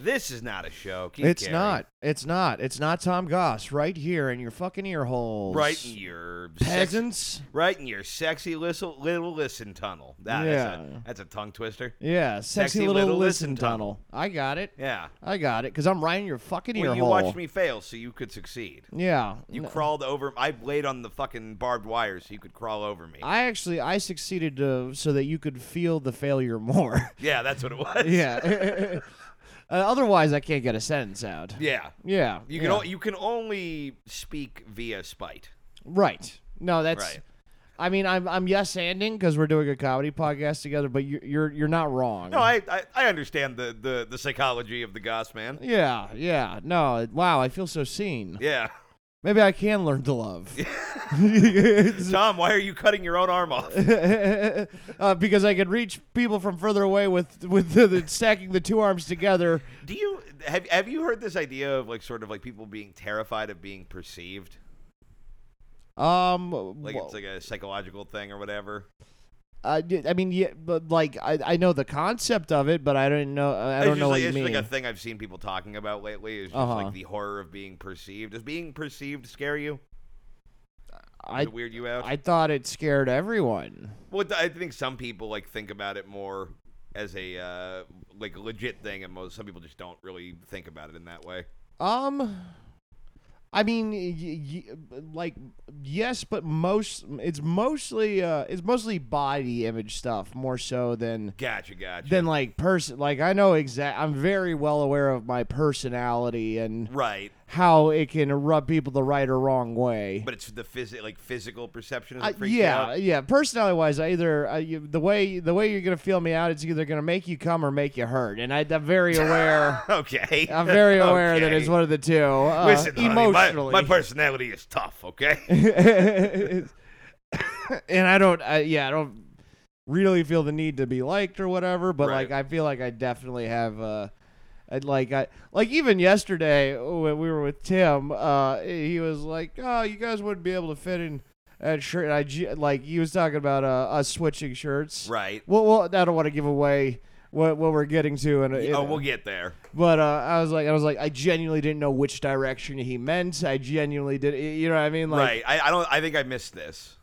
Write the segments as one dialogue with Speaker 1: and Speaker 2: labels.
Speaker 1: This is not a show. Keep
Speaker 2: It's
Speaker 1: caring.
Speaker 2: not. It's not. It's not Tom Goss right here in your fucking ear holes.
Speaker 1: Right in your sexy,
Speaker 2: Peasants.
Speaker 1: right in your sexy little, little listen tunnel. That- that's,
Speaker 2: Yeah.
Speaker 1: a, that's a tongue twister.
Speaker 2: Yeah,
Speaker 1: Sexy
Speaker 2: sexy, little,
Speaker 1: little
Speaker 2: listen,
Speaker 1: listen
Speaker 2: tunnel. I got it.
Speaker 1: Yeah.
Speaker 2: I got it. Cause I'm right in your fucking ear
Speaker 1: Well, you
Speaker 2: hole.
Speaker 1: watched me fail, so you could succeed.
Speaker 2: Yeah.
Speaker 1: You
Speaker 2: No.
Speaker 1: crawled over. I laid on the fucking barbed wire, so you could crawl over me.
Speaker 2: I actually I succeeded uh, so that you could feel the failure more.
Speaker 1: yeah, that's what it was.
Speaker 2: yeah. uh, otherwise, I can't get a sentence out.
Speaker 1: Yeah.
Speaker 2: Yeah.
Speaker 1: You can
Speaker 2: yeah.
Speaker 1: o- you can only speak via spite.
Speaker 2: Right. No, that's.
Speaker 1: Right.
Speaker 2: I mean, I'm I'm yes anding because we're doing a comedy podcast together, but you're you're, you're not wrong.
Speaker 1: No, I I, I understand the, the the psychology of the Goss man.
Speaker 2: Yeah, yeah. No, it- wow, I feel so seen.
Speaker 1: Yeah.
Speaker 2: Maybe I can learn to love.
Speaker 1: Tom, why are you cutting your own arm off?
Speaker 2: uh, because I could reach people from further away with with the, the stacking the two arms together.
Speaker 1: Do you have have you heard this idea of like sort of like people being terrified of being perceived?
Speaker 2: Um,
Speaker 1: Like
Speaker 2: well,
Speaker 1: it's like a psychological thing or whatever.
Speaker 2: I, di- I mean, yeah, but like I, I know the concept of it, but I don't know I
Speaker 1: It's
Speaker 2: don't
Speaker 1: just
Speaker 2: know
Speaker 1: like,
Speaker 2: what you
Speaker 1: it's just
Speaker 2: mean.
Speaker 1: like a thing I've seen people talking about lately. Is just
Speaker 2: Uh-huh.
Speaker 1: like the horror of being perceived. Does being perceived scare you?
Speaker 2: I
Speaker 1: Does it weird you out?
Speaker 2: I thought it scared everyone.
Speaker 1: Well, I think some people like think about it more as a uh, like legit thing, and most some people just don't really think about it in that way.
Speaker 2: Um, I mean, y- y- like yes, but most it's mostly uh it's mostly body image stuff more so than
Speaker 1: Gotcha, gotcha.
Speaker 2: than like person. Like I know exact. I'm very well aware of my personality and
Speaker 1: right,
Speaker 2: how it can rub people the right or wrong way.
Speaker 1: but it's the phys- like physical perception is
Speaker 2: I-
Speaker 1: what freaks you
Speaker 2: yeah,
Speaker 1: out.
Speaker 2: yeah. Personality wise, I either I, you, the way the way you're gonna feel me out, it's either gonna make you come or make you hurt, and I, am very aware.
Speaker 1: Okay,
Speaker 2: I'm very aware that it's
Speaker 1: Okay.
Speaker 2: one of the two. Uh,
Speaker 1: Listen, honey, my-
Speaker 2: emotionally,
Speaker 1: my, personality is tough. Okay,
Speaker 2: and I don't, I, yeah, I don't really feel the need to be liked or whatever. But
Speaker 1: Right.
Speaker 2: like, I feel like I definitely have. Uh, I'd like I like even yesterday when we were with Tim, uh, he was like, "Oh, you guys wouldn't be able to fit in that shirt." And I ge- like he was talking about uh, us switching shirts.
Speaker 1: right.
Speaker 2: Well, well, I don't want to give away what what we're getting to, and
Speaker 1: oh, we'll get there.
Speaker 2: but uh, I was like, I was like, I genuinely didn't know which direction he meant. I genuinely did, you know what I mean? Like,
Speaker 1: right. I, I don't. I think I missed this.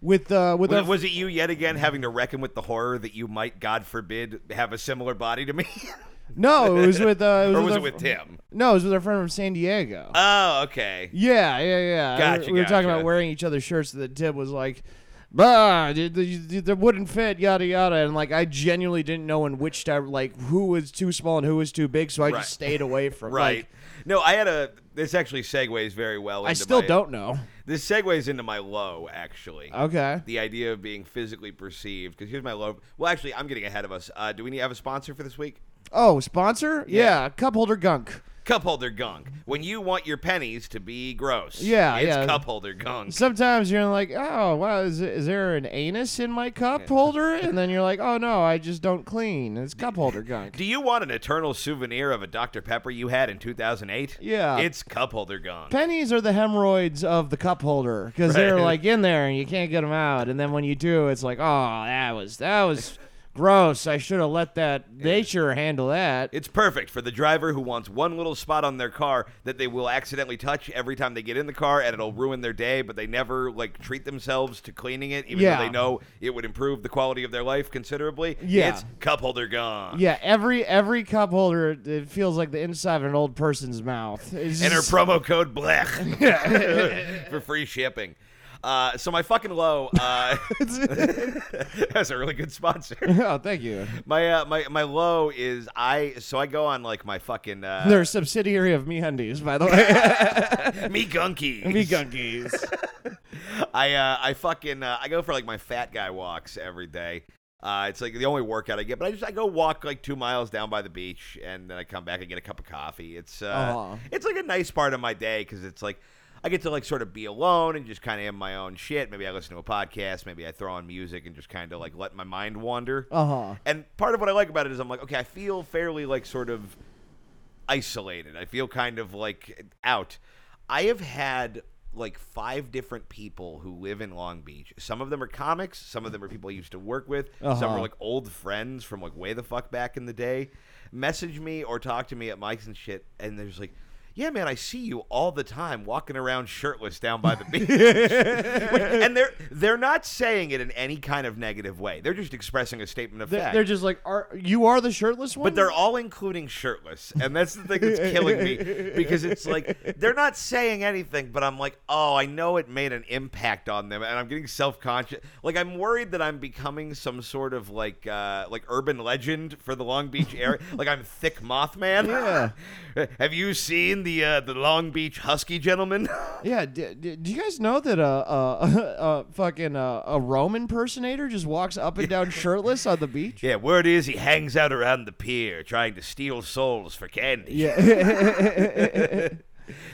Speaker 2: with uh with
Speaker 1: Was,
Speaker 2: our,
Speaker 1: was it you yet again having to reckon with the horror that you might, God forbid, have a similar body to me,
Speaker 2: no it was with uh
Speaker 1: or
Speaker 2: with
Speaker 1: was
Speaker 2: our-
Speaker 1: it with Tim?
Speaker 2: no it was with our friend from San Diego
Speaker 1: Oh, okay.
Speaker 2: yeah yeah yeah We were-
Speaker 1: Gotcha,
Speaker 2: we were talking
Speaker 1: gotcha.
Speaker 2: about wearing each other's shirts and then Tim was like bah they, they, they wouldn't fit yada yada and like I genuinely didn't know in which di- like who was too small and who was too big so I
Speaker 1: Right.
Speaker 2: just stayed away from
Speaker 1: Right.
Speaker 2: like,
Speaker 1: no, I had a. This actually segues very well. Into
Speaker 2: I still
Speaker 1: my-
Speaker 2: don't Uh, know
Speaker 1: This segues into my low, actually.
Speaker 2: okay
Speaker 1: the idea of being physically perceived. Because here's my low. Well, actually, I'm getting ahead of us. Uh, do we need have a sponsor for this week?
Speaker 2: oh sponsor
Speaker 1: Yeah.
Speaker 2: yeah cup holder gunk
Speaker 1: Cup holder gunk. When you want your pennies to be gross,
Speaker 2: Yeah,
Speaker 1: it's
Speaker 2: yeah.
Speaker 1: cup holder gunk.
Speaker 2: sometimes you're like, oh, wow, is, is there an anus in my cup holder? And then you're like, oh, no, I just don't clean. It's cup holder gunk.
Speaker 1: Do you want an eternal souvenir of a Dr Pepper you had in 2008?
Speaker 2: Yeah.
Speaker 1: it's cup holder gunk.
Speaker 2: Pennies are the hemorrhoids of the cup holder because they're
Speaker 1: Right.
Speaker 2: like in there and you can't get them out. And then when you do, it's like, oh, that was that was gross. I should have let that nature handle that.
Speaker 1: It's perfect for the driver who wants one little spot on their car that they will accidentally touch every time they get in the car and it'll ruin their day, but they never like treat themselves to cleaning it, even
Speaker 2: Yeah.
Speaker 1: though they know it would improve the quality of their life considerably.
Speaker 2: Yeah.
Speaker 1: It's cup holder gone.
Speaker 2: yeah, every every cup holder it feels like the inside of an old person's mouth. It's
Speaker 1: Enter
Speaker 2: just-
Speaker 1: promo code blech for free shipping. Uh, so my fucking low. Uh, that's a really good sponsor.
Speaker 2: oh, thank you.
Speaker 1: My uh, my my low is I. So I go on like my fucking uh,
Speaker 2: They're a subsidiary of Me Hundies, by the way.
Speaker 1: me gunky
Speaker 2: Me Gunkies.
Speaker 1: I uh, I fucking uh, I go for like my fat guy walks every day. Uh, it's like the only workout I get, but I just I go walk like two miles down by the beach, and then I come back and get a cup of coffee. It's uh,
Speaker 2: Uh-huh.
Speaker 1: it's like a nice part of my day because it's like I get to like sort of be alone and just kind of am my own shit. Maybe I listen to a podcast, maybe I throw on music and just kind of like let my mind wander.
Speaker 2: Uh huh.
Speaker 1: And part of what I like about it is I'm like, okay, I feel fairly like sort of isolated. I feel kind of like out. I have had like five different people who live in Long Beach. Some of them are comics. Some of them are people I used to work with. Some
Speaker 2: Uh-huh.
Speaker 1: are like old friends from like way the fuck back in the day. Message me or talk to me at mics and shit, and there's like. Yeah, man, I see you all the time walking around shirtless down by the beach. Wait, and they're they're not saying it in any kind of negative way. They're just expressing a statement of
Speaker 2: They're,
Speaker 1: fact.
Speaker 2: they're just like, are you are the shirtless one?
Speaker 1: But they're all including shirtless, and that's the thing that's killing me because it's like they're not saying anything, but I'm like, oh, I know it made an impact on them, and I'm getting self conscious. Like I'm worried that I'm becoming some sort of like uh, like urban legend for the Long Beach area. like I'm thick Mothman. Yeah. Have you seen the uh, the Long Beach Husky gentleman?
Speaker 2: yeah. D- d- do you guys know that a a, a fucking uh, a Rome impersonator just walks up and down shirtless on the beach?
Speaker 1: yeah. Word is he hangs out around the pier trying to steal souls for candy.
Speaker 2: Yeah.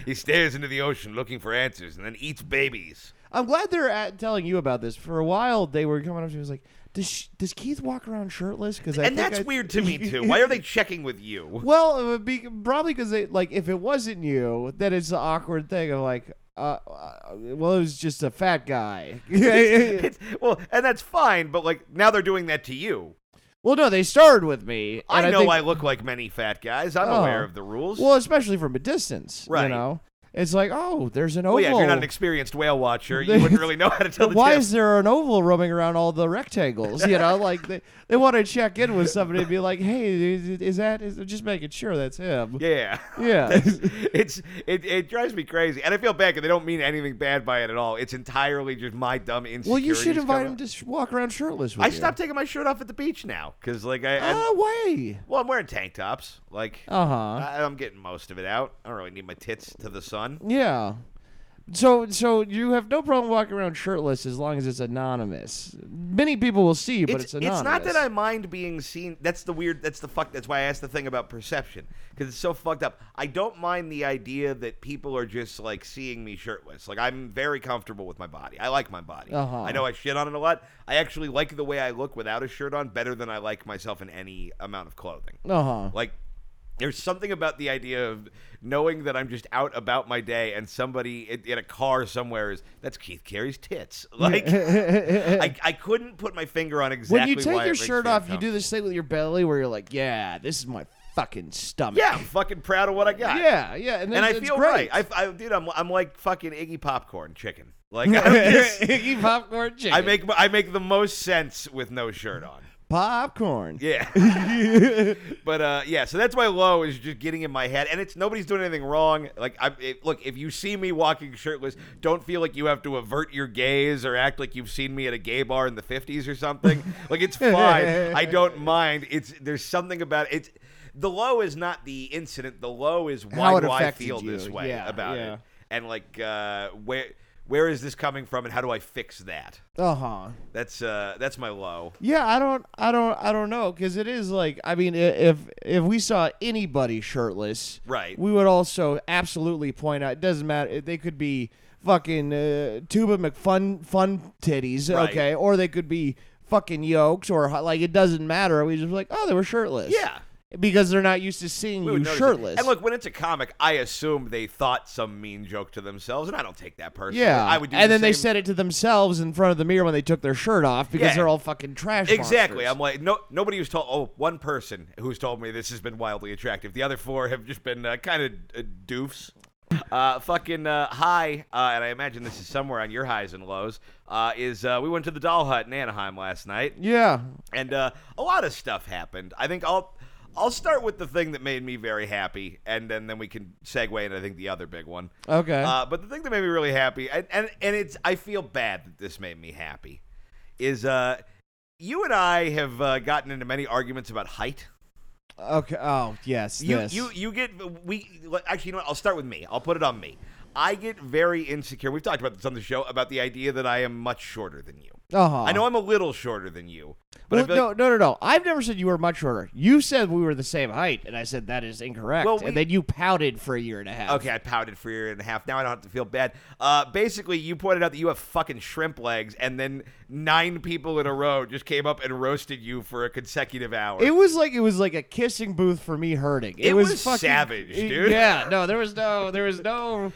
Speaker 1: He stares into the ocean looking for answers, and then eats babies.
Speaker 2: I'm glad they're at telling you about this. For a while, they were coming up to me and was like, does, sh- does Keith walk around shirtless? Because
Speaker 1: and that's weird to me too. Why are they checking with you?
Speaker 2: Well, it would be probably because they like if it wasn't you, then it's the awkward thing of like, uh, uh, well, it was just a fat guy.
Speaker 1: It's, well, and that's fine, but like now they're doing that to you.
Speaker 2: well, no, they started with me. and
Speaker 1: I know I,
Speaker 2: think-
Speaker 1: look like many fat guys. I'm
Speaker 2: Oh.
Speaker 1: aware of the rules.
Speaker 2: Well, especially from a distance,
Speaker 1: Right.
Speaker 2: You know, it's like, oh, there's an oval.
Speaker 1: Well, yeah, if you're not an experienced whale watcher, you wouldn't really know how to tell the
Speaker 2: Why
Speaker 1: difference.
Speaker 2: is there an oval roaming around all the rectangles? You know, like they, they want to check in with somebody and be like, hey, is, is that is just making sure that's him?
Speaker 1: Yeah.
Speaker 2: Yeah.
Speaker 1: That's- it's it, it drives me crazy, and I feel bad because they don't mean anything bad by it at all. It's entirely just my dumb insecurities.
Speaker 2: Well, you should invite him
Speaker 1: coming
Speaker 2: to sh- walk around shirtless with
Speaker 1: up. I
Speaker 2: you.
Speaker 1: stopped taking my shirt off at the beach now because like I, I
Speaker 2: Ah, why?
Speaker 1: well I'm wearing tank tops. Like
Speaker 2: Uh huh.
Speaker 1: I, I'm getting most of it out. I don't really need my tits to the sun.
Speaker 2: Yeah. So so you have no problem walking around shirtless as long as it's anonymous. Many people will see you, but it's, anonymous.
Speaker 1: not that I mind being seen. That's the weird. That's the fuck. That's why I asked the thing about perception because it's so fucked up. I don't mind the idea that people are just like seeing me shirtless. Like I'm very comfortable with my body. I like my body.
Speaker 2: Uh-huh.
Speaker 1: I know I shit on it a lot. I actually like the way I look without a shirt on better than I like myself in any amount of clothing.
Speaker 2: Uh huh.
Speaker 1: Like, there's something about the idea of knowing that I'm just out about my day and somebody in, in a car somewhere is that's Keith Carey's tits. Like, I, I couldn't put my finger on exactly
Speaker 2: Uh-huh. When you
Speaker 1: why
Speaker 2: take
Speaker 1: it
Speaker 2: your
Speaker 1: makes
Speaker 2: shirt
Speaker 1: me
Speaker 2: off, you do
Speaker 1: uncomfortable.
Speaker 2: this thing with your belly where you're like, "Yeah, this is my fucking stomach."
Speaker 1: Yeah, I'm fucking proud of what I got.
Speaker 2: yeah, yeah. And,
Speaker 1: and
Speaker 2: then
Speaker 1: I
Speaker 2: it's
Speaker 1: feel right.
Speaker 2: great.
Speaker 1: I, I, dude, I'm, I'm like fucking Iggy popcorn chicken. Like, I'm just-
Speaker 2: Iggy popcorn chicken.
Speaker 1: I make I make the most sense with no shirt on.
Speaker 2: popcorn.
Speaker 1: Yeah. but uh, yeah, so that's why low is just getting in my head, and it's nobody's doing anything wrong. Like, I it, look, if you see me walking shirtless, don't feel like you have to avert your gaze or act like you've seen me at a gay bar in the '50s or something. like, it's fine. I don't mind. It's there's something about it. It's, the low is not the incident. The low is
Speaker 2: How
Speaker 1: why
Speaker 2: it
Speaker 1: do I
Speaker 2: affected
Speaker 1: feel
Speaker 2: you.
Speaker 1: this way
Speaker 2: Yeah,
Speaker 1: about
Speaker 2: yeah.
Speaker 1: it, and like uh, where where is this coming from, and how do I fix that?
Speaker 2: Uh huh.
Speaker 1: That's uh, that's my low.
Speaker 2: Yeah, I don't, I don't, I don't know, because it is like, I mean, i- if if we saw anybody shirtless,
Speaker 1: Right.
Speaker 2: we would also absolutely point out. It doesn't matter; it- they could be fucking uh, Tuba McFun fun titties,
Speaker 1: Right.
Speaker 2: okay, or they could be fucking yokes, or ho- like it doesn't matter. We just like, oh, they were shirtless,
Speaker 1: Yeah.
Speaker 2: because they're not used to seeing
Speaker 1: We would
Speaker 2: you
Speaker 1: notice it.
Speaker 2: shirtless.
Speaker 1: And look, when it's a comic, I assume they thought some mean joke to themselves, and I don't take that personally.
Speaker 2: yeah,
Speaker 1: I would. Do
Speaker 2: and
Speaker 1: the
Speaker 2: then they
Speaker 1: same-
Speaker 2: said it to themselves in front of the mirror when they took their shirt off because
Speaker 1: Yeah.
Speaker 2: they're all fucking trash.
Speaker 1: exactly.
Speaker 2: monsters.
Speaker 1: I'm like, no, nobody who's told. Oh, one person who's told me this has been wildly attractive. The other four have just been uh, kind of uh, doofs. Uh, fucking uh, high, uh, and I imagine this is somewhere on your highs and lows. Uh, is uh, we went to the Doll Hut in Anaheim last night.
Speaker 2: yeah,
Speaker 1: and uh, a lot of stuff happened. I think I'll I'll start with the thing that made me very happy, and then then we can segue into I think the other big one.
Speaker 2: Okay.
Speaker 1: Uh, but the thing that made me really happy, and and, and it's I feel bad that this made me happy, is uh. You and I have uh, gotten into many arguments about height.
Speaker 2: okay. Oh yes,
Speaker 1: You,
Speaker 2: this.
Speaker 1: you, you get we actually. You know what? I'll start with me. I'll put it on me. I get very insecure. We've talked about this on the show about the idea that I am much shorter than you.
Speaker 2: Uh-huh.
Speaker 1: I know I'm a little shorter than you, but I
Speaker 2: Well,
Speaker 1: feel like-
Speaker 2: no, no, no, no. I've never said you were much shorter. You said we were the same height, and I said that is incorrect.
Speaker 1: Well, we-
Speaker 2: and then you pouted for a year and a half.
Speaker 1: Okay, I pouted for a year and a half. Now I don't have to feel bad. Uh, basically, you pointed out that you have fucking shrimp legs, and then nine people in a row just came up and roasted you for a consecutive hour.
Speaker 2: It was like it was like a kissing booth for me hurting. It,
Speaker 1: It
Speaker 2: was,
Speaker 1: was
Speaker 2: fucking
Speaker 1: savage,
Speaker 2: it-
Speaker 1: dude.
Speaker 2: Yeah, no, there was no, there was no.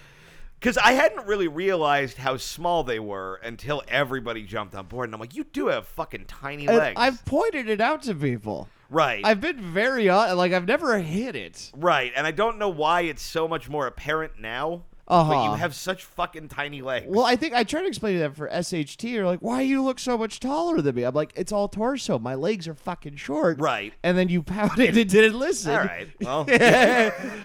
Speaker 1: Because I hadn't really realized how small they were until everybody jumped on board, and I'm like, "You do have fucking tiny
Speaker 2: And
Speaker 1: legs."
Speaker 2: I've pointed it out to people.
Speaker 1: right,
Speaker 2: I've been very hon- like I've never hit it.
Speaker 1: right, and I don't know why it's so much more apparent now. But
Speaker 2: Uh-huh.
Speaker 1: you have such fucking tiny legs.
Speaker 2: Well, I think I tried to explain to them for SHT. You're like, why you look so much taller than me? I'm like, it's all torso. My legs are fucking short.
Speaker 1: Right.
Speaker 2: And then you pouted and didn't listen.
Speaker 1: All right. Well,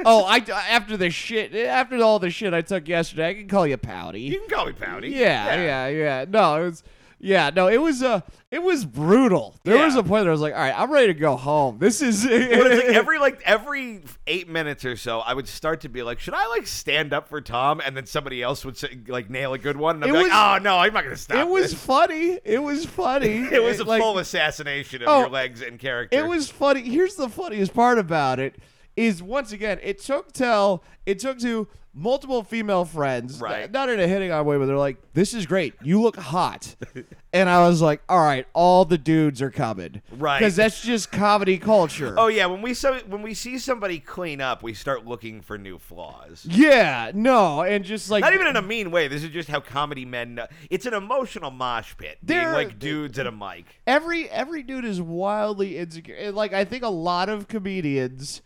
Speaker 2: oh, I after the shit, after all the shit I took yesterday, I can call you pouty.
Speaker 1: you can call me Pouty.
Speaker 2: Yeah, yeah, yeah, No, it was yeah, no, it was uh it was brutal. There
Speaker 1: Yeah.
Speaker 2: was a point where I was like, all right, I'm ready to go home. This is
Speaker 1: But it's like every like every eight minutes or so, I would start to be like, should I like stand up for Tom? And then somebody else would say, like nail a good one, and I'm
Speaker 2: It
Speaker 1: like,
Speaker 2: was-
Speaker 1: oh no, I'm not gonna stop.
Speaker 2: it was
Speaker 1: this."
Speaker 2: funny. It was funny.
Speaker 1: it was a
Speaker 2: like,
Speaker 1: full assassination of
Speaker 2: Oh,
Speaker 1: your legs and character.
Speaker 2: It was funny. Here's the funniest part about it is once again, it took till it took to multiple female friends,
Speaker 1: Right.
Speaker 2: Not in a hitting on way, but they're like, "This is great. You look hot," and I was like, "All right, all the dudes are coming,
Speaker 1: Right.
Speaker 2: Because that's just comedy culture.
Speaker 1: Oh yeah, when we so when we see somebody clean up, we start looking for new flaws.
Speaker 2: yeah, no, and just like
Speaker 1: Not even in a mean way. This is just how comedy men. know- It's an emotional mosh pit, being
Speaker 2: They're-
Speaker 1: like dudes at a mic.
Speaker 2: every every dude is wildly insecure. And, Like I think a lot of comedians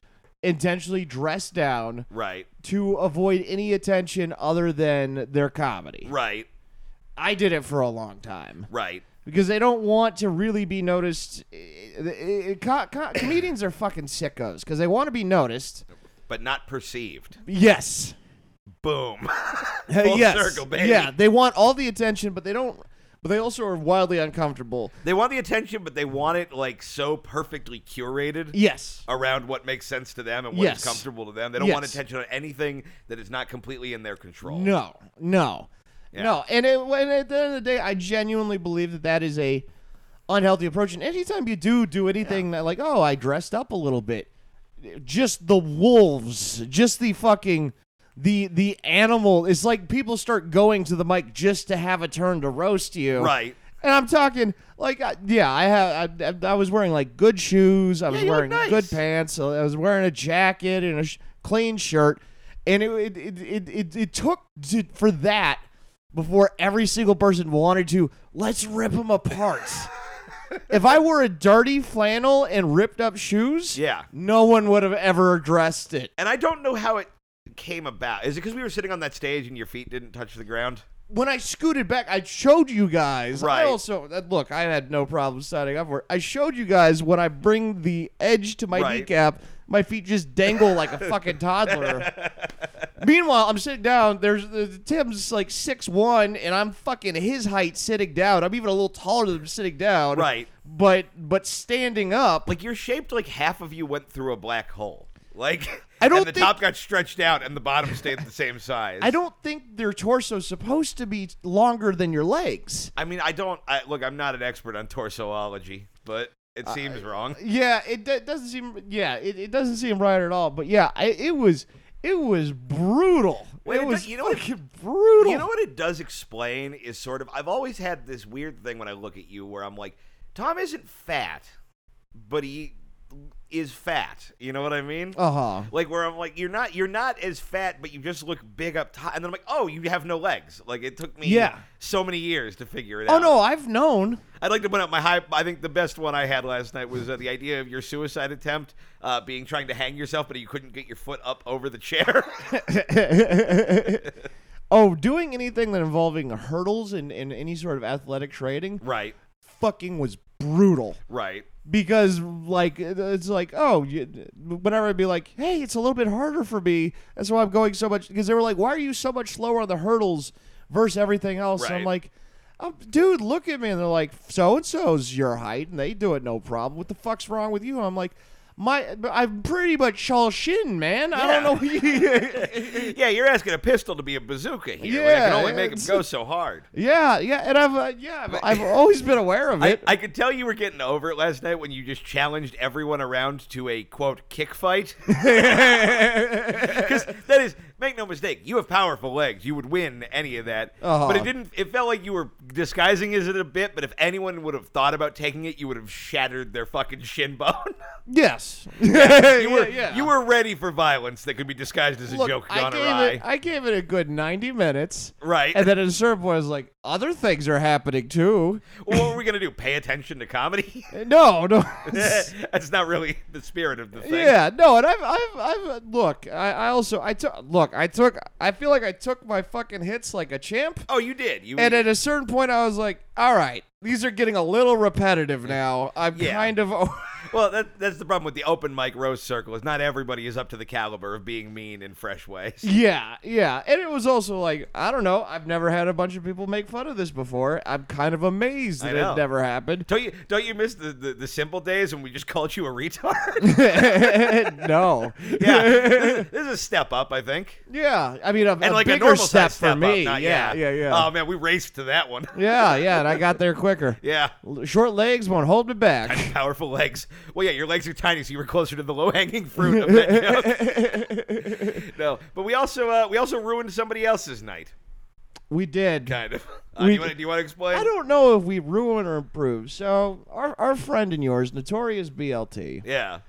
Speaker 2: intentionally dress down
Speaker 1: Right,
Speaker 2: to avoid any attention other than their comedy.
Speaker 1: right,
Speaker 2: I did it for a long time
Speaker 1: right.
Speaker 2: because they don't want to really be noticed. It- it- it- co- co- comedians are fucking sickos because they want to be noticed.
Speaker 1: But not perceived.
Speaker 2: Yes.
Speaker 1: Boom.
Speaker 2: Uh,
Speaker 1: Full
Speaker 2: yes.
Speaker 1: circle, baby.
Speaker 2: Yeah, they want all the attention, but they don't. But they also are wildly uncomfortable.
Speaker 1: They want the attention, but they want it like so perfectly curated
Speaker 2: Yes.
Speaker 1: around what makes sense to them and what's
Speaker 2: Yes.
Speaker 1: comfortable to them. They don't want
Speaker 2: Yes.
Speaker 1: attention on anything that is not completely in their control.
Speaker 2: No, no,
Speaker 1: Yeah.
Speaker 2: no. And, it, and at the end of the day, I genuinely believe that that is a unhealthy approach. And anytime you do do anything that, like, oh, I dressed up a little bit, just the wolves, just the fucking the the animal. It's like people start going to the mic just to have a turn to roast you,
Speaker 1: Right.
Speaker 2: And I'm talking like, I- yeah, I have. I, I was wearing like good shoes. I was
Speaker 1: you look
Speaker 2: wearing
Speaker 1: nice.
Speaker 2: good pants. I was wearing a jacket and a sh- clean shirt, and it it it it, it, it took to, for that before every single person wanted to let's rip them apart. if I wore a dirty flannel and ripped up shoes,
Speaker 1: Yeah.
Speaker 2: no one would have ever addressed it.
Speaker 1: And I don't know how it came about. Is it because we were sitting on that stage and your feet didn't touch the ground?
Speaker 2: when I scooted back, I showed you guys.
Speaker 1: Right.
Speaker 2: I also uh, look. I had no problem signing up for it. I showed you guys when I bring the edge to my
Speaker 1: Right.
Speaker 2: kneecap, my feet just dangle like a fucking toddler. Meanwhile, I'm sitting down. There's the Tim's like six one, and I'm fucking his height sitting down. I'm even a little taller than him sitting down.
Speaker 1: Right.
Speaker 2: But but standing up,
Speaker 1: Like you're shaped like half of you went through a black hole. Like
Speaker 2: I don't
Speaker 1: and the
Speaker 2: think-
Speaker 1: top got stretched out and the bottom stayed the same size.
Speaker 2: I don't think their torso's supposed to be longer than your legs.
Speaker 1: I mean, I don't. I, look, I'm not an expert on torsoology, but it seems wrong.
Speaker 2: Yeah, it do- doesn't seem. Yeah, it, it doesn't seem right at all. But yeah, I, it was it was brutal.
Speaker 1: Wait, it
Speaker 2: it
Speaker 1: do-
Speaker 2: was
Speaker 1: you know what-
Speaker 2: fucking brutal.
Speaker 1: You know what it does explain is sort of. I've always had this weird thing when I look at you where I'm like, Tom isn't fat, but he is fat. You know what I mean?
Speaker 2: Uh huh.
Speaker 1: Like where I'm like, you're not, you're not as fat, but you just look big up top. And then I'm like, oh, you have no legs. Like it took me
Speaker 2: Yeah.
Speaker 1: so many years to figure it
Speaker 2: Oh
Speaker 1: out.
Speaker 2: no, I've known.
Speaker 1: I'd like to put up my high. I think the best one I had last night was uh, the idea of your suicide attempt uh, being trying to hang yourself, but you couldn't get your foot up over the chair.
Speaker 2: oh, doing anything that involving hurdles and, and any sort of athletic training
Speaker 1: right,
Speaker 2: fucking was brutal.
Speaker 1: right,
Speaker 2: because like it- it's like oh you, whenever I'd be like hey it's a little bit harder for me that's why I'm going so much because they were like why are you so much slower on the hurdles versus everything else And I'm
Speaker 1: Right.
Speaker 2: like oh, dude look at me and they're like so and so's your height and they do it no problem what the fuck's wrong with you I'm like my I'm pretty much all shin man I don't know what you-
Speaker 1: yeah. You're asking a pistol to be a bazooka here. Yeah, I can
Speaker 2: Yeah,
Speaker 1: only make him
Speaker 2: it's-
Speaker 1: go so hard.
Speaker 2: yeah yeah and I've uh, yeah I've, I've always been aware of
Speaker 1: I,
Speaker 2: it
Speaker 1: I could tell you were getting over it last night when you just challenged everyone around to a quote kick fight. Because that is make no mistake, you have powerful legs. You would win any of that.
Speaker 2: Uh-huh.
Speaker 1: But it didn't. It felt like you were disguising it a bit. But if anyone would have thought about taking it, you would have shattered their fucking shin bone.
Speaker 2: Yes. Yeah,
Speaker 1: you were
Speaker 2: yeah.
Speaker 1: you were ready for violence that could be disguised as a
Speaker 2: Look,
Speaker 1: joke
Speaker 2: I
Speaker 1: gone
Speaker 2: gave
Speaker 1: awry.
Speaker 2: it. I gave it a good ninety minutes.
Speaker 1: Right.
Speaker 2: And then at a certain point, I was like, other things are happening too.
Speaker 1: what were we gonna do? Pay attention to comedy?
Speaker 2: No, no.
Speaker 1: That's not really the spirit of the thing.
Speaker 2: Yeah, no, and I've, I've, I've look. I, I also, I took, look, I took, I feel like I took my fucking hits like a champ.
Speaker 1: Oh, you did. You
Speaker 2: And at a certain point, I was like, all right, these are getting a little repetitive now. I'm
Speaker 1: Yeah.
Speaker 2: kind of, o-
Speaker 1: Well, that, that's the problem with the open mic roast circle is not everybody is up to the caliber of being mean in fresh ways.
Speaker 2: yeah, yeah. And it was also like, I don't know, I've never had a bunch of people make fun of this before. I'm kind of amazed
Speaker 1: I
Speaker 2: that
Speaker 1: know.
Speaker 2: it never happened.
Speaker 1: Don't you don't you miss the, the, the simple days when we just called you a retard?
Speaker 2: no.
Speaker 1: yeah, this, is- this is a step up, I think,
Speaker 2: Yeah, I mean, a,
Speaker 1: and
Speaker 2: a
Speaker 1: like a
Speaker 2: bigger
Speaker 1: normal size
Speaker 2: step,
Speaker 1: step
Speaker 2: for me.
Speaker 1: Up, not-
Speaker 2: yeah, yeah, yeah.
Speaker 1: Oh man, we raced to that one.
Speaker 2: yeah, yeah, and I got there quicker.
Speaker 1: yeah.
Speaker 2: L- Short legs won't hold me back.
Speaker 1: Powerful legs. Well, yeah, your legs are tiny, so you were closer to the low-hanging fruit. Of that joke. no, but we also uh, we also ruined somebody else's night,
Speaker 2: We did.
Speaker 1: kind of. Uh,
Speaker 2: We-
Speaker 1: you wanna- do you want to explain?
Speaker 2: I don't know if we ruin or improve. So our our friend and yours, notorious BLT,
Speaker 1: Yeah.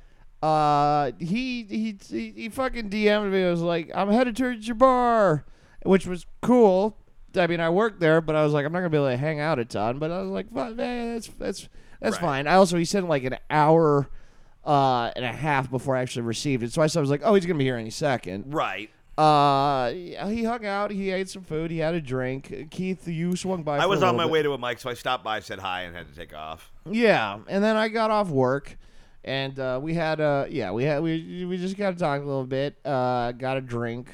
Speaker 2: uh, he he he, he fucking DM'd me. I was like, I'm headed towards your bar, which was cool. I mean, I worked there, but I was like, I'm not gonna be able to hang out a ton. But I was like, fuck, man, that's that's that's
Speaker 1: Right.
Speaker 2: fine. I also he sent like an hour. Uh, and a half before I actually received it, so I was like, "Oh, he's gonna be here any second.
Speaker 1: Right.
Speaker 2: Uh, he hung out. He ate some food. He had a drink. Keith, you swung by.
Speaker 1: I
Speaker 2: for
Speaker 1: was
Speaker 2: a
Speaker 1: on
Speaker 2: little
Speaker 1: my
Speaker 2: bit.
Speaker 1: way to a mic, so I stopped by, said hi, and had to take off.
Speaker 2: Yeah, and then I got off work, and uh, we had uh, yeah, we had we we just got to talk a little bit. Uh, got a drink,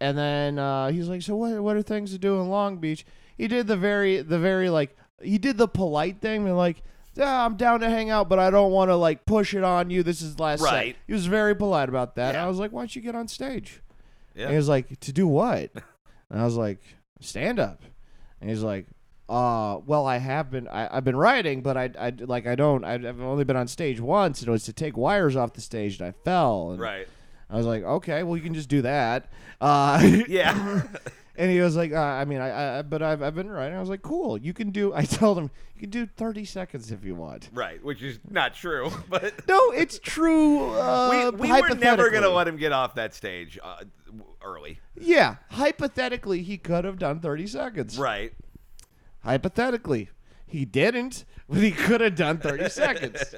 Speaker 2: and then uh, he's like, "So what what are things to do in Long Beach?" He did the very the very like he did the polite thing and like. Yeah, I'm down to hang out, but I don't want to like push it on you. This is last set."
Speaker 1: Right.
Speaker 2: He was very polite about that.
Speaker 1: Yeah.
Speaker 2: I was like, "Why don't you get on stage?"
Speaker 1: Yeah.
Speaker 2: And he was like, "To do what?" And I was like, "Stand up." And he's like, "Uh, well, I have been. I, I've been writing, but I, I like I don't. I've I've only been on stage once, and it was to take wires off the stage, and I fell. And
Speaker 1: Right.
Speaker 2: I was like, okay, well, you can just do that. Uh,
Speaker 1: Yeah.
Speaker 2: And he was like, uh, I mean, I, I, but I've, I've been writing. I was like, cool. You can do. I told him you can do thirty seconds if you want.
Speaker 1: right. Which is not true, but
Speaker 2: No, it's true. Uh,
Speaker 1: we, we were never going to
Speaker 2: hypothetically.
Speaker 1: let him get off that stage uh, w- early.
Speaker 2: Yeah, hypothetically, he could have done thirty seconds.
Speaker 1: Right.
Speaker 2: hypothetically he didn't but he could have done 30 seconds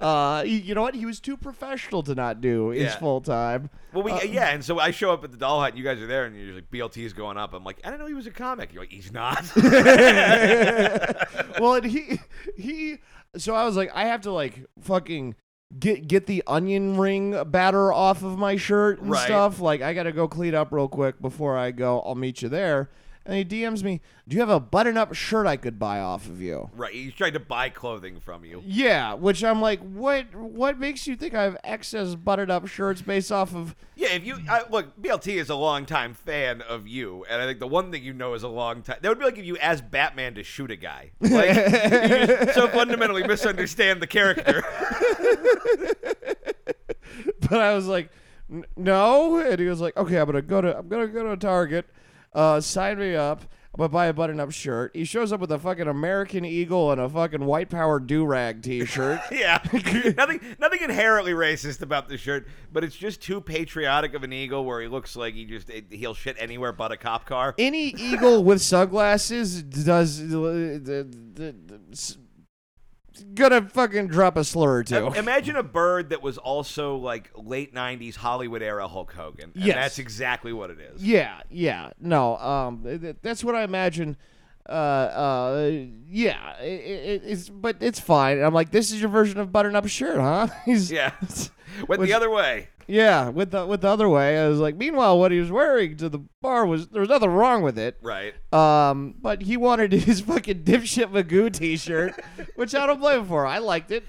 Speaker 2: uh, he- you know what he was too professional to not do his
Speaker 1: Yeah.
Speaker 2: full time
Speaker 1: Well, we, yeah, and so I show up at the doll hut, and you guys are there, and you're like, BLT is going up. I'm like, I didn't know he was a comic. You're like, he's not.
Speaker 2: well and he he so i was like i have to like fucking get get the onion ring batter off of my shirt and
Speaker 1: Right.
Speaker 2: stuff like i gotta go clean up real quick before i go i'll meet you there and he dms me do you have a button up shirt i could buy off of you
Speaker 1: right. He's trying to buy clothing from you.
Speaker 2: Yeah, which I'm like, what? What makes you think I have excess buttered up shirts based off of?
Speaker 1: Yeah, if you I, look, BLT is a longtime fan of you, and I think the one thing you know is a long time. That would be like if you asked Batman to shoot a guy. Like, you just so fundamentally misunderstand the character.
Speaker 2: But I was like, "N- no. And he was like, okay, I'm gonna go to, I'm gonna go to Target, uh, sign me up. I'm gonna buy a button up shirt. He shows up with a fucking American eagle and a fucking white power do rag T-shirt.
Speaker 1: yeah, nothing, nothing inherently racist about the shirt, but it's just too patriotic of an eagle, where he looks like he just he'll shit anywhere but a cop car.
Speaker 2: Any eagle with sunglasses does. uh, d- d- d- d- s- Gonna fucking drop a slur or two.
Speaker 1: Imagine a bird that was also like late '90s Hollywood era Hulk Hogan. And
Speaker 2: Yes.
Speaker 1: that's exactly what it is.
Speaker 2: Yeah, yeah. No, um, th- th- that's what I imagine. Uh, uh, yeah. i- i it, it's but it's fine. And I'm like, this is your version of button up shirt, huh? He's,
Speaker 1: Yeah, went the other way.
Speaker 2: yeah. With the with the other way, I was like. Meanwhile, what he was wearing to the bar was there was nothing wrong with it.
Speaker 1: Right.
Speaker 2: Um, but he wanted his fucking dipshit Magoo T-shirt, which I don't blame him for. I liked it.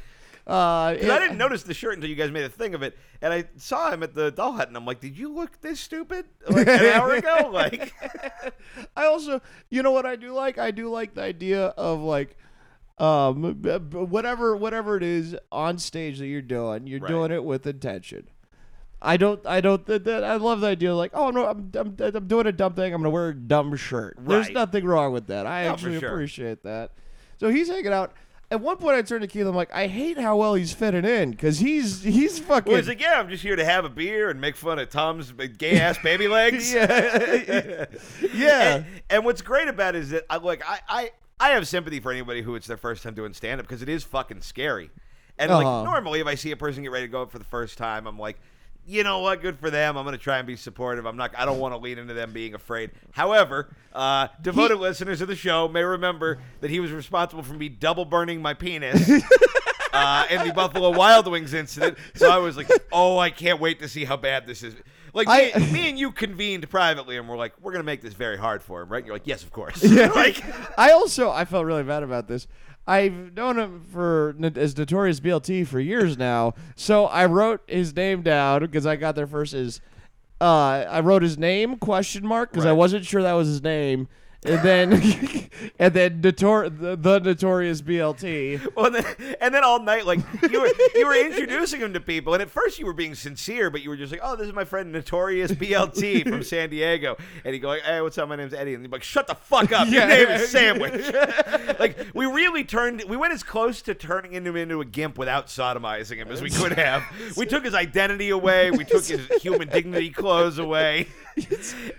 Speaker 2: Uh,
Speaker 1: Because I
Speaker 2: it-
Speaker 1: didn't notice the shirt until you guys made a thing of it, and I saw him at the doll hut, and I'm like, "Did you look this stupid like an hour ago?" Like,
Speaker 2: I also, you know what I do like? I do like the idea of like, um, b- b- whatever whatever it is on stage that you're doing, you're
Speaker 1: Right.
Speaker 2: doing it with intention. I don't. I don't. That, that, I love the idea. Like, oh no, I'm, I'm I'm doing a dumb thing. I'm gonna wear a dumb shirt. There's
Speaker 1: Right.
Speaker 2: nothing wrong with that. I
Speaker 1: No, for
Speaker 2: actually
Speaker 1: sure.
Speaker 2: appreciate that. So he's hanging out. At one point, I turned to Keith. I'm like, I hate how well he's fitting in because he's he's fucking.
Speaker 1: Well, he's like, yeah, I'm just here to have a beer and make fun of Tom's gay ass baby legs.
Speaker 2: yeah, yeah.
Speaker 1: And, and what's great about it is that I like I, I I have sympathy for anybody who it's their first time doing stand up because it is fucking scary. And
Speaker 2: Uh-huh.
Speaker 1: like normally if I see a person get ready to go up for the first time, I'm like, you know what, good for them. I'm gonna try and be supportive. I'm not I don't want to lead into them being afraid. However, uh, devoted listeners of the show may remember that he was responsible for me double burning my penis. Uh, in the Buffalo Wild Wings incident, so I was like, "Oh, I can't wait to see how bad this is." Like,
Speaker 2: I-
Speaker 1: me, me and you convened privately and we're like, we're gonna make this very hard for him, right? And you're like, yes, of course. like,
Speaker 2: I also I felt really bad about this. I've known him for as Notorious BLT for years now, so I wrote his name down because I got there first. Is uh, I wrote his name question mark because I
Speaker 1: Right.
Speaker 2: wasn't sure that was his name, and then and then Notor- the, the Notorious BLT.
Speaker 1: well, and, then, and then all night, like you were you were introducing him to people, and at first you were being sincere, but you were just like, oh, this is my friend Notorious BLT from San Diego, and he go like, hey, what's up? My name's Eddie, and you're like, shut the fuck up, your
Speaker 2: Yeah.
Speaker 1: name is Sandwich. like we really turned, we went as close to turning him into a gimp without sodomizing him as we could have. We took his identity away, we took his human dignity clothes away.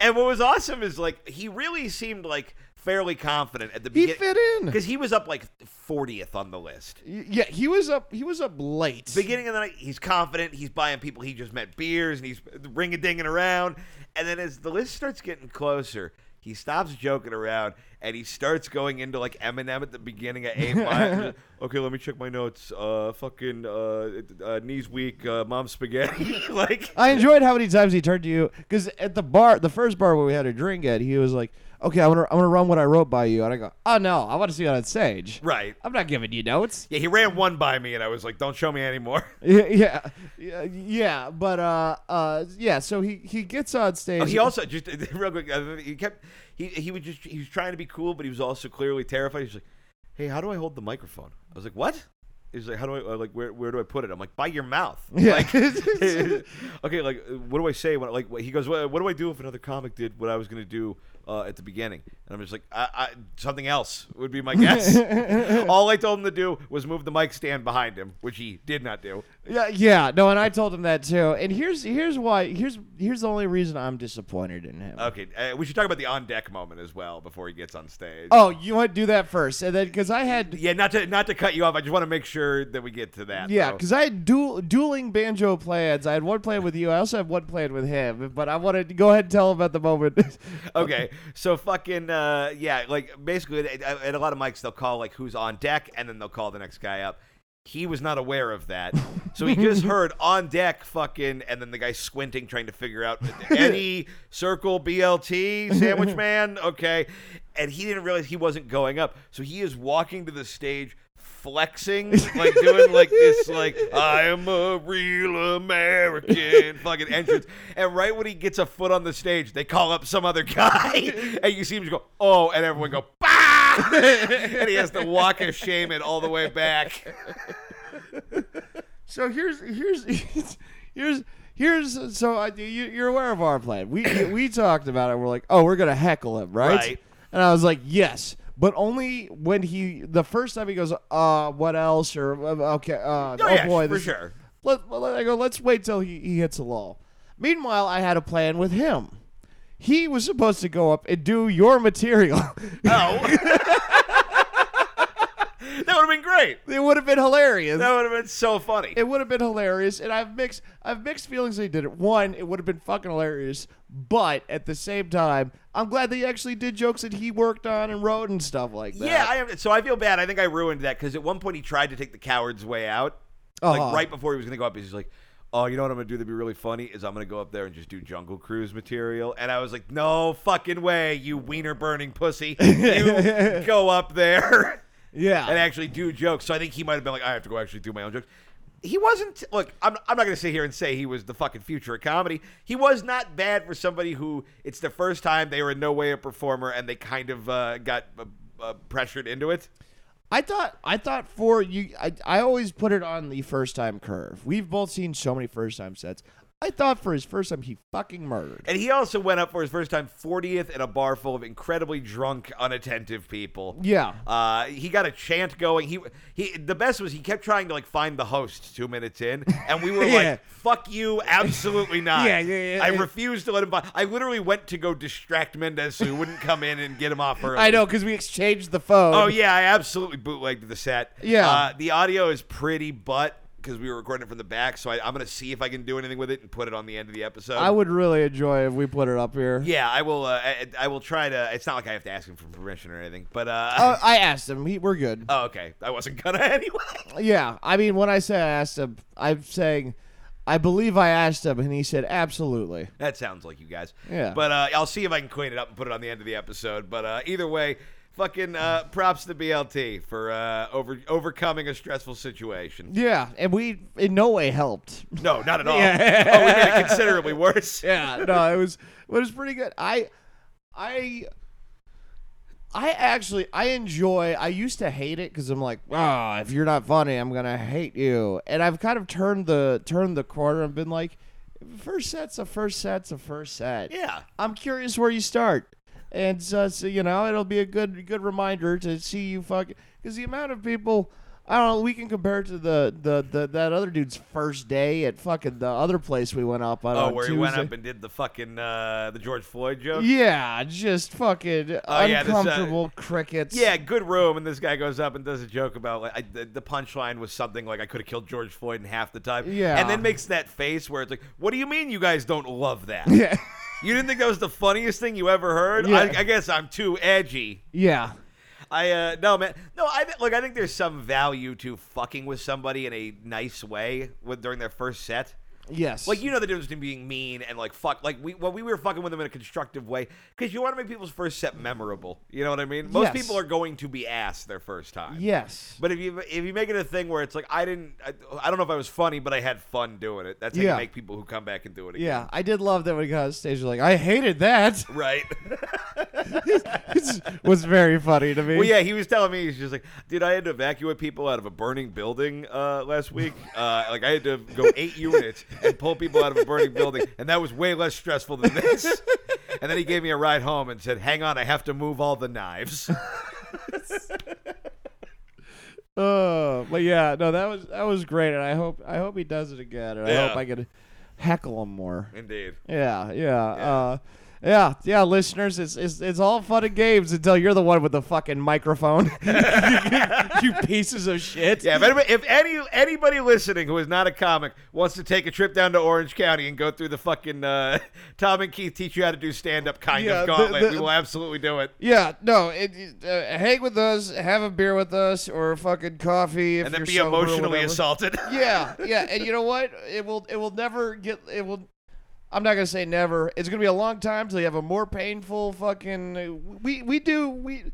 Speaker 1: and what was awesome is like he really seemed like fairly confident at the
Speaker 2: He
Speaker 1: beginning
Speaker 2: fit in.
Speaker 1: because he was up like 40th on the list
Speaker 2: Y- Yeah, he was up. He was up late.
Speaker 1: beginning of the night he's confident he's buying people he just met beers and he's ring a dinging around and then as the list starts getting closer he stops joking around and he starts going into like Eminem at the beginning of 8 Mile. okay, let me check my notes. Uh, fucking uh, uh, knees weak, uh, mom spaghetti. like,
Speaker 2: I enjoyed how many times he turned to you because at the bar, the first bar where we had a drink at, he was like, "Okay, I want to, I want to run what I wrote by you," and I go, "Oh no, I want to see it on stage."
Speaker 1: right.
Speaker 2: I'm not giving you notes.
Speaker 1: Yeah, he ran one by me and I was like, don't show me anymore.
Speaker 2: Yeah, yeah, yeah, yeah, but uh, uh, yeah. So he he gets on stage.
Speaker 1: Oh, he also just real quick. uh, He kept he he was just he was trying to be cool, but he was also clearly terrified. He's like, "Hey, how do I hold the microphone?" I was like, "What?" He's like, "How do I uh, like where where do I put it?" I'm like, "By your mouth."
Speaker 2: Yeah.
Speaker 1: Like, okay, like uh, what do I say when like he goes, "What what do I do if another comic did what I was gonna do?" Uh, at the beginning, and I'm just like, I, I, something else would be my guess. All I told him to do was move the mic stand behind him, which he did not do.
Speaker 2: yeah, yeah. No, and I told him that too. And here's here's why. Here's here's the only reason I'm disappointed in him.
Speaker 1: Okay, uh, we should talk about the on deck moment as well before he gets on stage.
Speaker 2: oh, you want to do that first, and then because I had
Speaker 1: Yeah, not to not to cut you off. I just want to make sure that we get to that.
Speaker 2: Yeah,
Speaker 1: though.
Speaker 2: because I had dual, dueling banjo plans. I had one plan with you. I also have one plan with him. But I wanted to go ahead and tell him about the moment.
Speaker 1: okay, so fucking uh, yeah, like basically at- at a lot of mics they'll call like who's on deck, and then they'll call the next guy up. He was not aware of that, so he just heard on deck fucking, and then the guy squinting trying to figure out Eddie Circle BLT Sandwich Man. Okay, and he didn't realize he wasn't going up, so he is walking to the stage. Flexing, like doing like this, like I am a real American, fucking entrance. And right when he gets a foot on the stage, they call up some other guy, and you see him just go, oh, and everyone go, bah! and he has to walk of shame it all the way back.
Speaker 2: so here's here's here's here's so I, you, you're aware of our plan. We we talked about it. We're like, oh, we're gonna heckle him, right?
Speaker 1: Right.
Speaker 2: And I was like, yes, but only when he the first time he goes, uh, what else? Or uh, okay, uh, oh,
Speaker 1: yeah,
Speaker 2: boy,
Speaker 1: for
Speaker 2: this-
Speaker 1: sure.
Speaker 2: Let, let- I go. Let's wait till he, he hits a lull. Meanwhile, I had a plan with him. He was supposed to go up and do your material.
Speaker 1: Oh. that would have been great.
Speaker 2: it would have been hilarious.
Speaker 1: That would have been so funny.
Speaker 2: It would have been hilarious, and I've mixed I've mixed feelings that he did it. One, it would have been fucking hilarious, but at the same time, I'm glad that he actually did jokes that he worked on and wrote and stuff like that.
Speaker 1: Yeah, I am. So I feel bad. I think I ruined that because at one point he tried to take the coward's way out,
Speaker 2: Uh-huh.
Speaker 1: like right before he was going to go up. He's just like, "Oh, you know what I'm going to do? That'd be really funny is I'm going to go up there and just do Jungle Cruise material." And I was like, "No fucking way, you wiener burning pussy! You go up there
Speaker 2: yeah.
Speaker 1: and actually do jokes." So I think he might have been like, "I have to go actually do my own jokes." He wasn't. Look, I'm, I'm not going to sit here and say he was the fucking future of comedy. He was not bad for somebody who it's their first time, they were in no way a performer, and they kind of uh, got uh, uh, pressured into it.
Speaker 2: I thought I thought for you I, I always put it on the first time curve. We've both seen so many first time sets. I thought for his first time he fucking murdered.
Speaker 1: And he also went up for his first time 40th in a bar full of incredibly drunk, unattentive people.
Speaker 2: Yeah.
Speaker 1: Uh, he got a chant going. He he. The best was he kept trying to like find the host two minutes in, and we were
Speaker 2: Yeah.
Speaker 1: like, "Fuck you, absolutely not."
Speaker 2: Yeah, yeah, yeah.
Speaker 1: I refused to let him by. I literally went to go distract Mendez so he wouldn't come in and get him off early.
Speaker 2: I know because we exchanged the phone.
Speaker 1: Oh yeah, I absolutely bootlegged the set.
Speaker 2: Yeah.
Speaker 1: uh, the audio is pretty butt because we were recording it from the back. So I, I'm gonna see if I can do anything with it and put it on the end of the episode.
Speaker 2: I would really enjoy if we put it up here.
Speaker 1: yeah, I will. Uh, I, I will try to. It's not like I have to ask him for permission or anything. But uh,
Speaker 2: Uh, I asked him. He, we're good.
Speaker 1: oh, okay. I wasn't gonna anyway.
Speaker 2: Yeah, I mean, when I say I asked him, I'm saying, I believe I asked him, and he said absolutely.
Speaker 1: That sounds like you guys.
Speaker 2: Yeah.
Speaker 1: But uh, I'll see if I can clean it up and put it on the end of the episode. But uh, either way, fucking uh, props to BLT for uh, over overcoming a stressful situation.
Speaker 2: Yeah, and we in no way helped.
Speaker 1: No, not at all.
Speaker 2: Yeah.
Speaker 1: Oh, we made it considerably worse.
Speaker 2: Yeah, no, it was it was pretty good. I, I, I actually I enjoy. I used to hate it because I'm like, ah, if you're not funny, I'm gonna hate you. And I've kind of turned the turned the corner and been like, first set's a first set's a first set.
Speaker 1: Yeah.
Speaker 2: I'm curious where you start. And so, so, you know, it'll be a good good reminder to see you fucking because the amount of people I don't know we can compare it to the, the the that other dude's first day at fucking the other place we went up on.
Speaker 1: Oh,
Speaker 2: on
Speaker 1: where he went
Speaker 2: Tuesday.
Speaker 1: up and did the fucking uh, the George Floyd joke.
Speaker 2: yeah, just fucking
Speaker 1: Oh, yeah, this, uh,
Speaker 2: uncomfortable crickets.
Speaker 1: Yeah, good room, and this guy goes up and does a joke about like I, the, the punchline was something like I could have killed George Floyd in half the time.
Speaker 2: Yeah.
Speaker 1: and then makes that face where it's like, "What do you mean you guys don't love that?
Speaker 2: yeah,
Speaker 1: you didn't think that was the funniest thing you ever heard?
Speaker 2: Yeah.
Speaker 1: I, I guess I'm too edgy."
Speaker 2: yeah,
Speaker 1: I uh, no man, no. I thi- look. I think there's some value to fucking with somebody in a nice way with during their first set.
Speaker 2: yes.
Speaker 1: Like you know the difference between being mean and like fuck. Like we when we were fucking with them in a constructive way because you want to make people's first set memorable. You know what I mean? Most
Speaker 2: Yes.
Speaker 1: people are going to be ass their first time.
Speaker 2: yes,
Speaker 1: But if you if you make it a thing where it's like I didn't I, I don't know if I was funny but I had fun doing it. That's how
Speaker 2: Yeah.
Speaker 1: you make people who come back and do it again.
Speaker 2: yeah. I did love that when we got on stage. Like I hated that.
Speaker 1: Right.
Speaker 2: it was very funny to me.
Speaker 1: well, yeah, he was telling me he's just like, dude, I had to evacuate people out of a burning building uh, last week. Uh, like I had to go eight units and pull people out of a burning building, and that was way less stressful than this. And then he gave me a ride home and said, "Hang on, I have to move all the knives."
Speaker 2: Oh, but yeah, no, that was that was great, and I hope I hope he does it again, and I
Speaker 1: Yeah.
Speaker 2: hope I can heckle him more.
Speaker 1: Indeed.
Speaker 2: Yeah, yeah, uh, yeah, yeah. Listeners, it's, it's it's all fun and games until you're the one with the fucking microphone. you pieces of shit.
Speaker 1: Yeah, if, anybody, if any anybody listening who is not a comic wants to take a trip down to Orange County and go through the fucking uh, Tom and Keith teach you how to do stand up kind
Speaker 2: Yeah, the-
Speaker 1: of gauntlet,
Speaker 2: the-
Speaker 1: we will absolutely do it.
Speaker 2: Yeah, no. It, it, uh, hang with us, have a beer with us, or fucking coffee, if
Speaker 1: And then
Speaker 2: you're
Speaker 1: be
Speaker 2: sober or
Speaker 1: emotionally
Speaker 2: whatever.
Speaker 1: assaulted.
Speaker 2: yeah, yeah, and you know what? It will it will never get it will. I'm not gonna say never. It's gonna be a long time till you have a more painful fucking. We we do we.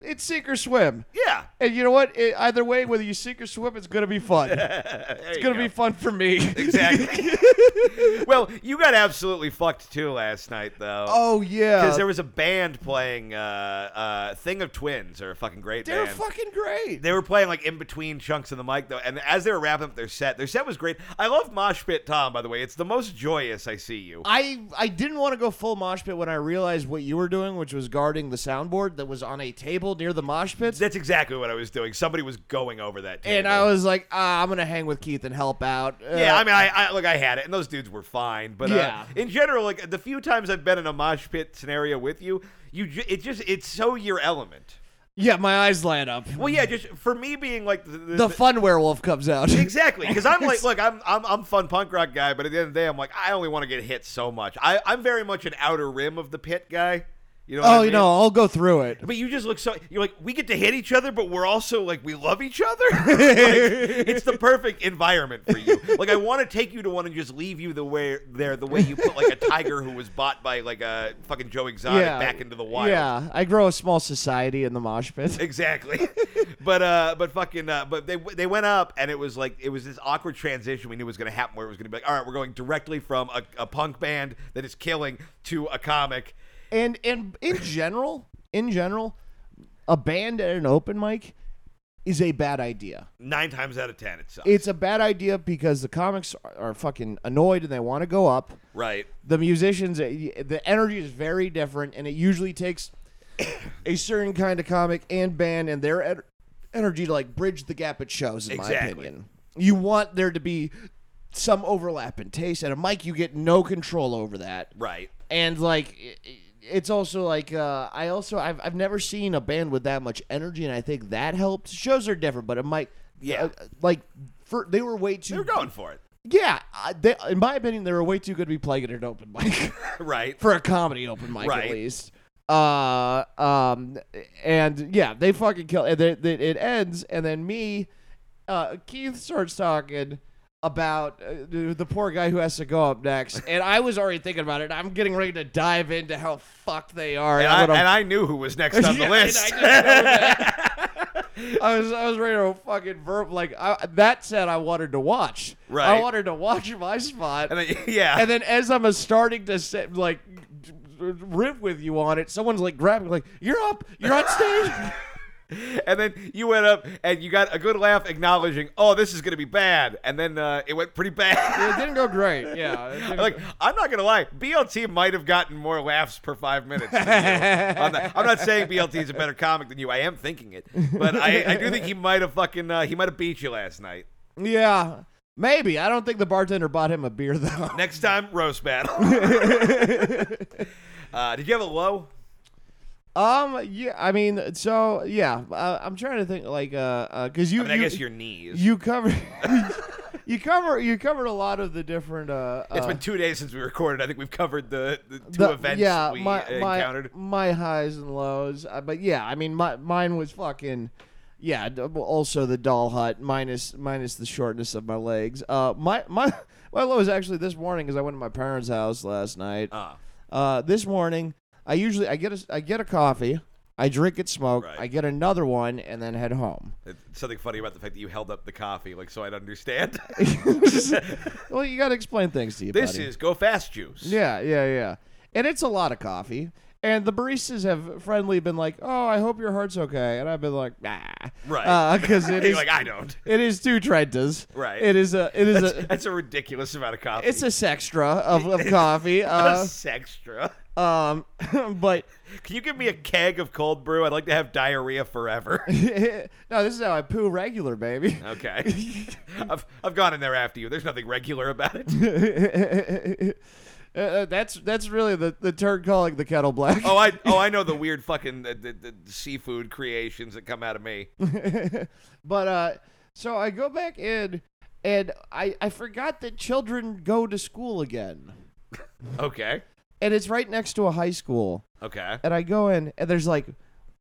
Speaker 2: It's sink or swim,
Speaker 1: yeah.
Speaker 2: and you know what? It, either way, whether you sink or swim, it's gonna be fun. It's
Speaker 1: It's
Speaker 2: gonna be fun for me.
Speaker 1: Exactly. well, you got absolutely fucked too last night, though.
Speaker 2: oh yeah,
Speaker 1: Because there was a band playing uh, uh, Thing of Twins, or a fucking great
Speaker 2: they're
Speaker 1: band.
Speaker 2: fucking great.
Speaker 1: They were playing like in between chunks of the mic though, and as they were wrapping up their set, their set was great. I love Mosh Pit Tom, by the way. It's the most joyous I see you.
Speaker 2: I I didn't want to go full mosh pit when I realized what you were doing, which was guarding the soundboard that was on a table near the mosh pits.
Speaker 1: That's exactly what I was doing. Somebody was going over that. Table.
Speaker 2: and I was like, ah, I'm gonna hang with Keith and help out. Uh,
Speaker 1: Yeah, I mean, I, I look, I had it, and those dudes were fine. But
Speaker 2: Yeah.
Speaker 1: uh, in general, like the few times I've been in a mosh pit scenario with you, you ju- it just it's so your element.
Speaker 2: Yeah, my eyes light up.
Speaker 1: Well, yeah, just for me being like the, the,
Speaker 2: The fun werewolf comes out.
Speaker 1: Exactly, because I'm like, look, I'm I'm I'm fun punk rock guy, but at the end of the day, I'm like, I only want to get hit so much. I I'm very much an outer rim of the pit guy. You know? what I
Speaker 2: Oh, you
Speaker 1: mean?
Speaker 2: know, I'll go through it.
Speaker 1: But you just look so you're like we get to hit each other, but we're also like we love each other. Like, it's the perfect environment for you. Like I want to take you to one and just leave you the way there the way you put like a tiger who was bought by like a fucking Joe Exotic
Speaker 2: Yeah,
Speaker 1: back into the wild.
Speaker 2: Yeah, I grow a small society in the mosh pit.
Speaker 1: Exactly, but uh, but fucking, uh, but they they went up and it was like it was this awkward transition we knew was going to happen where it was going to be like, all right, we're going directly from a, a punk band that is killing to a comic.
Speaker 2: And and in general, in general, a band at an open mic is a bad idea.
Speaker 1: Nine times out of ten, it sucks.
Speaker 2: It's a bad idea because the comics are, are fucking annoyed and they want to go up.
Speaker 1: right.
Speaker 2: The musicians, eh, the energy is very different, and it usually takes a certain kind of comic and band and their en- energy to like bridge the gap it shows. In my
Speaker 1: Exactly.
Speaker 2: opinion, you want there to be some overlap in taste. At a mic, you get no control over that
Speaker 1: Right.
Speaker 2: and like it- it- it's also like uh, I also I've, I've never seen a band with that much energy, and I think that helps. Shows are different, but it might
Speaker 1: Yeah.
Speaker 2: uh, like for, they were way
Speaker 1: They're
Speaker 2: too
Speaker 1: going for it.
Speaker 2: yeah. I, they, in my opinion, they were way too good to be playing at an open mic
Speaker 1: Right.
Speaker 2: for a comedy open mic at
Speaker 1: Right.
Speaker 2: least. Uh, um, and yeah, they fucking kill. And they, they, it ends, and then me, uh, Keith starts talking about uh, the the poor guy who has to go up next, and I was already thinking about it. I'm getting ready to dive into how fucked they are.
Speaker 1: And I,
Speaker 2: what a-
Speaker 1: and I knew who was next on the
Speaker 2: Yeah,
Speaker 1: list.
Speaker 2: and I, just know that. I was I was ready to fucking verb like I, that said I wanted to watch. I
Speaker 1: Right.
Speaker 2: wanted to watch my spot.
Speaker 1: And then- yeah.
Speaker 2: And then as I'm uh, starting to say, like riff with you on it, someone's like grabbing, like, "You're up, you're on stage."
Speaker 1: and then you went up and you got a good laugh acknowledging, oh, this is going to be bad. And then uh, it went pretty bad.
Speaker 2: it didn't go great. Yeah, it didn't
Speaker 1: like, I'm not going to lie. BLT might have gotten more laughs per five minutes than you. I'm, not, I'm not saying BLT is a better comic than you. I am thinking it. But I, I do think he might have fucking, uh, he might have beat you last night.
Speaker 2: go- yeah, maybe. I don't think the bartender bought him a beer though.
Speaker 1: Next time, roast battle. uh, did you have a low?
Speaker 2: Um, yeah, I mean, so yeah, uh, I'm trying to think, like, uh, uh, because
Speaker 1: I
Speaker 2: you,
Speaker 1: mean, I
Speaker 2: you,
Speaker 1: guess your knees.
Speaker 2: you cover. You cover you covered a lot of the different. Uh,
Speaker 1: It's
Speaker 2: uh,
Speaker 1: been two days since we recorded. I think we've covered the, the two
Speaker 2: the-
Speaker 1: events
Speaker 2: yeah,
Speaker 1: we
Speaker 2: my,
Speaker 1: uh,
Speaker 2: my,
Speaker 1: encountered.
Speaker 2: My highs and lows, uh, but yeah, I mean, my mine was fucking. Yeah, d- also the doll hut minus minus the shortness of my legs. Uh, my my my low is actually this morning because I went to my parents' house last night.
Speaker 1: Ah.
Speaker 2: Uh, this morning I usually I get a I get a coffee, I drink it, smoke,
Speaker 1: Right.
Speaker 2: I get another one, and then head home.
Speaker 1: It's Something funny about the fact that you held up the coffee, like so I'd understand.
Speaker 2: well, you got to explain things to you.
Speaker 1: this
Speaker 2: buddy.
Speaker 1: is go fast juice.
Speaker 2: Yeah, yeah, yeah. And it's a lot of coffee. And the baristas have friendly been like, "Oh, I hope your heart's okay," and I've been like, "Nah,"
Speaker 1: Right.
Speaker 2: Because it
Speaker 1: You're
Speaker 2: is
Speaker 1: like I don't.
Speaker 2: it is two trentas.
Speaker 1: Right.
Speaker 2: It is a it is
Speaker 1: That's,
Speaker 2: a
Speaker 1: that's a ridiculous amount of coffee.
Speaker 2: it's a sextra of, of coffee. Uh,
Speaker 1: That's extra.
Speaker 2: um, but
Speaker 1: Can you give me a keg of cold brew? I'd like to have diarrhea forever.
Speaker 2: no, this is how I poo regular, baby.
Speaker 1: Okay. I've, I've gone in there after you. There's nothing regular about it.
Speaker 2: Uh, that's that's really the the turd calling the kettle black.
Speaker 1: Oh, I oh I know the weird fucking uh, the, the seafood creations that come out of me.
Speaker 2: but uh so I go back in and I I forgot that children go to school again.
Speaker 1: Okay.
Speaker 2: And it's right next to a high school.
Speaker 1: Okay.
Speaker 2: And I go in and there's like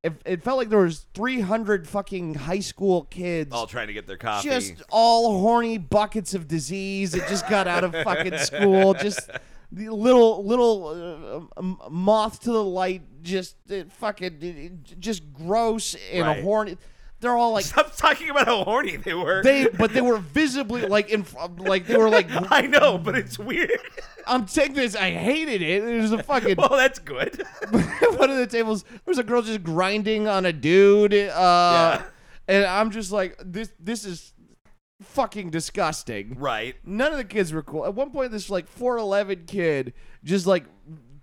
Speaker 2: it, it felt like there was 300 fucking high school kids
Speaker 1: All trying to get their coffee.
Speaker 2: just all horny buckets of disease that just got out of fucking school just the little little uh, um, moth to the light just uh, fucking uh, just gross and
Speaker 1: Right.
Speaker 2: horny they're all like
Speaker 1: Stop talking about how horny they were.
Speaker 2: They, but they were visibly like in, fr- like they were like,
Speaker 1: I know, but it's weird.
Speaker 2: I'm taking this. I hated it. It was a fucking
Speaker 1: well, that's good.
Speaker 2: one of the tables. There was a girl just grinding on a dude, uh, and I'm just like, this, this is fucking disgusting.
Speaker 1: right.
Speaker 2: None of the kids were cool. At one point, this like 4'11 kid just like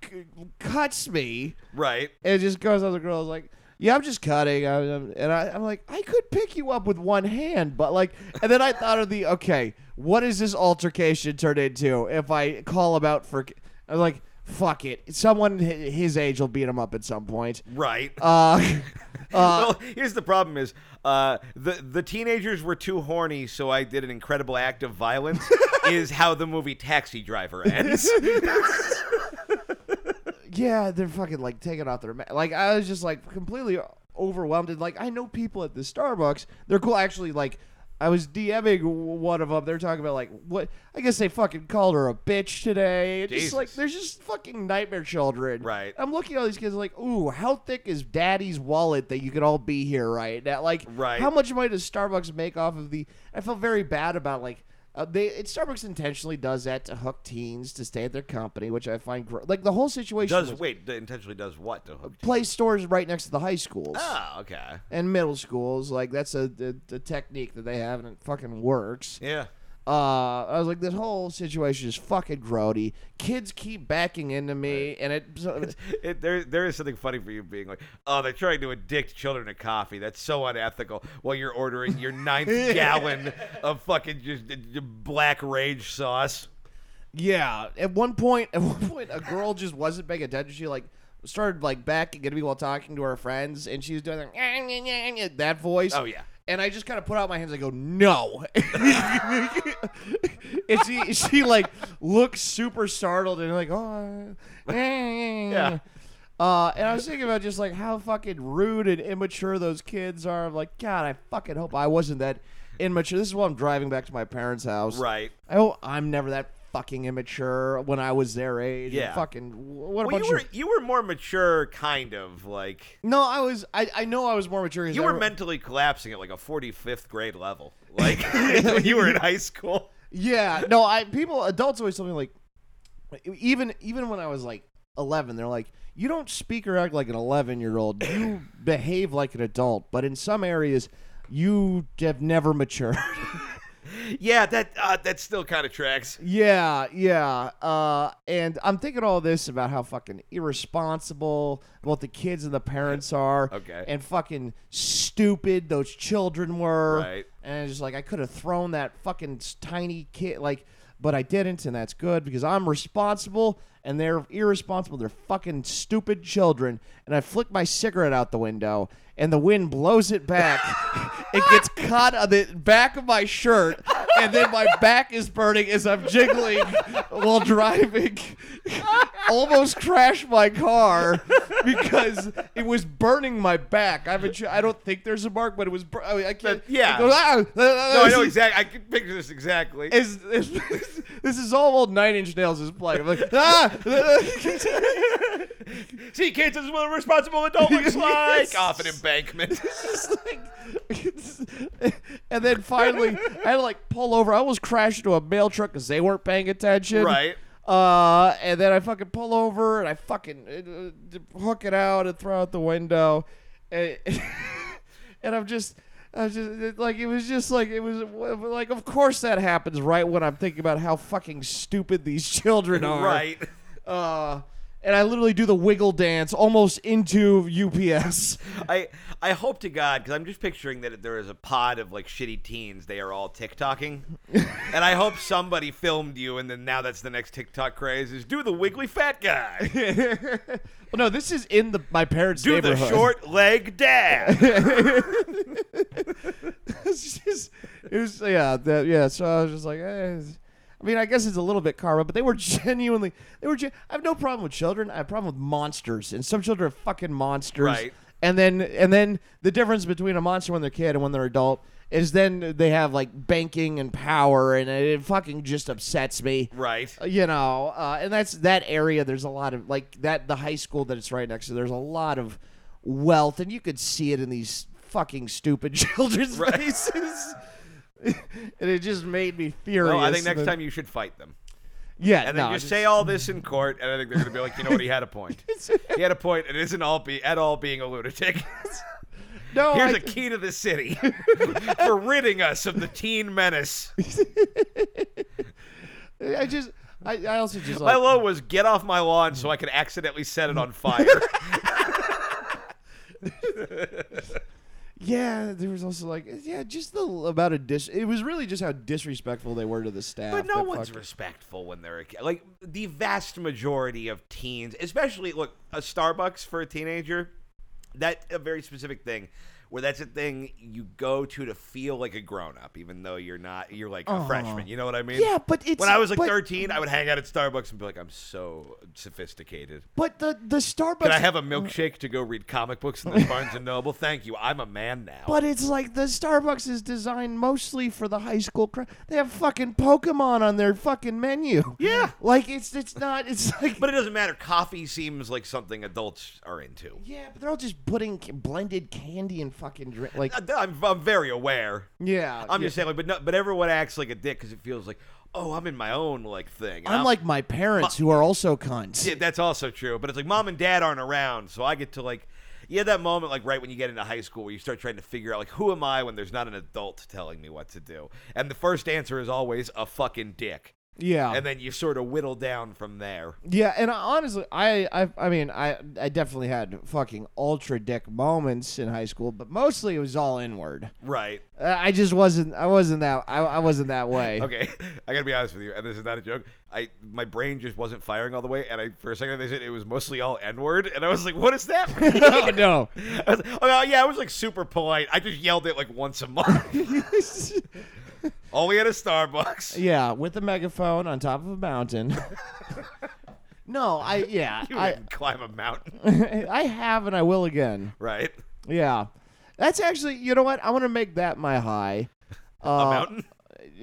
Speaker 2: c- cuts me.
Speaker 1: Right.
Speaker 2: and it just goes on the girl is like yeah i'm just cutting I'm, I'm- and I, i'm like i could pick you up with one hand but like and then i thought of the okay what is this altercation turned into if i call him out for i'm like fuck it someone hi- his age will beat him up at some point
Speaker 1: Right.
Speaker 2: uh
Speaker 1: well, here's the problem: is uh, the the teenagers were too horny, so I did an incredible act of violence. is how the movie Taxi Driver ends.
Speaker 2: yeah they're fucking like taking off their ma- like i was just like completely overwhelmed and like i know people at the starbucks they're cool actually like i was dming one of them they're talking about like what i guess they fucking called her a bitch today It's just
Speaker 1: Jesus.
Speaker 2: like there's just fucking nightmare children
Speaker 1: Right.
Speaker 2: i'm looking at all these kids like ooh how thick is daddy's wallet that you could all be here right now like
Speaker 1: Right.
Speaker 2: how much money does starbucks make off of the i felt very bad about like Uh, they it, Starbucks intentionally does that to hook teens to stay at their company, which I find gr- like the whole situation.
Speaker 1: Does
Speaker 2: was-
Speaker 1: wait d- intentionally does what to hook?
Speaker 2: play stores right next to the high schools
Speaker 1: Oh, okay.
Speaker 2: and middle schools. Like that's a the, the technique that they have, and it fucking works.
Speaker 1: Yeah.
Speaker 2: Uh, I was like, this whole situation is fucking grody. Kids keep backing into me, and it.
Speaker 1: It, there, there is something funny for you being like, oh, they're trying to addict children to coffee. That's so unethical. While you're ordering your ninth gallon of fucking just, just black rage sauce.
Speaker 2: yeah. At one point, at one point, a girl just wasn't paying attention. She like started like backing into me while talking to her friends, and she was doing that, that voice.
Speaker 1: Oh, yeah.
Speaker 2: And I just kind of put out my hands. I go, no. and she, she like looks super startled and like, oh, yeah. Uh, and I was thinking about just like how fucking rude and immature those kids are. I'm like, God, I fucking hope I wasn't that immature. This is why I'm driving back to my parents' house.
Speaker 1: Right.
Speaker 2: I hope Oh, I'm never that fucking immature when I was their age. and
Speaker 1: Yeah.
Speaker 2: Fucking what a
Speaker 1: Well,
Speaker 2: bunch
Speaker 1: you were
Speaker 2: of.
Speaker 1: you were more mature, kind of like
Speaker 2: No, I was. I, I know I was more mature. 'cause
Speaker 1: you
Speaker 2: I
Speaker 1: were
Speaker 2: re-
Speaker 1: mentally collapsing at like a 45th grade level, like when you were in high school.
Speaker 2: Yeah, no, I people adults always tell me like, even even when I was like eleven, they're like, you don't speak or act like an eleven year old. You behave like an adult, but in some areas, you have never matured.
Speaker 1: Yeah, that uh, that still kind of tracks.
Speaker 2: yeah, yeah, uh, and I'm thinking all this about how fucking irresponsible both the kids and the parents are.
Speaker 1: Okay.
Speaker 2: and fucking stupid those children were.
Speaker 1: Right.
Speaker 2: And it's just like I could have thrown that fucking s- tiny kid, like, but I didn't, and that's good because I'm responsible, and they're irresponsible. They're fucking stupid children. And I flick my cigarette out the window, and the wind blows it back. it gets caught on the back of my shirt, and then my back is burning as I'm jiggling while driving. Almost crashed my car because it was burning my back. I haven't. I don't think there's a mark, but it was. Bur- I, mean, I can't.
Speaker 1: But, yeah.
Speaker 2: it goes, "Ah, ah, ah,
Speaker 1: No, I
Speaker 2: this
Speaker 1: know
Speaker 2: is-
Speaker 1: exactly. I can picture this exactly.
Speaker 2: is- is- this is all old Nine Inch Nails is playing. I'm like, ah!
Speaker 1: See, kids, this is what a responsible adult looks like.
Speaker 2: Yes.
Speaker 1: Off an embankment.
Speaker 2: It's just like- and then finally, I had to like pull over. I almost crashed into a mail truck because they weren't paying attention.
Speaker 1: Right.
Speaker 2: Uh, and then I fucking pull over and I fucking uh, hook it out and throw out the window, and, and I'm just. I was just it- like it was just like it was like of course that happens right when I'm thinking about how fucking stupid these children are
Speaker 1: Right.
Speaker 2: uh, and I literally do the wiggle dance almost into UPS.
Speaker 1: I I hope to God because I'm just picturing that there is a pod of like shitty teens. They are all TikToking, and I hope somebody filmed you, and then now that's the next TikTok craze is do the wiggly fat guy,
Speaker 2: well, no, this is in the my parents'
Speaker 1: do the
Speaker 2: neighborhood.
Speaker 1: short leg dad.
Speaker 2: It's just- it was yeah, that, yeah. So I was just like, eh, it's- I mean, I guess it's a little bit karma, but they were genuinely they were. Gen- I have no problem with children. I have a problem with monsters, and some children are fucking monsters.
Speaker 1: Right.
Speaker 2: And then and then the difference between a monster when they're a kid and when they're adult is then they have like banking and power, and it fucking just upsets me.
Speaker 1: right.
Speaker 2: you know uh, and that's that area there's a lot of like that the high school that it's right next to there's a lot of wealth and you could see it in these fucking stupid children's
Speaker 1: Right.
Speaker 2: faces and it just made me furious
Speaker 1: No, Oh, I think next
Speaker 2: And-
Speaker 1: time you should fight them.
Speaker 2: yeah
Speaker 1: And then
Speaker 2: no,
Speaker 1: you
Speaker 2: just-
Speaker 1: say all this in court, and I think they're going to be like, you know what, he had a point. he had a point. It isn't all be at all being a lunatic.
Speaker 2: no
Speaker 1: Here's
Speaker 2: I-
Speaker 1: a key to the city for ridding us of the teen menace.
Speaker 2: I, just I, I also just
Speaker 1: My
Speaker 2: like
Speaker 1: low was get off my lawn so I could accidentally set it on fire.
Speaker 2: yeah there was also like yeah just the about a dis it was really just how disrespectful they were to the staff
Speaker 1: But no
Speaker 2: that
Speaker 1: one's
Speaker 2: fucking-
Speaker 1: respectful when they're a kid. Like the vast majority of teens, especially look, a Starbucks for a teenager, that's a very specific thing where that's a thing you go to to feel like a grown up, even though you're not, you're like a freshman. You know what I mean?
Speaker 2: yeah but it's
Speaker 1: When I was like
Speaker 2: but,
Speaker 1: 13, I would hang out at Starbucks and be like, I'm so sophisticated.
Speaker 2: but the the starbucks
Speaker 1: Can I have a milkshake to go read comic books in the Barnes and Noble? Thank you. I'm a man now.
Speaker 2: But it's like the Starbucks is designed mostly for the high school crowd. They have fucking Pokemon on their fucking menu.
Speaker 1: Yeah.
Speaker 2: Like it's it's not it's like
Speaker 1: But it doesn't matter. Coffee seems like something adults are into.
Speaker 2: yeah, but they're all just putting c- blended candy and fucking drink. Like,
Speaker 1: I'm, I'm very aware.
Speaker 2: yeah,
Speaker 1: I'm
Speaker 2: yeah.
Speaker 1: just saying, like, but no, but everyone acts like a dick because it feels like, oh, I'm in my own like thing. And
Speaker 2: I'm like my parents who are also cunts.
Speaker 1: yeah, that's also true. But it's like mom and dad aren't around, so I get to like, you have that moment like right when you get into high school where you start trying to figure out like, who am I when there's not an adult telling me what to do? And the first answer is always a fucking dick,
Speaker 2: Yeah,
Speaker 1: and then you sort of whittle down from there.
Speaker 2: Yeah, and I, honestly, I, I, I mean, I, I definitely had fucking ultra dick moments in high school, but mostly it was all inward.
Speaker 1: Right.
Speaker 2: Uh, I just wasn't, I wasn't that, I, I wasn't that way.
Speaker 1: Okay, I gotta be honest with you, and this is not a joke. I my brain just wasn't firing all the way, and I for a second they said it was mostly all N word, and I was like, what is that?
Speaker 2: no, no.
Speaker 1: I was, oh no, yeah, I was like super polite. I just yelled it like once a month. Only at a Starbucks.
Speaker 2: yeah, with a megaphone on top of a mountain. no, I, yeah,
Speaker 1: You
Speaker 2: I,
Speaker 1: didn't climb a mountain,
Speaker 2: I have and I will again.
Speaker 1: right?
Speaker 2: Yeah, that's actually, you know what? I want to make that my high.
Speaker 1: A
Speaker 2: Uh,
Speaker 1: mountain.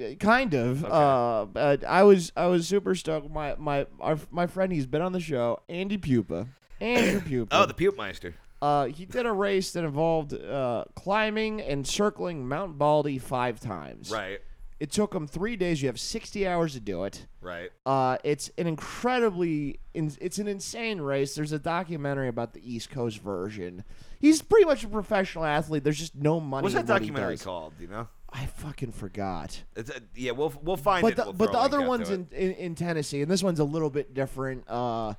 Speaker 2: Uh, kind of. Uh, but I was I was super stoked. My my our, my friend, he's been on the show, Andy Pupa. Andrew Pupa.
Speaker 1: Oh, the Puke Meister.
Speaker 2: uh, he did a race that involved uh, climbing and circling Mount Baldy five times.
Speaker 1: Right,
Speaker 2: It took him three days. You have sixty hours to do it.
Speaker 1: right.
Speaker 2: Uh, it's an incredibly, in, it's an insane race. There's a documentary about the East Coast version. He's pretty much a professional athlete. There's just no money.
Speaker 1: What's
Speaker 2: in
Speaker 1: that
Speaker 2: what he
Speaker 1: documentary
Speaker 2: does.
Speaker 1: called? You know,
Speaker 2: I fucking forgot
Speaker 1: it's uh, yeah. We'll we'll find
Speaker 2: but
Speaker 1: it.
Speaker 2: the,
Speaker 1: We'll
Speaker 2: but
Speaker 1: throw
Speaker 2: the
Speaker 1: a link
Speaker 2: other
Speaker 1: out
Speaker 2: one's
Speaker 1: to it.
Speaker 2: in, in, in Tennessee, and this one's a little bit different. Uh,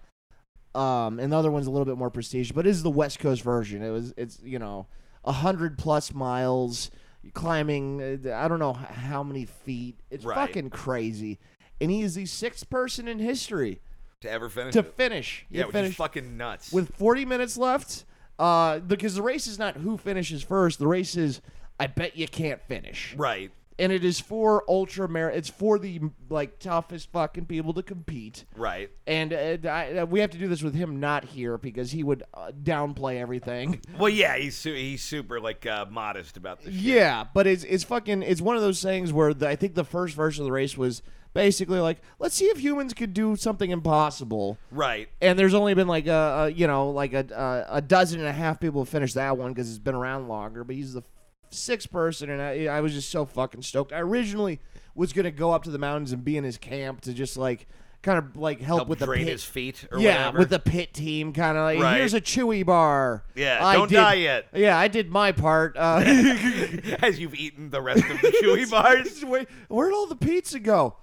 Speaker 2: um, and the other one's a little bit more prestige, but it is the West Coast version. It was it's you know a hundred plus miles climbing. uh, I don't know h- how many feet. It's
Speaker 1: Right.
Speaker 2: fucking crazy. And he is the sixth person in history
Speaker 1: to ever finish.
Speaker 2: to
Speaker 1: it.
Speaker 2: finish. He
Speaker 1: yeah, which is
Speaker 2: finished
Speaker 1: fucking nuts.
Speaker 2: with 40 minutes left. Uh, because the race is not who finishes first. The race is I bet you can't finish
Speaker 1: right.
Speaker 2: and it is for ultra mar. It's for the like toughest fucking people to compete.
Speaker 1: Right.
Speaker 2: And uh, I, uh, we have to do this with him not here because he would uh, downplay everything.
Speaker 1: Well, yeah, he's su- he's super like uh, modest about this. shit.
Speaker 2: Yeah, but it's it's fucking it's one of those things where the, I think the first version of the race was basically like let's see if humans could do something impossible.
Speaker 1: Right.
Speaker 2: And there's only been like a, a you know like a, a a dozen and a half people finish that one because it's been around longer. But he's the sixth person, and I, I was just so fucking stoked. I originally was gonna go up to the mountains and be in his camp to just like kind of like help,
Speaker 1: Help
Speaker 2: with the
Speaker 1: drain
Speaker 2: pit.
Speaker 1: his feet or
Speaker 2: yeah,
Speaker 1: whatever.
Speaker 2: with the pit team, kind of like
Speaker 1: Right.
Speaker 2: here's a chewy bar.
Speaker 1: Yeah,
Speaker 2: I
Speaker 1: don't
Speaker 2: did-
Speaker 1: die yet.
Speaker 2: Yeah, I did my part. Uh,
Speaker 1: as you've eaten the rest of the chewy bars.
Speaker 2: wait, where'd all the pizza go?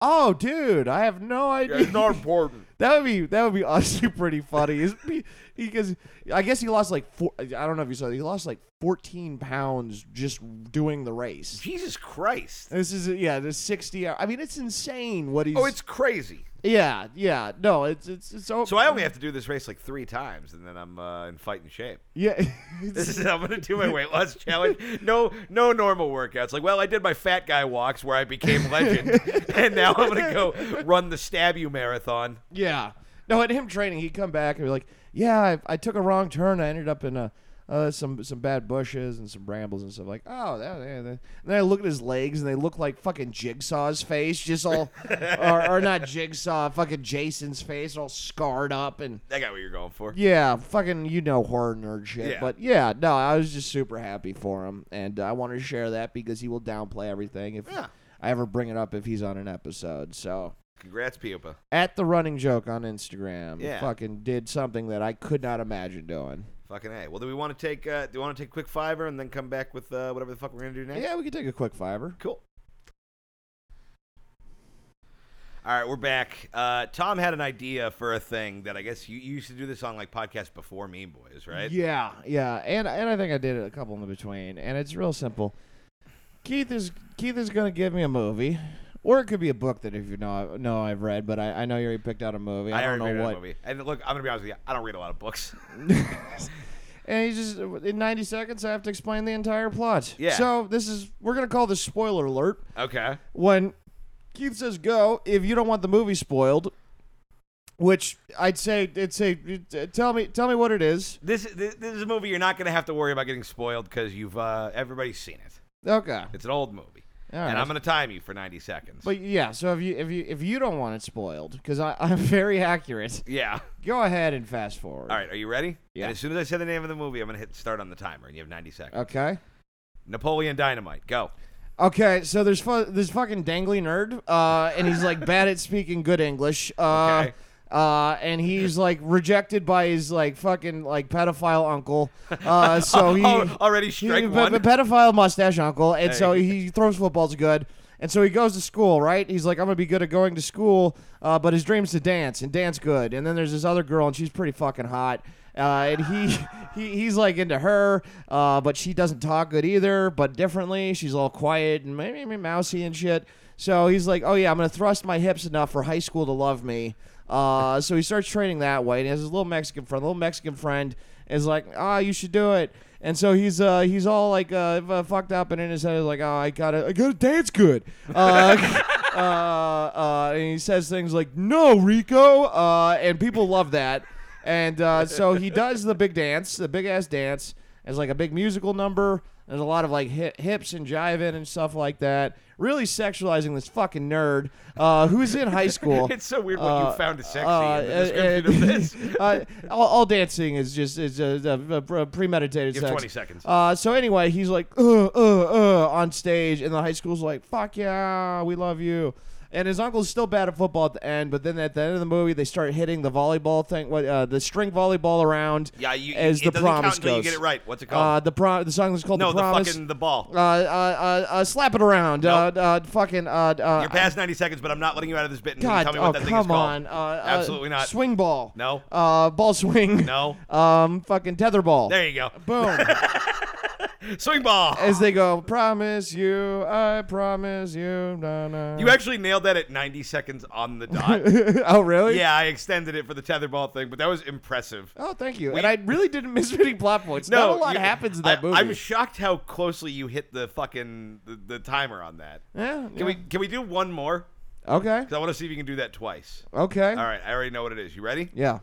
Speaker 2: Oh, dude, I have no idea.
Speaker 1: important.
Speaker 2: That would be that would be honestly pretty funny. Is because I guess he lost like four. I don't know if you saw. He lost like fourteen pounds just doing the race.
Speaker 1: Jesus Christ.
Speaker 2: This is yeah, this sixty. Hour, I mean, it's insane what he's.
Speaker 1: Oh, it's crazy.
Speaker 2: yeah, yeah. No, it's it's it's all,
Speaker 1: So I only have to do this race like three times, and then I'm uh, in fighting shape.
Speaker 2: yeah.
Speaker 1: This
Speaker 2: it's-
Speaker 1: is I'm gonna do my weight loss challenge. No, no normal workouts. Like, well, I did my fat guy walks where I became legend, and now I'm gonna go run the stab you marathon.
Speaker 2: yeah. No, at him training, he'd come back and be like, "Yeah, I, I took a wrong turn. I ended up in a." Uh, some some bad bushes and some brambles and stuff like oh that, yeah, that. and then I look at his legs and they look like fucking Jigsaw's face just all or, or not Jigsaw fucking Jason's face all scarred up and
Speaker 1: I got what you're going for.
Speaker 2: yeah fucking you know horror nerd shit
Speaker 1: Yeah.
Speaker 2: but yeah no I was just super happy for him and I wanted to share that because he will downplay everything if
Speaker 1: Yeah.
Speaker 2: I ever bring it up if he's on an episode so
Speaker 1: Congrats, Pupa.
Speaker 2: at the running joke on Instagram.
Speaker 1: Yeah.
Speaker 2: Fucking did something that I could not imagine doing.
Speaker 1: Fucking a. Well, do we want to take? Uh, do you want to take quick fiver and then come back with uh, whatever the fuck we're gonna do next?
Speaker 2: Yeah, we could take a quick fiber.
Speaker 1: Cool. All right, we're back. Uh, Tom had an idea for a thing that I guess you, you used to do this on like podcasts before Mean Boys, right?
Speaker 2: Yeah, yeah, and and I think I did a couple in between, and it's real simple. Keith is Keith is gonna give me a movie, or it could be a book that if you know know I've read, but I, I know you already picked out a movie. I, don't
Speaker 1: already read
Speaker 2: know
Speaker 1: that
Speaker 2: what.
Speaker 1: Movie. And look, I'm gonna be honest with you. I don't read a lot of books.
Speaker 2: And he just in ninety seconds, I have to explain the entire plot.
Speaker 1: Yeah.
Speaker 2: So this is we're gonna call this spoiler alert.
Speaker 1: Okay.
Speaker 2: when Keith says go, if you don't want the movie spoiled, which I'd say, I'd say, uh, tell me, tell me what it is.
Speaker 1: This, this this is a movie you're not gonna have to worry about getting spoiled because you've uh, everybody's seen it.
Speaker 2: Okay,
Speaker 1: It's an old movie.
Speaker 2: All
Speaker 1: and
Speaker 2: right.
Speaker 1: I'm gonna time you for 90 seconds.
Speaker 2: But yeah, so if you if you if you don't want it spoiled, because I'm very accurate,
Speaker 1: yeah.
Speaker 2: go ahead and fast forward.
Speaker 1: All right, are you ready?
Speaker 2: Yeah. Uh,
Speaker 1: And as soon as I say the name of the movie, I'm gonna hit start on the timer, and you have 90 seconds.
Speaker 2: Okay.
Speaker 1: Napoleon Dynamite, go.
Speaker 2: Okay. So there's fu- this fucking dangly nerd, uh, and he's like bad at speaking good English. Uh,
Speaker 1: Okay.
Speaker 2: Uh, and he's like rejected by his like fucking like pedophile uncle. Uh, so he
Speaker 1: Oh, already
Speaker 2: He-
Speaker 1: strike
Speaker 2: pe-
Speaker 1: one.
Speaker 2: pe- pedophile mustache uncle, and so
Speaker 1: Hey.
Speaker 2: he throws footballs good. And so he goes to school, right? He's like, I'm gonna be good at going to school, uh, but his dream's to dance and dance good. And then there's this other girl, and she's pretty fucking hot. Uh, and he, he he's like into her, uh, but she doesn't talk good either, but differently. She's all quiet and maybe mousy and shit. So he's like, oh yeah, I'm gonna thrust my hips enough for high school to love me. Uh, so he starts training that way, and he has his little Mexican friend. Little Mexican friend is like, ah, you should do it. And so he's uh, he's all like uh, f- uh, fucked up and in his head is like, oh, I gotta I gotta dance good. Uh, uh, uh, and he says things like, no, Rico, uh, and people love that. And uh, so he does the big dance, the big ass dance. It's like a big musical number. There's a lot of like hi- hips and jiving and stuff like that. Really sexualizing this fucking nerd uh, who's in high school.
Speaker 1: It's so weird what
Speaker 2: Uh,
Speaker 1: you found is sexy
Speaker 2: uh,
Speaker 1: in the
Speaker 2: uh,
Speaker 1: description
Speaker 2: uh,
Speaker 1: of this.
Speaker 2: uh, all, all dancing is just is uh, uh, pre- premeditated
Speaker 1: Give
Speaker 2: sex.
Speaker 1: 20 seconds.
Speaker 2: Uh, so anyway, he's like uh, uh, uh, on stage, and the high school's like, "Fuck yeah, we love you." And his uncle's still bad at football at the end, but then at the end of the movie, they start hitting the volleyball thing, what uh, the string volleyball around.
Speaker 1: yeah, you,
Speaker 2: as
Speaker 1: it
Speaker 2: the
Speaker 1: doesn't count
Speaker 2: promise
Speaker 1: until you
Speaker 2: goes.
Speaker 1: get it right. What's it
Speaker 2: Uh,
Speaker 1: called?
Speaker 2: the prom, the song is called
Speaker 1: no,
Speaker 2: the
Speaker 1: the
Speaker 2: promise.
Speaker 1: fucking the ball.
Speaker 2: uh, uh, uh, uh, slap it around.
Speaker 1: Nope.
Speaker 2: Uh, uh, fucking. Uh, uh,
Speaker 1: You're past 90 seconds, but I'm not letting you out of this bit until you
Speaker 2: God,
Speaker 1: tell me
Speaker 2: oh,
Speaker 1: what that thing is
Speaker 2: come
Speaker 1: called.
Speaker 2: on. Uh, uh,
Speaker 1: Absolutely not.
Speaker 2: Swing ball.
Speaker 1: No.
Speaker 2: Uh, ball swing.
Speaker 1: No.
Speaker 2: Um, fucking tether ball.
Speaker 1: There you go.
Speaker 2: Boom.
Speaker 1: Swing ball.
Speaker 2: As they go, promise you, I promise you, na na.
Speaker 1: You actually nailed that at 90 seconds on the dot.
Speaker 2: oh, really?
Speaker 1: yeah, I extended it for the tetherball thing, but that was impressive.
Speaker 2: Oh, thank you. and I really didn't miss any plot points.
Speaker 1: No,
Speaker 2: Not a lot
Speaker 1: you-
Speaker 2: happens in that
Speaker 1: I,
Speaker 2: movie.
Speaker 1: I'm shocked how closely you hit the fucking the, the timer on that.
Speaker 2: yeah, yeah.
Speaker 1: Can we can we do one more?
Speaker 2: okay.
Speaker 1: Because I want to see if you can do that twice.
Speaker 2: Okay.
Speaker 1: All right, I already know what it is. You ready?
Speaker 2: Yeah.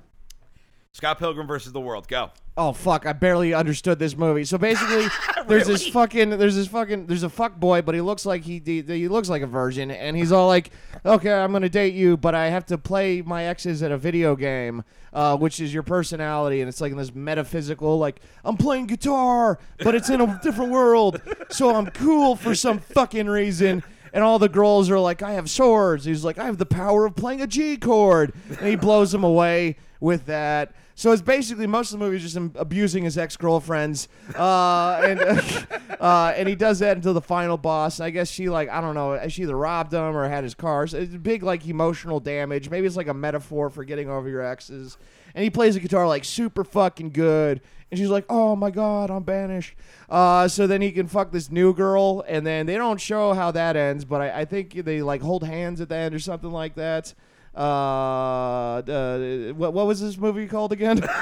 Speaker 1: Scott Pilgrim versus the World. Go.
Speaker 2: Oh fuck! I barely understood this movie. So basically, there's this
Speaker 1: Really?
Speaker 2: fucking, there's this fucking, there's a fuck boy, but he looks like he, he he looks like a virgin, and he's all like, "Okay, I'm gonna date you, but I have to play my exes at a video game, uh, which is your personality." And it's like in this metaphysical, like I'm playing guitar, but it's in a different world, so I'm cool for some fucking reason. And all the girls are like, I have swords. He's like, I have the power of playing a G chord. And he blows them away with that. So it's basically most of the movie is just him abusing his ex girlfriends. Uh, and uh, and he does that until the final boss. I guess she, like, I don't know, she either robbed him or had his car. So it's big, like, emotional damage. Maybe it's like a metaphor for getting over your exes. And he plays the guitar, like, super fucking good. And she's like, "Oh my god, I'm banished." Uh, so then he can fuck this new girl, and then they don't show how that ends, but I, I think they like hold hands at the end or something like that. Uh, uh, what, what was this movie called again?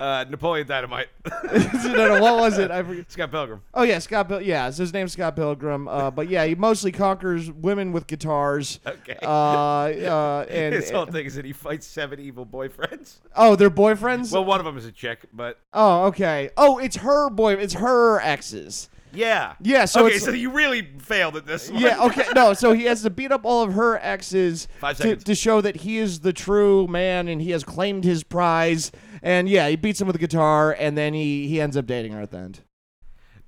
Speaker 1: Uh, Napoleon Dynamite.
Speaker 2: no, no, what was it? I forget.
Speaker 1: Scott Pilgrim.
Speaker 2: Oh yeah, Scott. Pil- yeah, so his name's Scott Pilgrim. Uh, but yeah, he mostly conquers women with guitars.
Speaker 1: Okay.
Speaker 2: Uh, uh, and,
Speaker 1: His whole thing is that he fights seven evil boyfriends.
Speaker 2: oh, they're boyfriends.
Speaker 1: Well, one of them is a chick, but
Speaker 2: oh, okay. Oh, it's her boy. It's her exes.
Speaker 1: yeah,
Speaker 2: Yeah, so
Speaker 1: okay,
Speaker 2: it's-
Speaker 1: so you really failed at this. One.
Speaker 2: Yeah, okay. No, so he has to beat up all of her exes
Speaker 1: Five
Speaker 2: to,
Speaker 1: seconds.
Speaker 2: to show that he is the true man and he has claimed his prize. And yeah, he beats him with a guitar and then he, he ends up dating her at the end.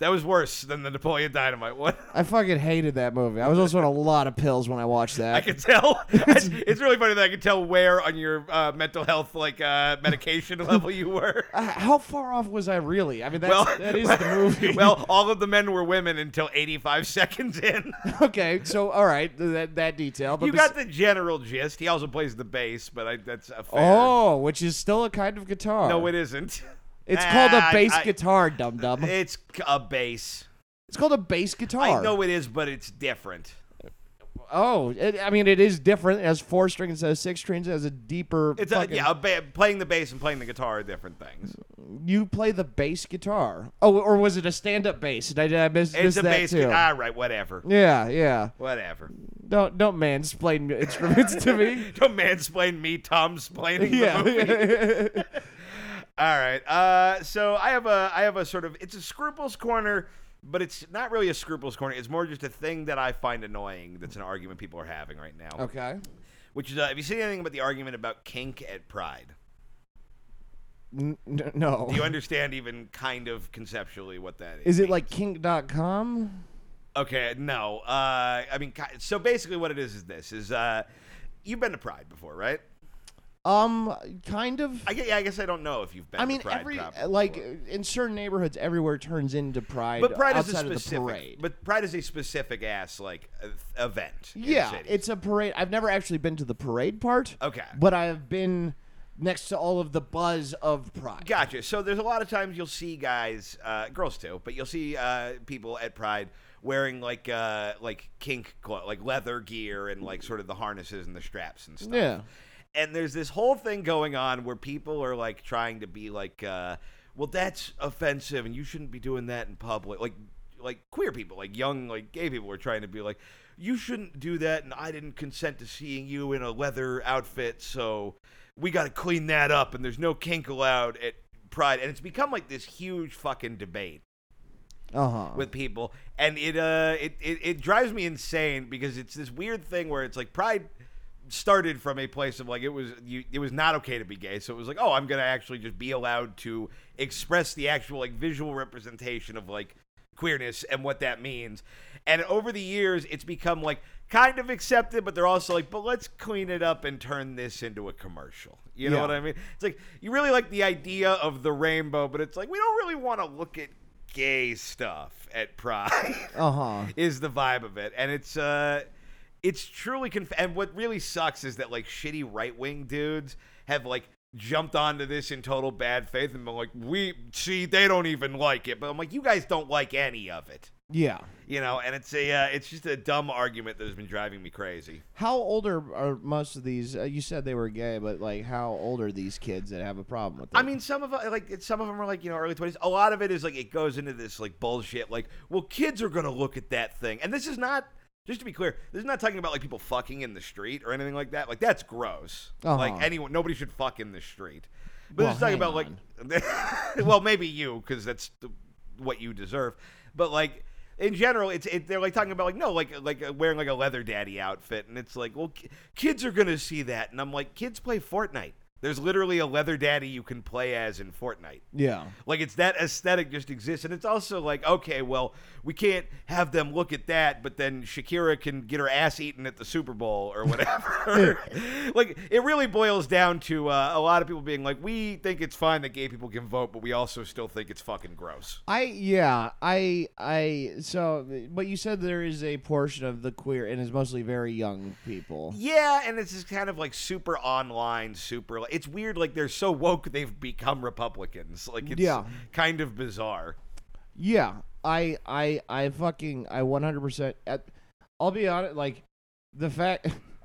Speaker 1: that was worse than the Napoleon Dynamite one.
Speaker 2: I fucking hated that movie. I was also on a lot of pills when I watched that.
Speaker 1: I can tell. It's, it's really funny that I can tell where on your uh, mental health like uh, medication level you were.
Speaker 2: Uh, How far off was I really? I mean, that's,
Speaker 1: Well,
Speaker 2: that is the movie.
Speaker 1: Well, all of the men were women until 85 seconds in.
Speaker 2: okay, so all right, th- that that detail. But
Speaker 1: You
Speaker 2: bes-
Speaker 1: got the general gist. He also plays the bass, but I, that's a fair.
Speaker 2: oh, which is still a kind of guitar.
Speaker 1: No, it isn't.
Speaker 2: it's called a
Speaker 1: Ah,
Speaker 2: bass
Speaker 1: I-
Speaker 2: guitar, dum dum.
Speaker 1: It's c- a bass.
Speaker 2: It's called a bass guitar.
Speaker 1: I know it is, but it's different.
Speaker 2: Oh, it, I mean, it is different. It has four strings instead of six strings. It has a deeper.
Speaker 1: It's a,
Speaker 2: fucking-
Speaker 1: yeah, a ba- playing the bass and playing the guitar are different things.
Speaker 2: You play the bass guitar. Oh, or was it a stand-up bass? Did I, did I miss, miss
Speaker 1: It's a
Speaker 2: that
Speaker 1: bass.
Speaker 2: too?
Speaker 1: guitar. All right, whatever,
Speaker 2: Yeah, yeah.
Speaker 1: whatever.
Speaker 2: Don't don't mansplain instruments to me.
Speaker 1: Don't mansplain me, Tom splaining
Speaker 2: Yeah.
Speaker 1: the movie. All right. Uh, so I have a I have a sort of it's a scruples corner But it's not really a scruples corner. It's more just a thing that I find annoying. That's an argument people are having right now.
Speaker 2: Okay.
Speaker 1: Which is, uh, have you seen anything about the argument about kink at Pride?
Speaker 2: N- n- no.
Speaker 1: Do you understand even kind of conceptually what that is?
Speaker 2: Is it like kink.com?
Speaker 1: Okay, no. Uh, I mean, ki- so basically, what it is is this: is uh, you've been to Pride before, right?
Speaker 2: Um, kind of.
Speaker 1: I guess, yeah, I guess I don't know if you've been.
Speaker 2: I
Speaker 1: to
Speaker 2: mean,
Speaker 1: Pride
Speaker 2: every uh,
Speaker 1: proper
Speaker 2: like
Speaker 1: before.
Speaker 2: in certain neighborhoods, everywhere turns into pride.
Speaker 1: but Pride is a
Speaker 2: outside of the
Speaker 1: specific.
Speaker 2: parade.
Speaker 1: But Pride is a specific ass like uh, event. in
Speaker 2: yeah,
Speaker 1: cities.
Speaker 2: it's a parade. I've never actually been to the parade part.
Speaker 1: Okay.
Speaker 2: But I have been next to all of the buzz of pride.
Speaker 1: Gotcha. So there's a lot of times you'll see guys, uh, girls too, but you'll see uh, people at Pride wearing like uh, like kink clo- like leather gear and like sort of the harnesses and the straps and stuff.
Speaker 2: Yeah.
Speaker 1: And there's this whole thing going on where people are like trying to be like, uh, well, that's offensive and you shouldn't be doing that in public. Like like queer people, like young like gay people are trying to be like, you shouldn't do that and I didn't consent to seeing you in a leather outfit, so we got to clean that up and there's no kink allowed at pride and it's become like this huge fucking debate
Speaker 2: Uh huh.
Speaker 1: with people and it uh it, it it drives me insane because it's this weird thing where it's like pride started from a place of like it was you it was not okay to be gay so it was like oh i'm gonna actually just be allowed to express the actual like visual representation of like queerness and what that means and over the years it's become like kind of accepted but they're also like but let's clean it up and turn this into a commercial you know
Speaker 2: Yeah.
Speaker 1: what i mean it's like you really like the idea of the rainbow but it's like we don't really want to look at gay stuff at pride
Speaker 2: Uh huh.
Speaker 1: is the vibe of it, and it's uh, it's truly conf- and what really sucks is that like shitty right wing dudes have like jumped onto this in total bad faith and been like, we see they don't even like it, but I'm like, you guys don't like any of it,
Speaker 2: Yeah.
Speaker 1: you know, and it's a uh, it's just a dumb argument that has been driving me crazy.
Speaker 2: How old are, are most of these? Uh, you said they were gay, but like, how old are these kids that have a problem with it?
Speaker 1: I mean, some of uh, like it's- some of them are like you know early twenties. A lot of it is like it goes into this like bullshit. Like, well, kids are gonna look at that thing, and this is not. Just to be clear, this is not talking about like people fucking in the street or anything like that. Like that's gross.
Speaker 2: Uh-huh.
Speaker 1: Like anyone, nobody should fuck in the street. But
Speaker 2: Well,
Speaker 1: this is talking
Speaker 2: hang
Speaker 1: about like, well, maybe you because that's the, what you deserve. But like in general, it's it, they're like talking about like no, like like uh, wearing like a leather daddy outfit, and it's like, well, ki- kids are gonna see that, and I'm like, kids play Fortnite. There's literally a leather daddy you can play as in Fortnite.
Speaker 2: yeah.
Speaker 1: Like it's that aesthetic just exists, and it's also like, okay, well, we can't have them look at that, but then Shakira can get her ass eaten at the Super Bowl or whatever. like it really boils down to uh, a lot of people being like, we think it's fine that gay people can vote, but we also still think it's fucking gross.
Speaker 2: I yeah I I so but you said there is a portion of the queer and it's mostly very young people.
Speaker 1: Yeah, and it's just kind of like super online, super. It's weird. Like they're so woke, they've become Republicans. Like it's
Speaker 2: Yeah.
Speaker 1: kind of bizarre.
Speaker 2: Yeah, I I I fucking I 100% at, I'll be honest like the fact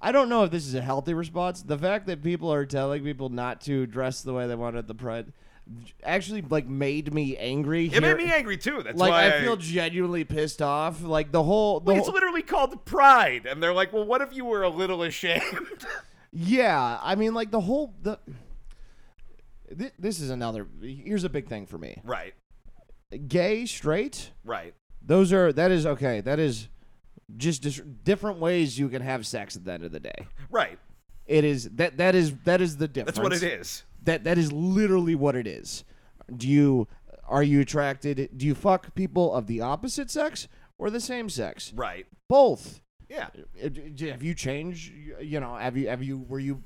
Speaker 2: I don't know if this is a healthy response. The fact that people are telling people not to dress the way they want at the pride actually like made me angry.
Speaker 1: It
Speaker 2: here.
Speaker 1: made me angry too. That's
Speaker 2: like
Speaker 1: why
Speaker 2: I feel genuinely pissed off. Like the whole the
Speaker 1: Wait,
Speaker 2: whole-
Speaker 1: it's literally called Pride, and they're like, "Well, what if you were a little ashamed?"
Speaker 2: Yeah, I mean, like the whole the. Th- this is another. Here's a big thing for me:
Speaker 1: right,
Speaker 2: gay, straight.
Speaker 1: right.
Speaker 2: Those are that is okay. That is just dis- different ways you can have sex at the end of the day.
Speaker 1: Right.
Speaker 2: It is that that is that is the difference.
Speaker 1: That's what it is.
Speaker 2: That that is literally what it is. Do you are you attracted? Do you fuck people of the opposite sex or the same sex?
Speaker 1: Right.
Speaker 2: Both.
Speaker 1: Yeah.
Speaker 2: Uh, d- d- have you changed y- you know have you have you were you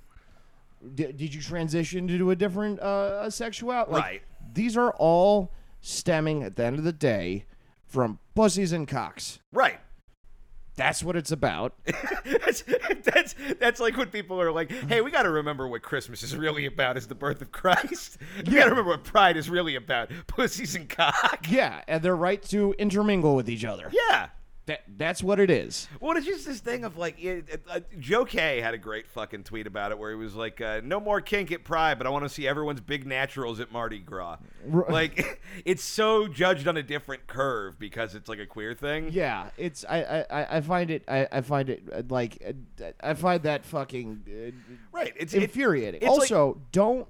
Speaker 2: did, did you transition to a different uh sexuality
Speaker 1: Right.
Speaker 2: these are all stemming at the end of the day from pussies and cocks
Speaker 1: Right.
Speaker 2: that's what it's about
Speaker 1: that's, that's that's like when people are like, "Hey, we got to remember what Christmas is really about is the birth of Christ. we got to remember what Pride is really about: pussies and cock."
Speaker 2: yeah and their right to intermingle with each other
Speaker 1: Yeah.
Speaker 2: that that's what it is
Speaker 1: Well, it's just this thing of like, it, it- uh, Joe Kay had a great fucking tweet about it where he was like, uh, "No more kink at Pride, but I want to see everyone's big naturals at Mardi Gras."
Speaker 2: Ru-
Speaker 1: Like, it's so judged on a different curve because it's like a queer thing.
Speaker 2: yeah it's i i I- i find it i, I find it uh, like uh, i find that fucking uh,
Speaker 1: Right. It's it-
Speaker 2: infuriating
Speaker 1: it's like-
Speaker 2: also don't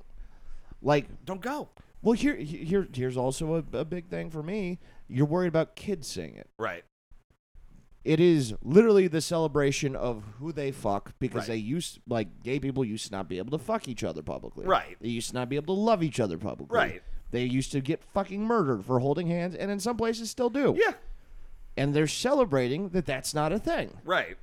Speaker 2: like
Speaker 1: don't go.
Speaker 2: Well, here, here, here's also a, a big thing for me. You're worried about kids seeing it.
Speaker 1: Right.
Speaker 2: It is literally the celebration of who they fuck because
Speaker 1: Right.
Speaker 2: they used like gay people used to not be able to fuck each other publicly.
Speaker 1: Right.
Speaker 2: They used to not be able to love each other publicly.
Speaker 1: Right.
Speaker 2: They used to get fucking murdered for holding hands, and in some places still do.
Speaker 1: Yeah.
Speaker 2: And they're celebrating that that's not a thing.
Speaker 1: Right.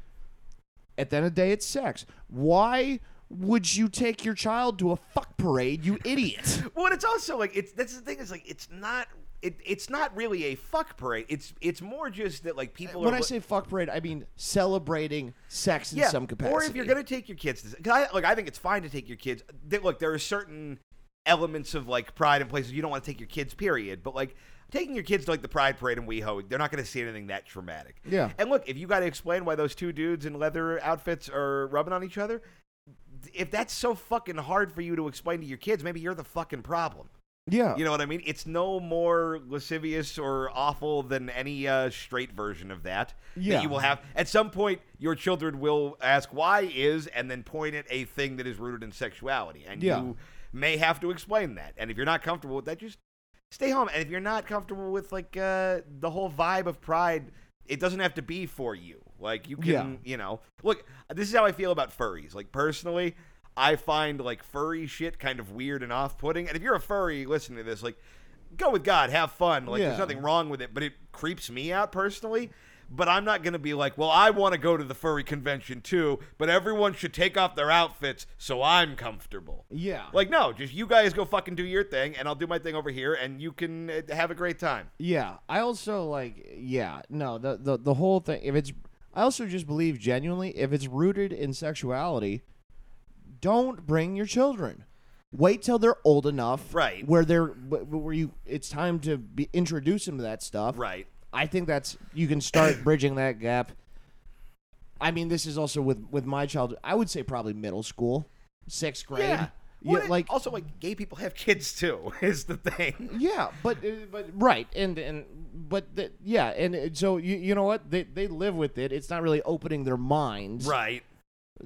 Speaker 2: At the end of the day, it's sex. Why would you take your child to a fuck parade, you idiot?
Speaker 1: Well, and it's also like it's that's the thing is like it's not it, it's not really a fuck parade. It's it's more just that like people.
Speaker 2: when
Speaker 1: are,
Speaker 2: I say fuck parade, I mean celebrating sex in
Speaker 1: yeah,
Speaker 2: some capacity.
Speaker 1: or if you're gonna take your kids, to, cause I, like I think it's fine to take your kids. They, look, there are certain elements of like pride in places you don't want to take your kids. Period. But like taking your kids to like the pride parade in WeHo, they're not gonna see anything that traumatic.
Speaker 2: Yeah.
Speaker 1: And look, if you got to explain why those two dudes in leather outfits are rubbing on each other. If that's so fucking hard for you to explain to your kids, maybe you're the fucking problem.
Speaker 2: yeah,
Speaker 1: You know what I mean? It's no more lascivious or awful than any uh, straight version of that.
Speaker 2: Yeah.
Speaker 1: That you will have at some point. Your children will ask why is, and then point at a thing that is rooted in sexuality, and
Speaker 2: Yeah.
Speaker 1: you may have to explain that. And if you're not comfortable with that, just stay home. And if you're not comfortable with like uh, the whole vibe of pride, it doesn't have to be for you. Like you can,
Speaker 2: Yeah.
Speaker 1: you know, look. This is how I feel about furries. Like personally, I find like furry shit kind of weird and off-putting. And if you're a furry, listening to this, like, go with God, have fun. Like
Speaker 2: Yeah.
Speaker 1: there's nothing wrong with it, but it creeps me out personally. But I'm not going to be like, well, I want to go to the furry convention too, but everyone should take off their outfits so I'm comfortable.
Speaker 2: yeah,
Speaker 1: Like, no, just you guys go fucking do your thing, and I'll do my thing over here, and you can uh, have a great time.
Speaker 2: yeah. I also like, yeah, no, the the the whole thing. If it's, I also just believe genuinely, if it's rooted in sexuality, don't bring your children. Wait till they're old enough,
Speaker 1: Right.
Speaker 2: Where they're wh- where you, it's time to be, introduce them to that stuff,
Speaker 1: Right.
Speaker 2: I think that's you can start bridging that gap. I mean, this is also with with my child. I would say probably middle school, sixth grade.
Speaker 1: Yeah. Well, and
Speaker 2: like
Speaker 1: also, like, gay people have kids too, is the thing.
Speaker 2: yeah, but uh, but right, and and but the, yeah, and uh, so you you know what they they live with it. It's not really opening their minds.
Speaker 1: Right.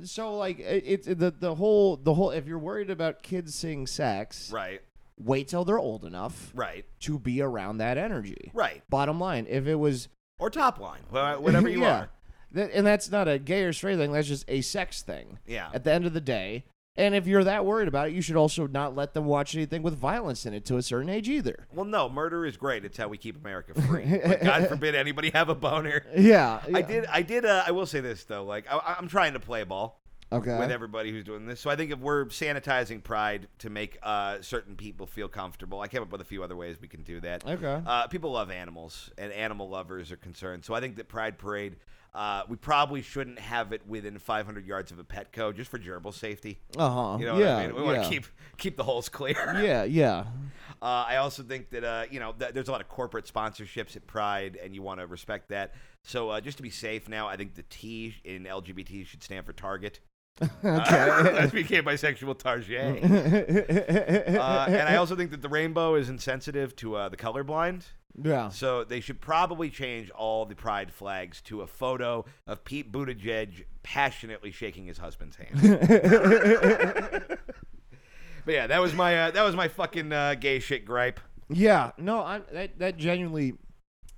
Speaker 2: So like it- it's the the whole the whole. If you're worried about kids seeing sex,
Speaker 1: Right.
Speaker 2: wait till they're old enough
Speaker 1: Right.
Speaker 2: to be around that energy.
Speaker 1: Right.
Speaker 2: Bottom line, if it was
Speaker 1: Or top line, wh- whatever you
Speaker 2: yeah.
Speaker 1: are.
Speaker 2: That- and that's not a gay or straight thing. That's just a sex thing.
Speaker 1: Yeah.
Speaker 2: At the end of the day. And if you're that worried about it, you should also not let them watch anything with violence in it to a certain age either.
Speaker 1: Well, no, murder is great. It's how we keep America free. But God forbid anybody have a boner.
Speaker 2: Yeah.
Speaker 1: I did. I did. Uh, I will say this though. Like, I, I'm trying to play ball.
Speaker 2: Okay.
Speaker 1: with everybody who's doing this. So I think if we're sanitizing pride to make uh, certain people feel comfortable, I came up with a few other ways we can do that.
Speaker 2: Okay.
Speaker 1: Uh, people love animals, and animal lovers are concerned. So I think that Pride Parade, uh, we probably shouldn't have it within 500 yards of a Petco just for gerbil safety.
Speaker 2: Uh huh.
Speaker 1: You know
Speaker 2: yeah,
Speaker 1: what I mean? We
Speaker 2: yeah.
Speaker 1: want to keep keep the holes clear.
Speaker 2: Yeah. Yeah.
Speaker 1: Uh, I also think that uh, you know th- there's a lot of corporate sponsorships at Pride, and you want to respect that. So uh, just to be safe now, I think the T in LGBT should stand for Target. okay. Let's became bisexual Target. uh, and I also think that the rainbow is insensitive to uh, the colorblind,
Speaker 2: yeah.
Speaker 1: so they should probably change all the Pride flags to a photo of Pete Buttigieg passionately shaking his husband's hand. but yeah, that was my uh, that was my fucking uh, gay shit gripe.
Speaker 2: Yeah. No, I that that genuinely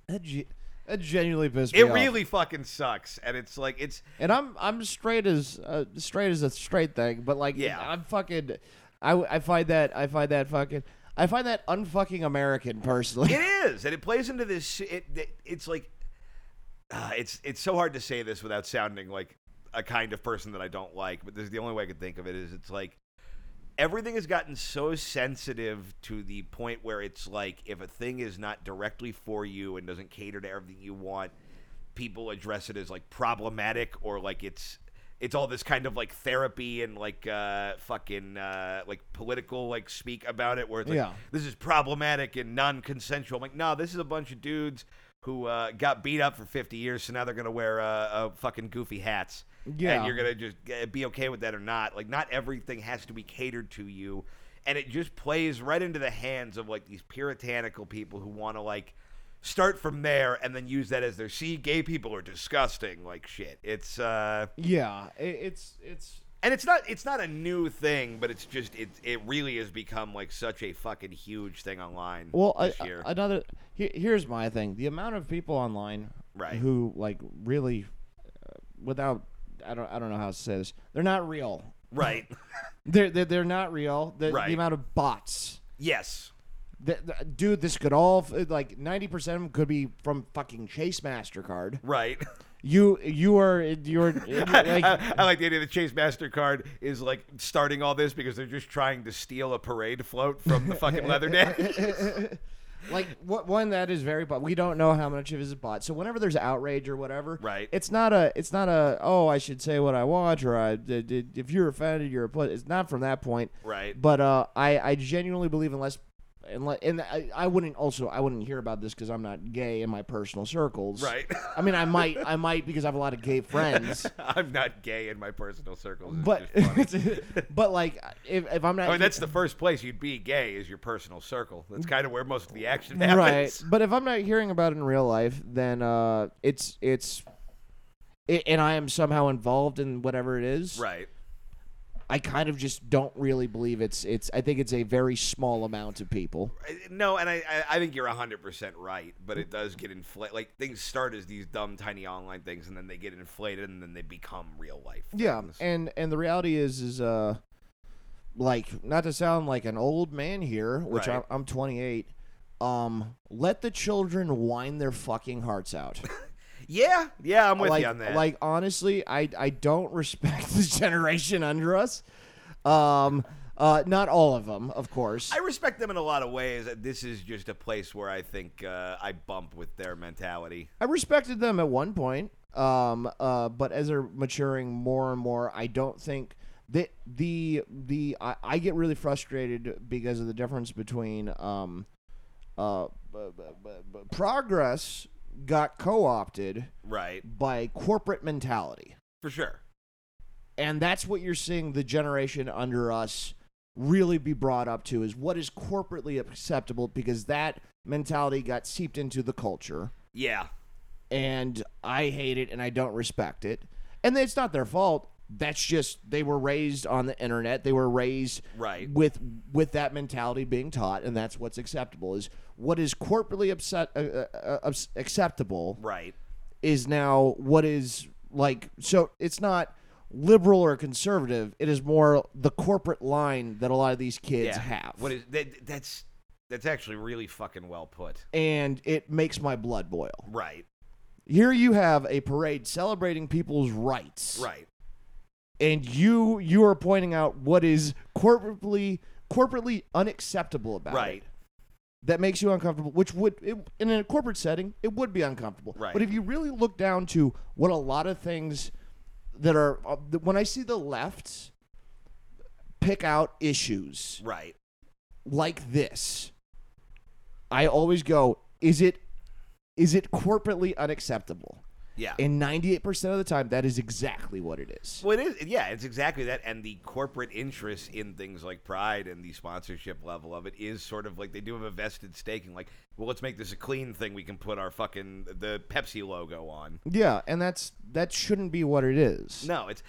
Speaker 2: that, ge- that genuinely pissed me
Speaker 1: It
Speaker 2: off.
Speaker 1: really fucking sucks, and it's like it's
Speaker 2: and I'm I'm straight as uh, straight as a straight thing, but like
Speaker 1: Yeah.
Speaker 2: I'm fucking I, I find that I find that fucking I find that unfucking American personally.
Speaker 1: it is, and it plays into this. It, it- it's like uh, it's it's so hard to say this without sounding like a kind of person that I don't like, but this is the only way I could think of it. Is it's like everything has gotten so sensitive to the point where it's like if a thing is not directly for you and doesn't cater to everything you want, people address it as like problematic or like it's it's all this kind of like therapy and like uh fucking uh like political like speak about it where it's like
Speaker 2: Yeah.
Speaker 1: this is problematic and non-consensual. I'm like, no, this is a bunch of dudes who uh, got beat up for 50 years, so now they're gonna wear uh, uh, fucking goofy hats.
Speaker 2: Yeah.
Speaker 1: and you're gonna just uh, be okay with that or not. Like, not everything has to be catered to you, and it just plays right into the hands of like these puritanical people who want to like start from there and then use that as their see gay people are disgusting like shit. It's uh
Speaker 2: yeah, it, it's it's
Speaker 1: and it's not it's not a new thing, but it's just it it really has become like such a fucking huge thing online.
Speaker 2: Well, I,
Speaker 1: this year,
Speaker 2: another he- here's my thing: the amount of people online
Speaker 1: Right.
Speaker 2: who like really, uh, without I don't I don't know how to say this, they're not real.
Speaker 1: right?
Speaker 2: They're they're, they're not real. The,
Speaker 1: Right.
Speaker 2: the amount of bots.
Speaker 1: yes,
Speaker 2: Th- th- dude, this could all f- like ninety percent of them could be from fucking Chase Mastercard.
Speaker 1: right.
Speaker 2: You you are you're like
Speaker 1: I, I like the idea that Chase Mastercard is like starting all this because they're just trying to steal a parade float from the fucking leather daddy.
Speaker 2: like what one that is very but we don't know how much of it is bought so whenever there's outrage or whatever
Speaker 1: Right.
Speaker 2: it's not a it's not a oh i should say what i want or i did, did- if you're offended you're a pl-. it's not from that point
Speaker 1: Right.
Speaker 2: but uh i i genuinely believe unless unless and i, I wouldn't also i wouldn't hear about this because i'm not gay in my personal circles
Speaker 1: Right.
Speaker 2: i mean i might i might because i have a lot of gay friends
Speaker 1: I'm not gay in my personal circles. It's
Speaker 2: but
Speaker 1: just funny.
Speaker 2: but like if, if i'm not
Speaker 1: I mean, that's the first place you'd be gay is your personal circle. That's kind of where most of the action
Speaker 2: right
Speaker 1: happens.
Speaker 2: but if i'm not hearing about it in real life then uh it's it's i and i am somehow involved in whatever it is
Speaker 1: Right.
Speaker 2: i kind of just don't really believe it's it's i think it's a very small amount of people
Speaker 1: I- No, and I, I- I think you're 100% right, but it does get inflated. Like, things start as these dumb, tiny online things, and then they get inflated, and then they become real life. things.
Speaker 2: and and the reality is is uh like not to sound like an old man here which
Speaker 1: Right.
Speaker 2: I'm, I'm 28 um let the children whine their fucking hearts out
Speaker 1: yeah, yeah, I'm with
Speaker 2: like,
Speaker 1: you on that.
Speaker 2: Like honestly, I I don't respect the generation under us. Um, uh, not all of them, of course.
Speaker 1: I respect them in a lot of ways. This is just a place where I think uh, I bump with their mentality.
Speaker 2: I respected them at one point. Um, uh, but as they're maturing more and more, I don't think that the the I, I get really frustrated because of the difference between um, uh, b- b- b- b- progress got co-opted
Speaker 1: Right.
Speaker 2: by corporate mentality.
Speaker 1: For sure.
Speaker 2: and that's what you're seeing the generation under us really be brought up to is what is corporately acceptable because that mentality got seeped into the culture
Speaker 1: Yeah.
Speaker 2: and I hate it and I don't respect it and it's not their fault that's just they were raised on the internet they were raised
Speaker 1: Right.
Speaker 2: with with that mentality being taught and that's what's acceptable is what is corporately upset, uh, uh, uh, acceptable
Speaker 1: Right.
Speaker 2: is now what is like so it's not liberal or conservative it is more the corporate line that a lot of these kids
Speaker 1: yeah.
Speaker 2: have
Speaker 1: What is that? That's that's actually really fucking well put.
Speaker 2: and it makes my blood boil
Speaker 1: Right.
Speaker 2: here you have a parade celebrating people's rights
Speaker 1: Right.
Speaker 2: and you you are pointing out what is corporately corporately unacceptable about
Speaker 1: Right.
Speaker 2: it that makes you uncomfortable which would it, in a corporate setting it would be uncomfortable
Speaker 1: Right.
Speaker 2: but if you really look down to what a lot of things that are uh, th- when i see the left pick out issues
Speaker 1: Right.
Speaker 2: like this i always go is it is it corporately unacceptable
Speaker 1: Yeah.
Speaker 2: and 98% of the time that is exactly what it is
Speaker 1: well, it is. Yeah, it's exactly that. And the corporate interest in things like Pride and the sponsorship level of it is sort of like they do have a vested stake in, like, well, let's make this a clean thing we can put our fucking the Pepsi logo on.
Speaker 2: Yeah, and that's that shouldn't be what it is.
Speaker 1: No, it's.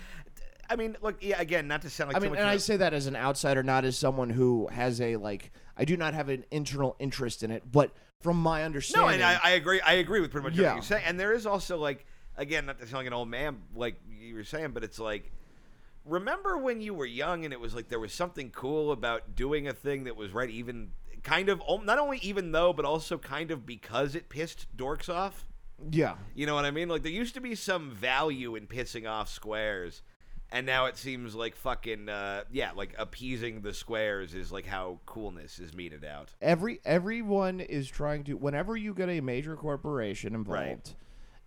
Speaker 1: I mean, look. Yeah, again, not to sound like
Speaker 2: I
Speaker 1: too
Speaker 2: mean,
Speaker 1: much
Speaker 2: and
Speaker 1: of
Speaker 2: I
Speaker 1: a-
Speaker 2: say that as an outsider, not as someone who has a like. I do not have an internal interest in it, but from my
Speaker 1: No,
Speaker 2: understanding,
Speaker 1: and I, I agree. I agree with pretty much everything
Speaker 2: Yeah.
Speaker 1: you say. And there is also like, again, not to sound like an old man, like you were saying, but it's like, remember when you were young and it was like there was something cool about doing a thing that was right, even kind of not only even though, but also kind of because it pissed dorks off.
Speaker 2: yeah,
Speaker 1: You know what I mean? Like there used to be some value in pissing off squares, and now it seems like fucking uh, yeah, like appeasing the squares is like how coolness is meted out.
Speaker 2: every everyone is trying to. Whenever you get a major corporation involved,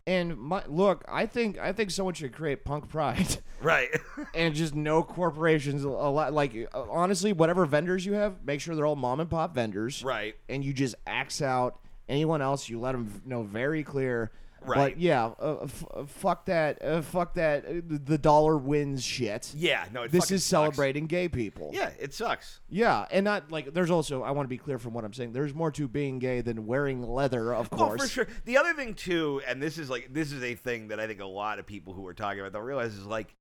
Speaker 2: and my look, I think I think someone should create punk pride.
Speaker 1: Right.
Speaker 2: and just no corporations a lot like uh, honestly whatever vendors you have make sure they're all mom and pop vendors
Speaker 1: Right.
Speaker 2: and you just axe out anyone else you let them know very clear
Speaker 1: Right.
Speaker 2: but yeah uh, f- uh, fuck that uh, fuck that uh, the the dollar wins shit
Speaker 1: yeah. No. It
Speaker 2: this
Speaker 1: fucking
Speaker 2: is
Speaker 1: sucks.
Speaker 2: celebrating gay people
Speaker 1: Yeah, it sucks.
Speaker 2: Yeah, and not like there's also I want to be clear from what I'm saying there's more to being gay than wearing leather of
Speaker 1: Oh,
Speaker 2: course
Speaker 1: for sure. The other thing too, and this is like this is a thing that I think a lot of people who are talking about don't realize is like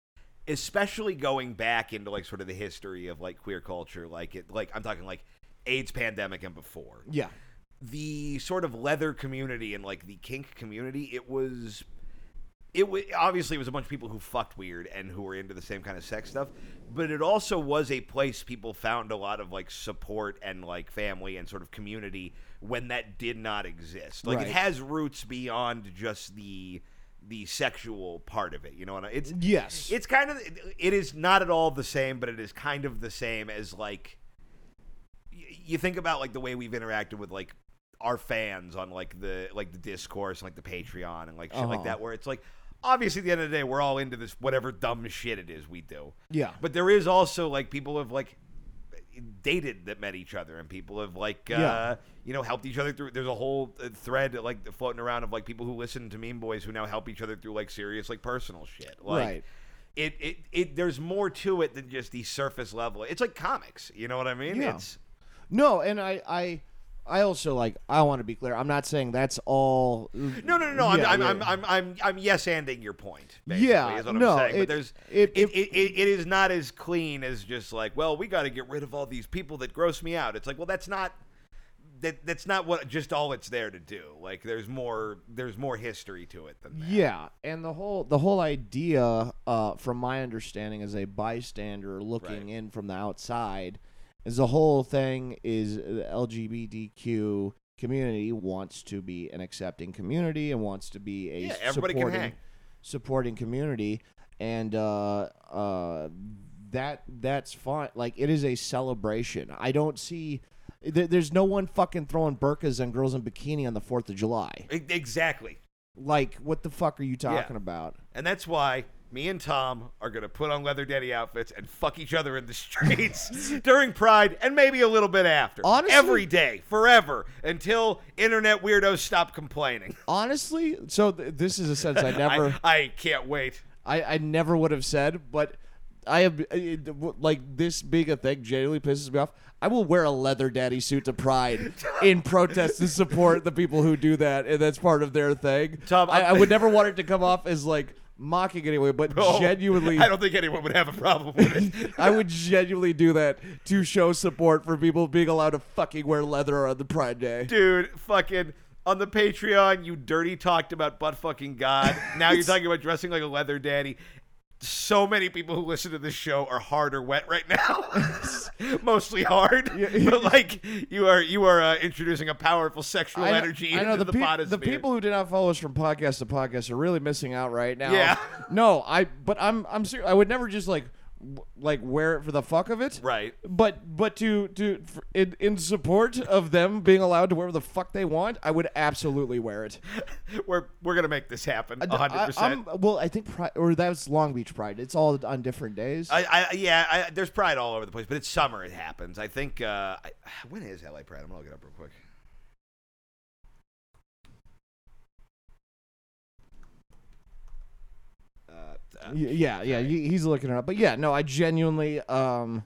Speaker 1: especially going back into like sort of the history of like queer culture, like it, like I'm talking like AIDS pandemic and before
Speaker 2: Yeah.
Speaker 1: the sort of leather community and like the kink community, it was it was obviously it was a bunch of people who fucked weird and who were into the same kind of sex stuff, but it also was a place people found a lot of like support and like family and sort of community when that did not exist. Like
Speaker 2: Right.
Speaker 1: it has roots beyond just the the sexual part of it. You know, and it's
Speaker 2: Yes.
Speaker 1: it's kind of it is not at all the same, but it is kind of the same as like y- you think about like the way we've interacted with like our fans on like the like the discourse and like the Patreon and like shit
Speaker 2: Uh-huh.
Speaker 1: like that, where it's like obviously at the end of the day we're all into this whatever dumb shit it is we do,
Speaker 2: yeah.
Speaker 1: but there is also like people have like dated that met each other and people have like uh,
Speaker 2: Yeah.
Speaker 1: you know helped each other through there's a whole uh, thread like floating around of like people who listen to meme boys who now help each other through like serious like personal shit like
Speaker 2: Right.
Speaker 1: it, it it there's more to it than just the surface level it's like comics you know what i mean
Speaker 2: Yeah.
Speaker 1: it's
Speaker 2: No, and I, I, I also like. I want to be clear. I'm not saying that's all.
Speaker 1: no no no no
Speaker 2: Yeah,
Speaker 1: I'm,
Speaker 2: yeah.
Speaker 1: I'm, I'm i'm i'm i'm yes anding your point basically,
Speaker 2: Yeah,
Speaker 1: is what
Speaker 2: no,
Speaker 1: i'm saying
Speaker 2: it-
Speaker 1: but there's
Speaker 2: it-
Speaker 1: it
Speaker 2: it-
Speaker 1: it, it, it is not as clean as just like well we got to get rid of all these people that gross me out it's like well that's not that that's not what just all it's there to do like there's more there's more history to it than that
Speaker 2: Yeah, and the whole the whole idea, uh, from my understanding, as a bystander looking
Speaker 1: Right.
Speaker 2: in from the outside, is the whole thing is uh, the LGBTQ community wants to be an accepting community and wants to be a
Speaker 1: Yeah, everybody can
Speaker 2: supporting,
Speaker 1: hang.
Speaker 2: supporting community, and uh, uh, that that's fine. Like it is a celebration. I don't see. There, there's no one fucking throwing burkas on girls in bikini on the Fourth of July.
Speaker 1: E- exactly
Speaker 2: Like, what the fuck are you talking about?
Speaker 1: and that's why me and Tom are gonna put on leather daddy outfits and fuck each other in the streets during Pride and maybe a little bit after.
Speaker 2: Honestly-
Speaker 1: every day, forever, until internet weirdos stop complaining.
Speaker 2: honestly so th- this is a sense i never
Speaker 1: I, I can't wait.
Speaker 2: I, I never would have said but i have uh, I- like this big a thing genuinely pisses me off i will wear a leather daddy suit to pride in protest to support the people who do that and that's part of their thing
Speaker 1: Tom, I-
Speaker 2: i, I would never want it to come off as like mocking anyway but
Speaker 1: Oh,
Speaker 2: genuinely
Speaker 1: I don't think anyone would have a problem with it.
Speaker 2: I would genuinely do that to show support for people being allowed to fucking wear leather on the Pride Day.
Speaker 1: Dude, fucking on the Patreon, you dirty talked about butt fucking God. Now you're talking about dressing like a leather daddy. So many people who listen to this show are hard or wet right now. Mostly hard, but like you are you are uh, introducing a powerful sexual
Speaker 2: I know-
Speaker 1: energy
Speaker 2: I
Speaker 1: into
Speaker 2: know
Speaker 1: the,
Speaker 2: peop-
Speaker 1: bodisphere.
Speaker 2: people who did not follow us from podcast to podcast are really missing out right now.
Speaker 1: Yeah.
Speaker 2: No, I. But I'm. I'm serious. I would never just like, w- like wear it for the fuck of it.
Speaker 1: Right.
Speaker 2: But but to to for, in in support of them being allowed to wear the fuck they want, I would absolutely wear it.
Speaker 1: We're we're gonna make this happen,
Speaker 2: I-
Speaker 1: hundred percent.
Speaker 2: I'm- well, I think Pride, or that was Long Beach Pride. It's all on different days.
Speaker 1: I, I yeah, I, there's pride all over the place, but it's summer. It happens. I think. Uh, I, when is LA Pride? I'm gonna look it up real quick. Uh, uh,
Speaker 2: Y- yeah, yeah. he- He's looking it up. But yeah, no, I genuinely, um,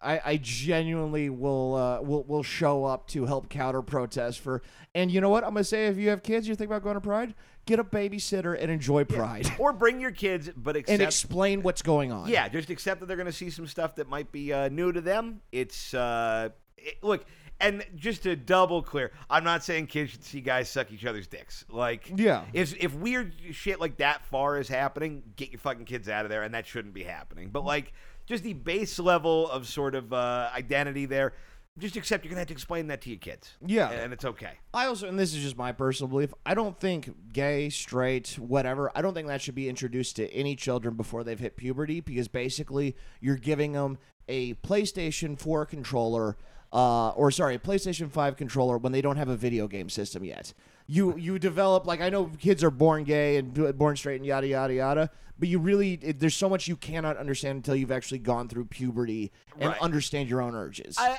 Speaker 2: I, I genuinely will, uh, will, will show up to help counter protest for. And you know what? I'm gonna say, if you have kids, you think about going to Pride, get a babysitter and enjoy Pride,
Speaker 1: or bring your kids, but accept.
Speaker 2: and explain what's going on.
Speaker 1: yeah, just accept that they're gonna see some stuff that might be uh, new to them. It's uh, it- look, and just to double clear, I'm not saying kids should see guys suck each other's dicks. Like,
Speaker 2: Yeah.
Speaker 1: if if weird shit like that far is happening, get your fucking kids out of there, and that shouldn't be happening. But like, just the base level of sort of uh, identity there, just accept you're gonna have to explain that to your kids.
Speaker 2: Yeah.
Speaker 1: and it's okay.
Speaker 2: I also, and this is just my personal belief, I don't think gay, straight, whatever, I don't think that should be introduced to any children before they've hit puberty because basically you're giving them a PlayStation 4 controller. Uh, or sorry, a PlayStation 5 controller when they don't have a video game system yet. You you develop like I know kids are born gay and do- born straight and yada yada yada, but you really it, there's so much you cannot understand until you've actually gone through puberty and
Speaker 1: Right.
Speaker 2: understand your own urges.
Speaker 1: I, I,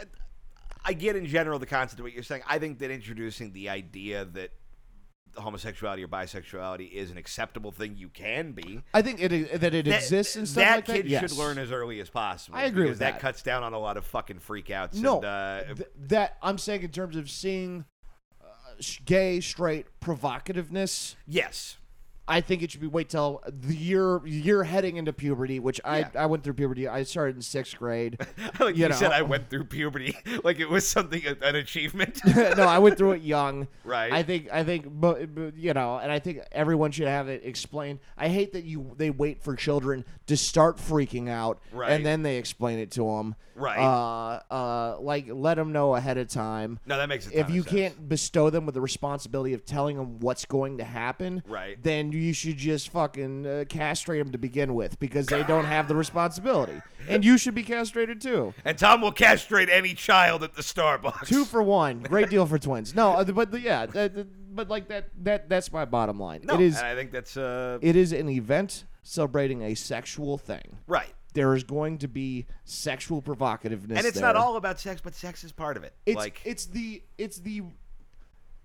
Speaker 1: I- I get in general the concept of what you're saying. I think that introducing the idea that homosexuality or bisexuality is an acceptable thing you can be.
Speaker 2: I think it that it exists
Speaker 1: that,
Speaker 2: and stuff
Speaker 1: that
Speaker 2: like
Speaker 1: kid
Speaker 2: that. Yes.
Speaker 1: should learn as early as possible.
Speaker 2: I agree
Speaker 1: because
Speaker 2: with that.
Speaker 1: cuts down on a lot of fucking freakouts.
Speaker 2: No,
Speaker 1: and, uh,
Speaker 2: th- that I'm saying in terms of seeing uh, sh- gay, straight provocativeness
Speaker 1: yes,
Speaker 2: I think it should be wait till the year you're heading into puberty, which I,
Speaker 1: Yeah.
Speaker 2: I went through puberty. I started in sixth grade.
Speaker 1: like you,
Speaker 2: You
Speaker 1: said,
Speaker 2: know.
Speaker 1: I went through puberty like it was something an achievement.
Speaker 2: no, I went through it young.
Speaker 1: Right.
Speaker 2: I think I think but, but, you know, and I think everyone should have it explained. I hate that you they wait for children to start freaking out
Speaker 1: Right.
Speaker 2: and then they explain it to them.
Speaker 1: Right.
Speaker 2: Uh, uh, like let them know ahead of time.
Speaker 1: no, that makes a
Speaker 2: If
Speaker 1: ton of
Speaker 2: you
Speaker 1: sense.
Speaker 2: can't bestow them with the responsibility of telling them what's going to happen,
Speaker 1: Right.
Speaker 2: then you should just fucking uh, castrate them to begin with because they don't have the responsibility, and you should be castrated too.
Speaker 1: and Tom will castrate any child at the Starbucks.
Speaker 2: Two for one, great deal for twins. No, uh, but yeah, that, that- but like that that that's my bottom line.
Speaker 1: no,
Speaker 2: it is
Speaker 1: and I think that's uh,
Speaker 2: it is an event celebrating a sexual thing.
Speaker 1: right.
Speaker 2: There is going to be sexual provocativeness,
Speaker 1: And it's
Speaker 2: there.
Speaker 1: not all about sex, but sex is part of it.
Speaker 2: It's
Speaker 1: like
Speaker 2: it's the it's the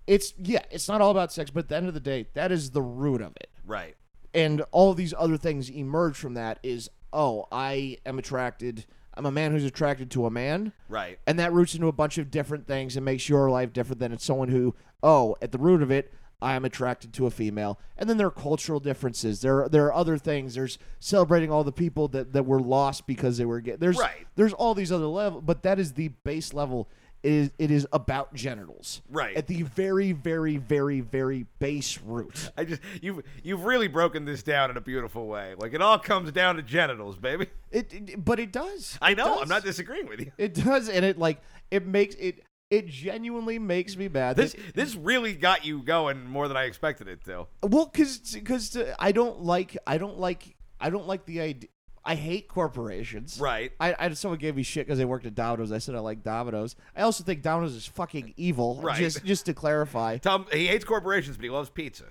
Speaker 2: it's yeah, it's not all about sex, but at the end of the day, that is the root of it.
Speaker 1: right,
Speaker 2: and all these other things emerge from that is oh i am attracted i'm a man who's attracted to a man
Speaker 1: right,
Speaker 2: and that roots into a bunch of different things and makes your life different than it's someone who oh at the root of it i'm attracted to a female and then there are cultural differences there there are other things there's celebrating all the people that, that were lost because they were gay there's
Speaker 1: Right.
Speaker 2: there's all these other level but that is the base level it is it is about genitals
Speaker 1: Right.
Speaker 2: at the very very very very base root
Speaker 1: I just you've you've really broken this down in a beautiful way. Like it all comes down to genitals, baby.
Speaker 2: It, it- but it does.
Speaker 1: I
Speaker 2: It
Speaker 1: know. I'm
Speaker 2: does.
Speaker 1: not disagreeing with you.
Speaker 2: It does, and it like it makes it. It genuinely makes me mad.
Speaker 1: This
Speaker 2: that-
Speaker 1: this really got you going more than I expected it to.
Speaker 2: well, because because I don't like I don't like I don't like the idea. I hate corporations.
Speaker 1: Right.
Speaker 2: I, I someone gave me shit because I worked at Domino's. I said I like Domino's. I also think Domino's is fucking evil.
Speaker 1: Right.
Speaker 2: Just just to clarify.
Speaker 1: Tom he hates corporations, but he loves pizza.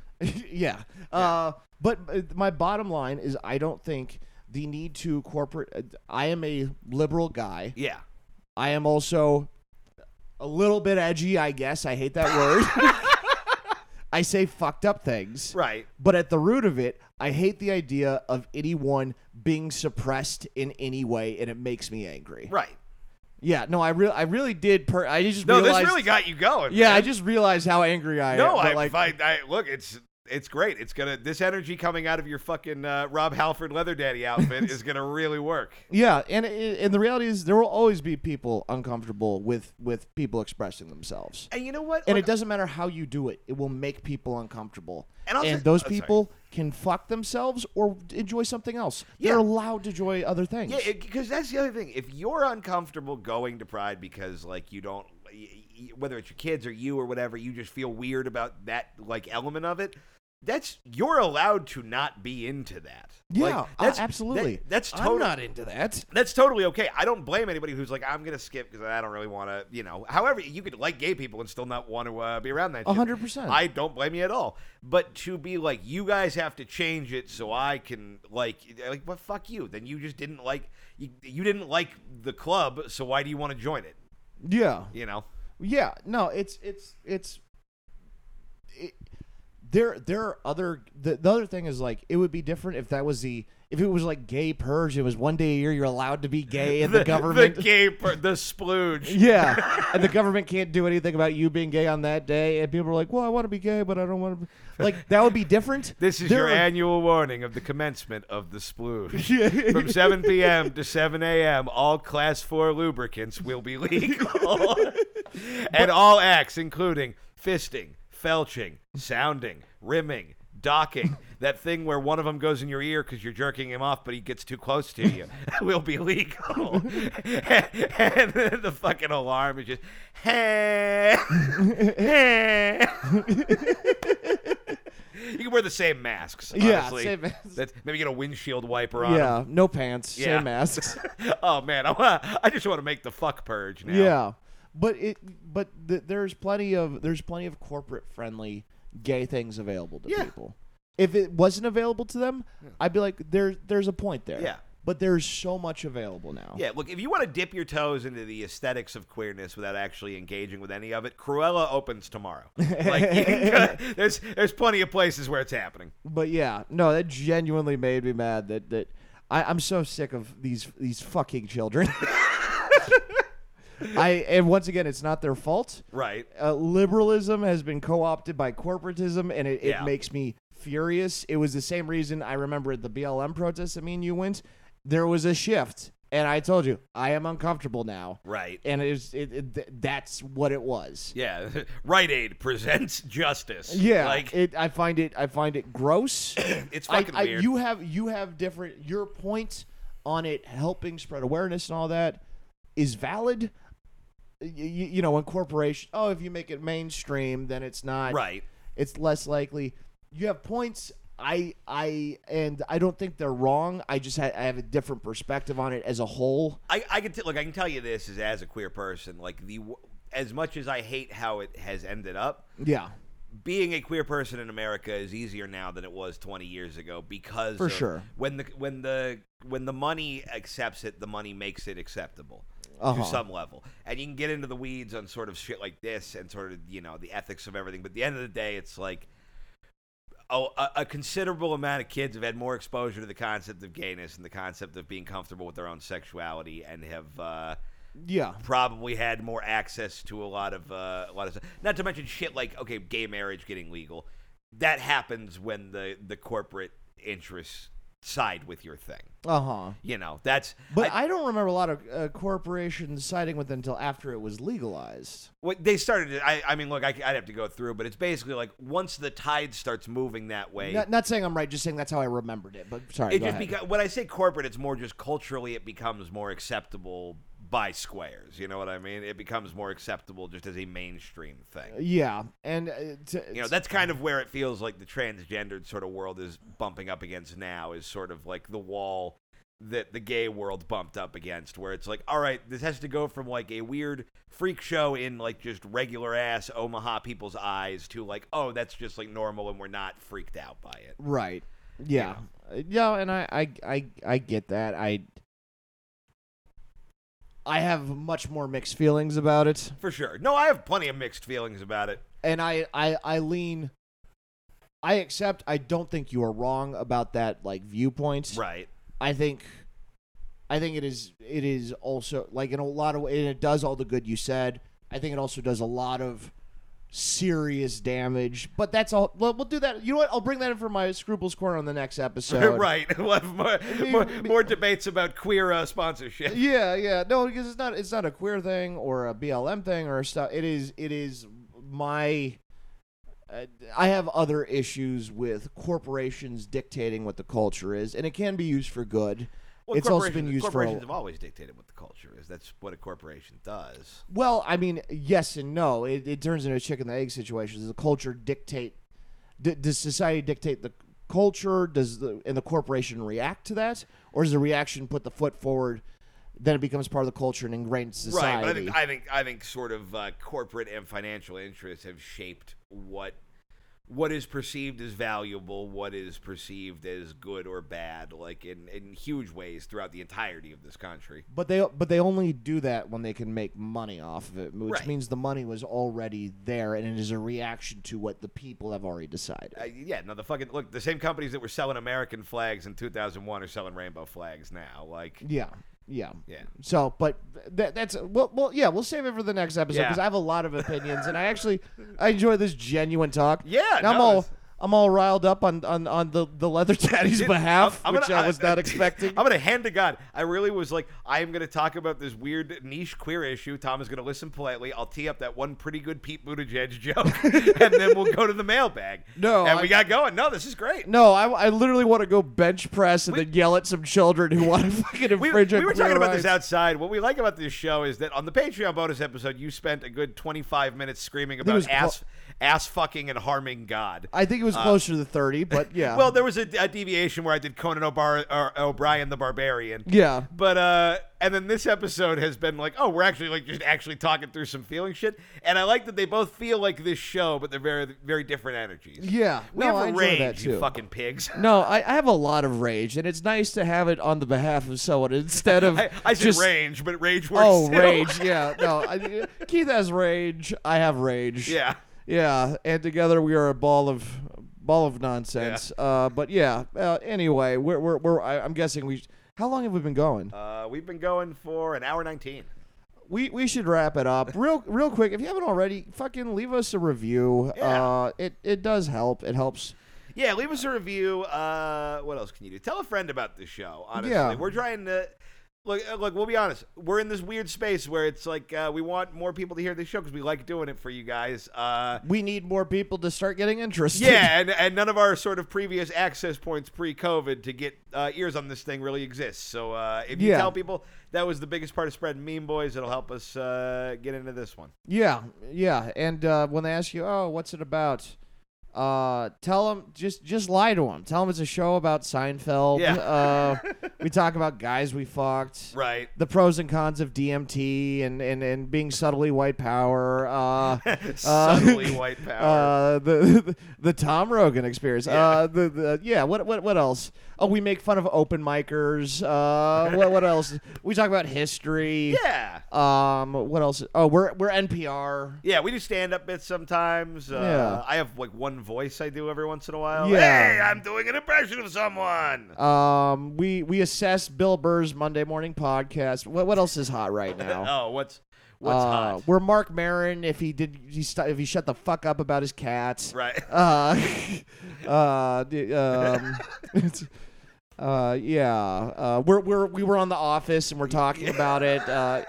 Speaker 2: yeah. Uh, but uh, my bottom line is I don't think the need to corporate. uh, I am a liberal guy.
Speaker 1: Yeah.
Speaker 2: I am also a little bit edgy, I guess. I hate that word. I say fucked up things.
Speaker 1: Right.
Speaker 2: But at the root of it, I hate the idea of anyone being suppressed in any way, and it makes me angry.
Speaker 1: Right.
Speaker 2: Yeah, no, I really, I really did. Per- I just
Speaker 1: No,
Speaker 2: realized.
Speaker 1: this really got you going.
Speaker 2: yeah, I
Speaker 1: man.
Speaker 2: just realized how angry I am.
Speaker 1: No,
Speaker 2: but
Speaker 1: I,
Speaker 2: like,
Speaker 1: I, I look. It's it's great. It's gonna this energy coming out of your fucking uh, Rob Halford leather daddy outfit is gonna really work.
Speaker 2: yeah, and it- and the reality is, there will always be people uncomfortable with with people expressing themselves.
Speaker 1: And you know what?
Speaker 2: and
Speaker 1: Look,
Speaker 2: it doesn't matter how you do it; it will make people uncomfortable.
Speaker 1: And
Speaker 2: And,
Speaker 1: I'll say-
Speaker 2: those
Speaker 1: oh, sorry.
Speaker 2: people can fuck themselves or enjoy something else.
Speaker 1: Yeah.
Speaker 2: They're allowed to enjoy other things.
Speaker 1: Yeah, because that's the other thing. If you're uncomfortable going to Pride because like you don't, y- y- whether it's your kids or you or whatever, you just feel weird about that like element of it. That's you're allowed to not be into that. Like,
Speaker 2: Yeah, uh,
Speaker 1: that's
Speaker 2: absolutely.
Speaker 1: that- that's
Speaker 2: I'm
Speaker 1: totally
Speaker 2: not into that.
Speaker 1: that's totally okay. I don't blame anybody who's like, I'm gonna skip because I don't really want to, you know. However, you could like gay people and still not want to uh, be around that.
Speaker 2: A
Speaker 1: shit.
Speaker 2: hundred percent.
Speaker 1: I don't blame you at all. But to be like, you guys have to change it so I can like, like, well, fuck you. Then you just didn't like, you, you didn't like the club, so why do you want to join it?
Speaker 2: Yeah,
Speaker 1: You know,
Speaker 2: yeah. No, it's it's it's. It, there, there are other. The, the other thing is like it would be different if that was the if it was like gay purge. It was one day a year you're allowed to be gay, and the, government
Speaker 1: the gay, per- the splooge.
Speaker 2: Yeah, and the government can't do anything about you being gay on that day. And people are like, "Well, I want to be gay, but I don't want to." Be. Like that would be different.
Speaker 1: This is your
Speaker 2: There are-
Speaker 1: annual warning of the commencement of the splooge. From 7 p.m. to 7 a.m., all Class 4 lubricants will be legal. and all acts, including fisting, felching, sounding, rimming, docking, that thing where one of them goes in your ear because you're jerking him off, but he gets too close to you, will be legal. and then the fucking alarm is just, hey, hey. You can wear the same masks.
Speaker 2: Yeah,
Speaker 1: honestly.
Speaker 2: same masks.
Speaker 1: That's- maybe get a windshield wiper on. 'em.
Speaker 2: Yeah, no pants,
Speaker 1: Yeah.
Speaker 2: same masks.
Speaker 1: oh man, I, wa- I just want to make the fuck purge now.
Speaker 2: Yeah. but it but th- there's plenty of there's plenty of corporate friendly gay things available to
Speaker 1: Yeah.
Speaker 2: people. If it wasn't available to them, I'd be like, there there's a point there.
Speaker 1: Yeah.
Speaker 2: but there's so much available now.
Speaker 1: Yeah, look, if you want to dip your toes into the aesthetics of queerness without actually engaging with any of it, Cruella opens tomorrow. Like, you can go- there's there's plenty of places where it's happening.
Speaker 2: But yeah, no, that genuinely made me mad. That that I, I'm so sick of these these fucking children. I and once again, it's not their fault.
Speaker 1: Right.
Speaker 2: Uh, liberalism has been co-opted by corporatism, and it, it
Speaker 1: Yeah.
Speaker 2: makes me furious. It was the same reason I remember at the BLM protest that me and you went. There was a shift, and I told you I am uncomfortable now.
Speaker 1: Right.
Speaker 2: And it was it, it th- that's what it was.
Speaker 1: Yeah. Rite Aid presents justice.
Speaker 2: Yeah,
Speaker 1: Like
Speaker 2: it, I find it. I find it gross.
Speaker 1: it's
Speaker 2: I,
Speaker 1: fucking
Speaker 2: I,
Speaker 1: weird.
Speaker 2: you have you have different. Your point on it helping spread awareness and all that is valid. You, you know, when corporation, oh, if you make it mainstream, then it's not
Speaker 1: right.
Speaker 2: It's less likely. You have points. I I and I don't think they're wrong. I just ha- I have a different perspective on it as a whole.
Speaker 1: I, I can t- look. I can tell you this is as a queer person, like the w- as much as I hate how it has ended up,
Speaker 2: Yeah,
Speaker 1: being a queer person in America is easier now than it was 20 years ago because
Speaker 2: For
Speaker 1: of
Speaker 2: sure.
Speaker 1: when the when the when the money accepts it, the money makes it acceptable
Speaker 2: Uh-huh.
Speaker 1: to some level, and you can get into the weeds on sort of shit like this and sort of you know the ethics of everything. But at the end of the day, it's like. Oh, a, a considerable amount of kids have had more exposure to the concept of gayness and the concept of being comfortable with their own sexuality, and have uh,
Speaker 2: yeah,
Speaker 1: probably had more access to a lot of uh, a lot of stuff. Not to mention shit like okay, gay marriage getting legal. That happens when the the corporate interests side with your thing.
Speaker 2: uh huh.
Speaker 1: You know, that's
Speaker 2: But
Speaker 1: Uh-huh. I-
Speaker 2: I, don't remember a lot of uh, corporations siding with it until after it was legalized.
Speaker 1: what they started. it- I I mean, look, I, would have to go through, but it's basically like once the tide starts moving that way.
Speaker 2: Not, not saying I'm right, just saying that's how I remembered it. But sorry,
Speaker 1: it
Speaker 2: go
Speaker 1: just
Speaker 2: ahead.
Speaker 1: beca- when I say corporate, it's more just culturally. It becomes more acceptable by squares. You know what I mean? It becomes more acceptable just as a mainstream thing.
Speaker 2: yeah, and uh, to,
Speaker 1: you know that's kind of where it feels like the transgendered sort of world is bumping up against now is sort of like the wall that the gay world bumped up against where it's like all right this has to go from like a weird freak show in like just regular ass omaha people's eyes to like oh that's just like normal and we're not freaked out by it
Speaker 2: right. Yeah, Uh, yeah, and I, I, I, I get that. I, I have much more mixed feelings about it,
Speaker 1: for sure no i have plenty of mixed feelings about it
Speaker 2: and I, I, I lean. I accept. I don't think you are wrong about that, like viewpoint.
Speaker 1: right
Speaker 2: I think I think it is it is also like in a lot of and it does all the good you said. I think it also does a lot of serious damage. But that's all we'll, we'll do that. You know what? I'll bring that in for my scruples corner on the next episode.
Speaker 1: right we'll have more,
Speaker 2: mean,
Speaker 1: more,
Speaker 2: me-
Speaker 1: more debates about queer uh, sponsorship
Speaker 2: Yeah, yeah. No, because it's not it's not a queer thing or a BLM thing or stuff. It is it is my uh, I have other issues with corporations dictating what the culture is, and it can be used for good.
Speaker 1: Well,
Speaker 2: it's also
Speaker 1: corporations-
Speaker 2: been used for a,
Speaker 1: corporations have always dictated what the culture is that's what a corporation does
Speaker 2: Well, I mean, yes and no. It, it turns into a chicken and egg situation. Does the culture dictate? D- does society dictate the culture? Does the and the corporation react to that, or does the reaction put the foot forward? Then it becomes part of the culture and ingrained in society.
Speaker 1: Right, but I think I think I think sort of uh, corporate and financial interests have shaped what what is perceived as valuable, what is perceived as good or bad, like in in huge ways throughout the entirety of this country.
Speaker 2: But they but they only do that when they can make money off of it, which
Speaker 1: Right.
Speaker 2: means the money was already there, and it is a reaction to what the people have already decided.
Speaker 1: Uh, yeah, no, the fucking look. The same companies that were selling American flags in 2001 are selling rainbow flags now. Like,
Speaker 2: yeah, yeah,
Speaker 1: yeah,
Speaker 2: So, but that, that's well, well, yeah, we'll save it for the next episode
Speaker 1: Yeah.
Speaker 2: because I have a lot of opinions, and I actually I enjoy this genuine talk.
Speaker 1: Yeah,
Speaker 2: And I'm
Speaker 1: no,
Speaker 2: all
Speaker 1: it's-
Speaker 2: I'm all riled up on on, on the, the leather daddy's
Speaker 1: Dude,
Speaker 2: behalf,
Speaker 1: I'm- I'm
Speaker 2: which
Speaker 1: gonna-
Speaker 2: I was not expecting.
Speaker 1: I'm gonna hand to God. I really was like, I am gonna talk about this weird niche queer issue. Tom is gonna listen politely. I'll tee up that one pretty good Pete Buttigieg joke, and then we'll go to the mailbag.
Speaker 2: No,
Speaker 1: and
Speaker 2: I-
Speaker 1: we got going. No, this is great.
Speaker 2: no, I, I literally want to go bench press and then yell at some children who want to fucking
Speaker 1: We,
Speaker 2: infringe on
Speaker 1: we were
Speaker 2: queer
Speaker 1: talking about
Speaker 2: rights.
Speaker 1: this outside. What we like about this show is that on the Patreon bonus episode, you spent a good 25 minutes screaming
Speaker 2: it
Speaker 1: about
Speaker 2: was clo-
Speaker 1: ass, ass fucking and harming God.
Speaker 2: I um, think it was closer to thirty, but yeah.
Speaker 1: Uh, Well, there was a, a deviation where I did Conan O'Bar- or O'Brien the Barbarian.
Speaker 2: yeah.
Speaker 1: But uh and then this episode has been like, oh, we're actually like just actually talking through some feeling shit. And I like that they both feel like this show, but they're very very different energies.
Speaker 2: Yeah,
Speaker 1: We have
Speaker 2: no,
Speaker 1: a
Speaker 2: I enjoy
Speaker 1: range,
Speaker 2: that too.
Speaker 1: you fucking pigs.
Speaker 2: No, I, I have a lot of rage, and it's nice to have it on the behalf of someone instead of
Speaker 1: I, I said
Speaker 2: just
Speaker 1: range, but rage works.
Speaker 2: Oh,
Speaker 1: too.
Speaker 2: rage. Yeah. No, I, Keith has rage. I have rage.
Speaker 1: Yeah.
Speaker 2: Yeah. And together we are a ball of ball of nonsense. Uh, but yeah. Uh, anyway, we're we're, we're I, I'm guessing we. How long have we been going?
Speaker 1: Uh, we've been going for an hour nineteen.
Speaker 2: we we should wrap it up real real quick. If you haven't already, fucking leave us a review.
Speaker 1: Yeah.
Speaker 2: Uh, it it does help. It helps.
Speaker 1: Yeah, leave us a review. Uh, what else can you do? Tell a friend about the show. Honestly,
Speaker 2: Yeah.
Speaker 1: we're trying to. Look, uh, look. We'll be honest. We're in this weird space where it's like uh, we want more people to hear this show because we like doing it for you guys. Uh,
Speaker 2: We need more people to start getting interested.
Speaker 1: yeah, and, and none of our sort of previous access points pre-COVID to get uh, ears on this thing really exists. So uh, if you
Speaker 2: Yeah.
Speaker 1: tell people that was the biggest part of spreading meme boys, it'll help us uh, get into this one.
Speaker 2: Yeah, yeah. And uh, when they ask you, "Oh, what's it about?" Uh, tell them just just lie to them. Tell them it's a show about Seinfeld.
Speaker 1: Yeah.
Speaker 2: Uh, we talk about guys we fucked.
Speaker 1: Right.
Speaker 2: The pros and cons of DMT and, and, and being subtly white power. Uh,
Speaker 1: Subtly white power.
Speaker 2: Uh, the, the Tom Rogan experience. Uh, the, the yeah. What what what else? Oh, we make fun of open micers. Uh, what what else? We talk about history.
Speaker 1: yeah.
Speaker 2: Um, what else? Oh, we're we're NPR.
Speaker 1: Yeah, we do stand up bits sometimes. Uh,
Speaker 2: Yeah.
Speaker 1: I have like one voice I do every once in a while.
Speaker 2: Yeah.
Speaker 1: Hey, I'm doing an impression of someone.
Speaker 2: Um, we we assess Bill Burr's Monday morning podcast. What what else is hot right now?
Speaker 1: Oh, what's what's
Speaker 2: Uh,
Speaker 1: hot?
Speaker 2: We're Mark Maron if he did he st- if he shut the fuck up about his cats.
Speaker 1: Right.
Speaker 2: Uh, uh, d- um, uh, yeah. Uh, we're we're we were on the office and we're talking about it. Uh,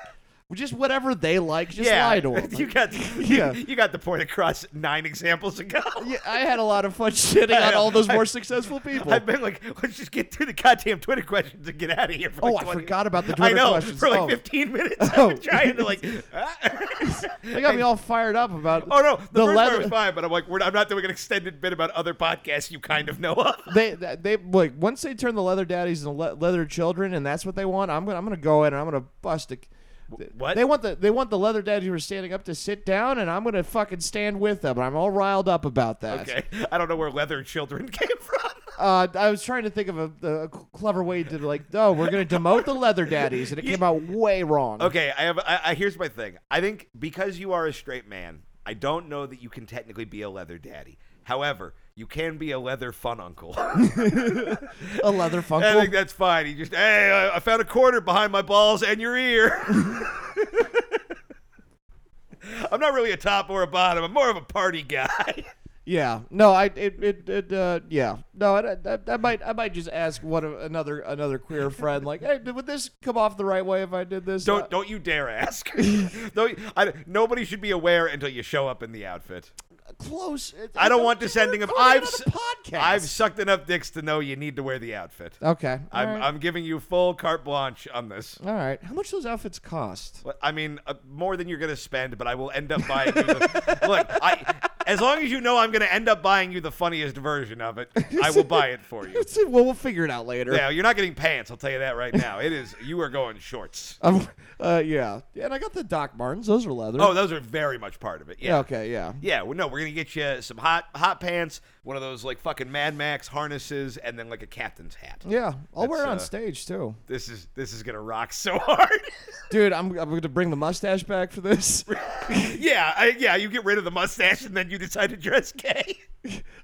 Speaker 2: just whatever they like, just
Speaker 1: yeah.
Speaker 2: lie to them.
Speaker 1: you got
Speaker 2: Yeah.
Speaker 1: you, got the point across nine examples ago.
Speaker 2: yeah, I had a lot of fun shitting on all those
Speaker 1: I-
Speaker 2: more successful people.
Speaker 1: I've been like, let's just get through the goddamn Twitter questions and get out of here. For
Speaker 2: oh,
Speaker 1: like
Speaker 2: I
Speaker 1: 20
Speaker 2: forgot about the
Speaker 1: I
Speaker 2: Twitter
Speaker 1: know
Speaker 2: questions.
Speaker 1: for like
Speaker 2: oh,
Speaker 1: 15 minutes. I've
Speaker 2: Oh.
Speaker 1: been trying to like. ah.
Speaker 2: they got me all fired up about.
Speaker 1: Oh no, the,
Speaker 2: the
Speaker 1: first
Speaker 2: leather-
Speaker 1: part was fine, but I'm like, we're, I'm not doing an extended bit about other podcasts you kind of know of.
Speaker 2: they they they- like once they turn the leather daddies and le- leather children and that's what they want. I'm gonna I'm gonna go in and I'm gonna bust a.
Speaker 1: What?
Speaker 2: They want the they want the leather daddies who are standing up to sit down and I'm gonna fucking stand with them. I'm all riled up about that.
Speaker 1: Okay, I don't know where leather children came from.
Speaker 2: Uh, I was trying to think of a, a clever way to like, oh, we're gonna demote the leather daddies, and it came out way wrong.
Speaker 1: Okay, I have. I, I here's my thing. I think because you are a straight man, I don't know that you can technically be a leather daddy. However, you can be a leather fun uncle. I
Speaker 2: A leather
Speaker 1: think
Speaker 2: funkle.
Speaker 1: that's fine. You just hey, I, I found a quarter behind my balls and your ear. I'm not really a top or a bottom. I'm more of a party guy.
Speaker 2: Yeah. No, I it it, it uh, yeah. No, I, I, I might I might just ask one of another another queer friend like, hey, would this come off the right way if I did this? Uh,
Speaker 1: Don't don't you dare ask. don't, I, nobody should be aware until you show up in the outfit.
Speaker 2: close.
Speaker 1: I don't want descending of. I've
Speaker 2: I've
Speaker 1: su-
Speaker 2: podcast.
Speaker 1: I've sucked enough dicks to know you need to wear the outfit.
Speaker 2: okay. All
Speaker 1: I'm
Speaker 2: right.
Speaker 1: I'm giving you full carte blanche on this.
Speaker 2: All right. How much do those outfits cost?
Speaker 1: Well, I mean, uh, more than you're gonna spend, but I will end up buying you. The, look, I as long as you know I'm gonna end up buying you the funniest version of it, I will buy it for you.
Speaker 2: It's, well, we'll figure it out later.
Speaker 1: Now you're not getting pants. I'll tell you that right now. It is you are going shorts.
Speaker 2: Um, uh, yeah. Yeah, and I got the Doc Martens. Those are leather.
Speaker 1: Oh, those are very much part of it. Yeah.
Speaker 2: Okay. Yeah.
Speaker 1: Yeah, well, no, we're gonna get you some hot hot pants, one of those like fucking Mad Max harnesses, and then like a captain's hat.
Speaker 2: Yeah. I'll wear
Speaker 1: That's,
Speaker 2: it on
Speaker 1: uh,
Speaker 2: stage too.
Speaker 1: This is this is gonna rock so hard.
Speaker 2: Dude, I'm, I'm going to bring the mustache back for this.
Speaker 1: yeah, I, yeah, you get rid of the mustache and then you decide to dress gay.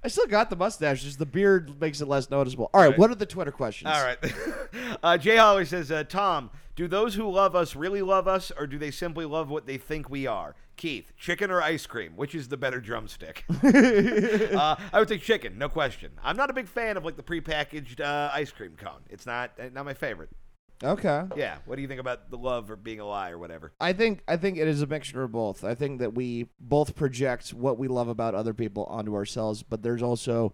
Speaker 2: I still got the mustache. Just the beard makes it less noticeable. All right.
Speaker 1: Right.
Speaker 2: What are the Twitter questions?
Speaker 1: All right. uh, Jay Holler says, uh, Tom, do those who love us really love us, or do they simply love what they think we are? Keith, chicken or ice cream? Which is the better drumstick? uh, I would say chicken, no question. I'm not a big fan of like the prepackaged uh, ice cream cone. It's not uh, not my favorite.
Speaker 2: Okay.
Speaker 1: Yeah. What do you think about the love or being a lie or whatever?
Speaker 2: I think I think it is a mixture of both. I think that we both project what we love about other people onto ourselves, but there's also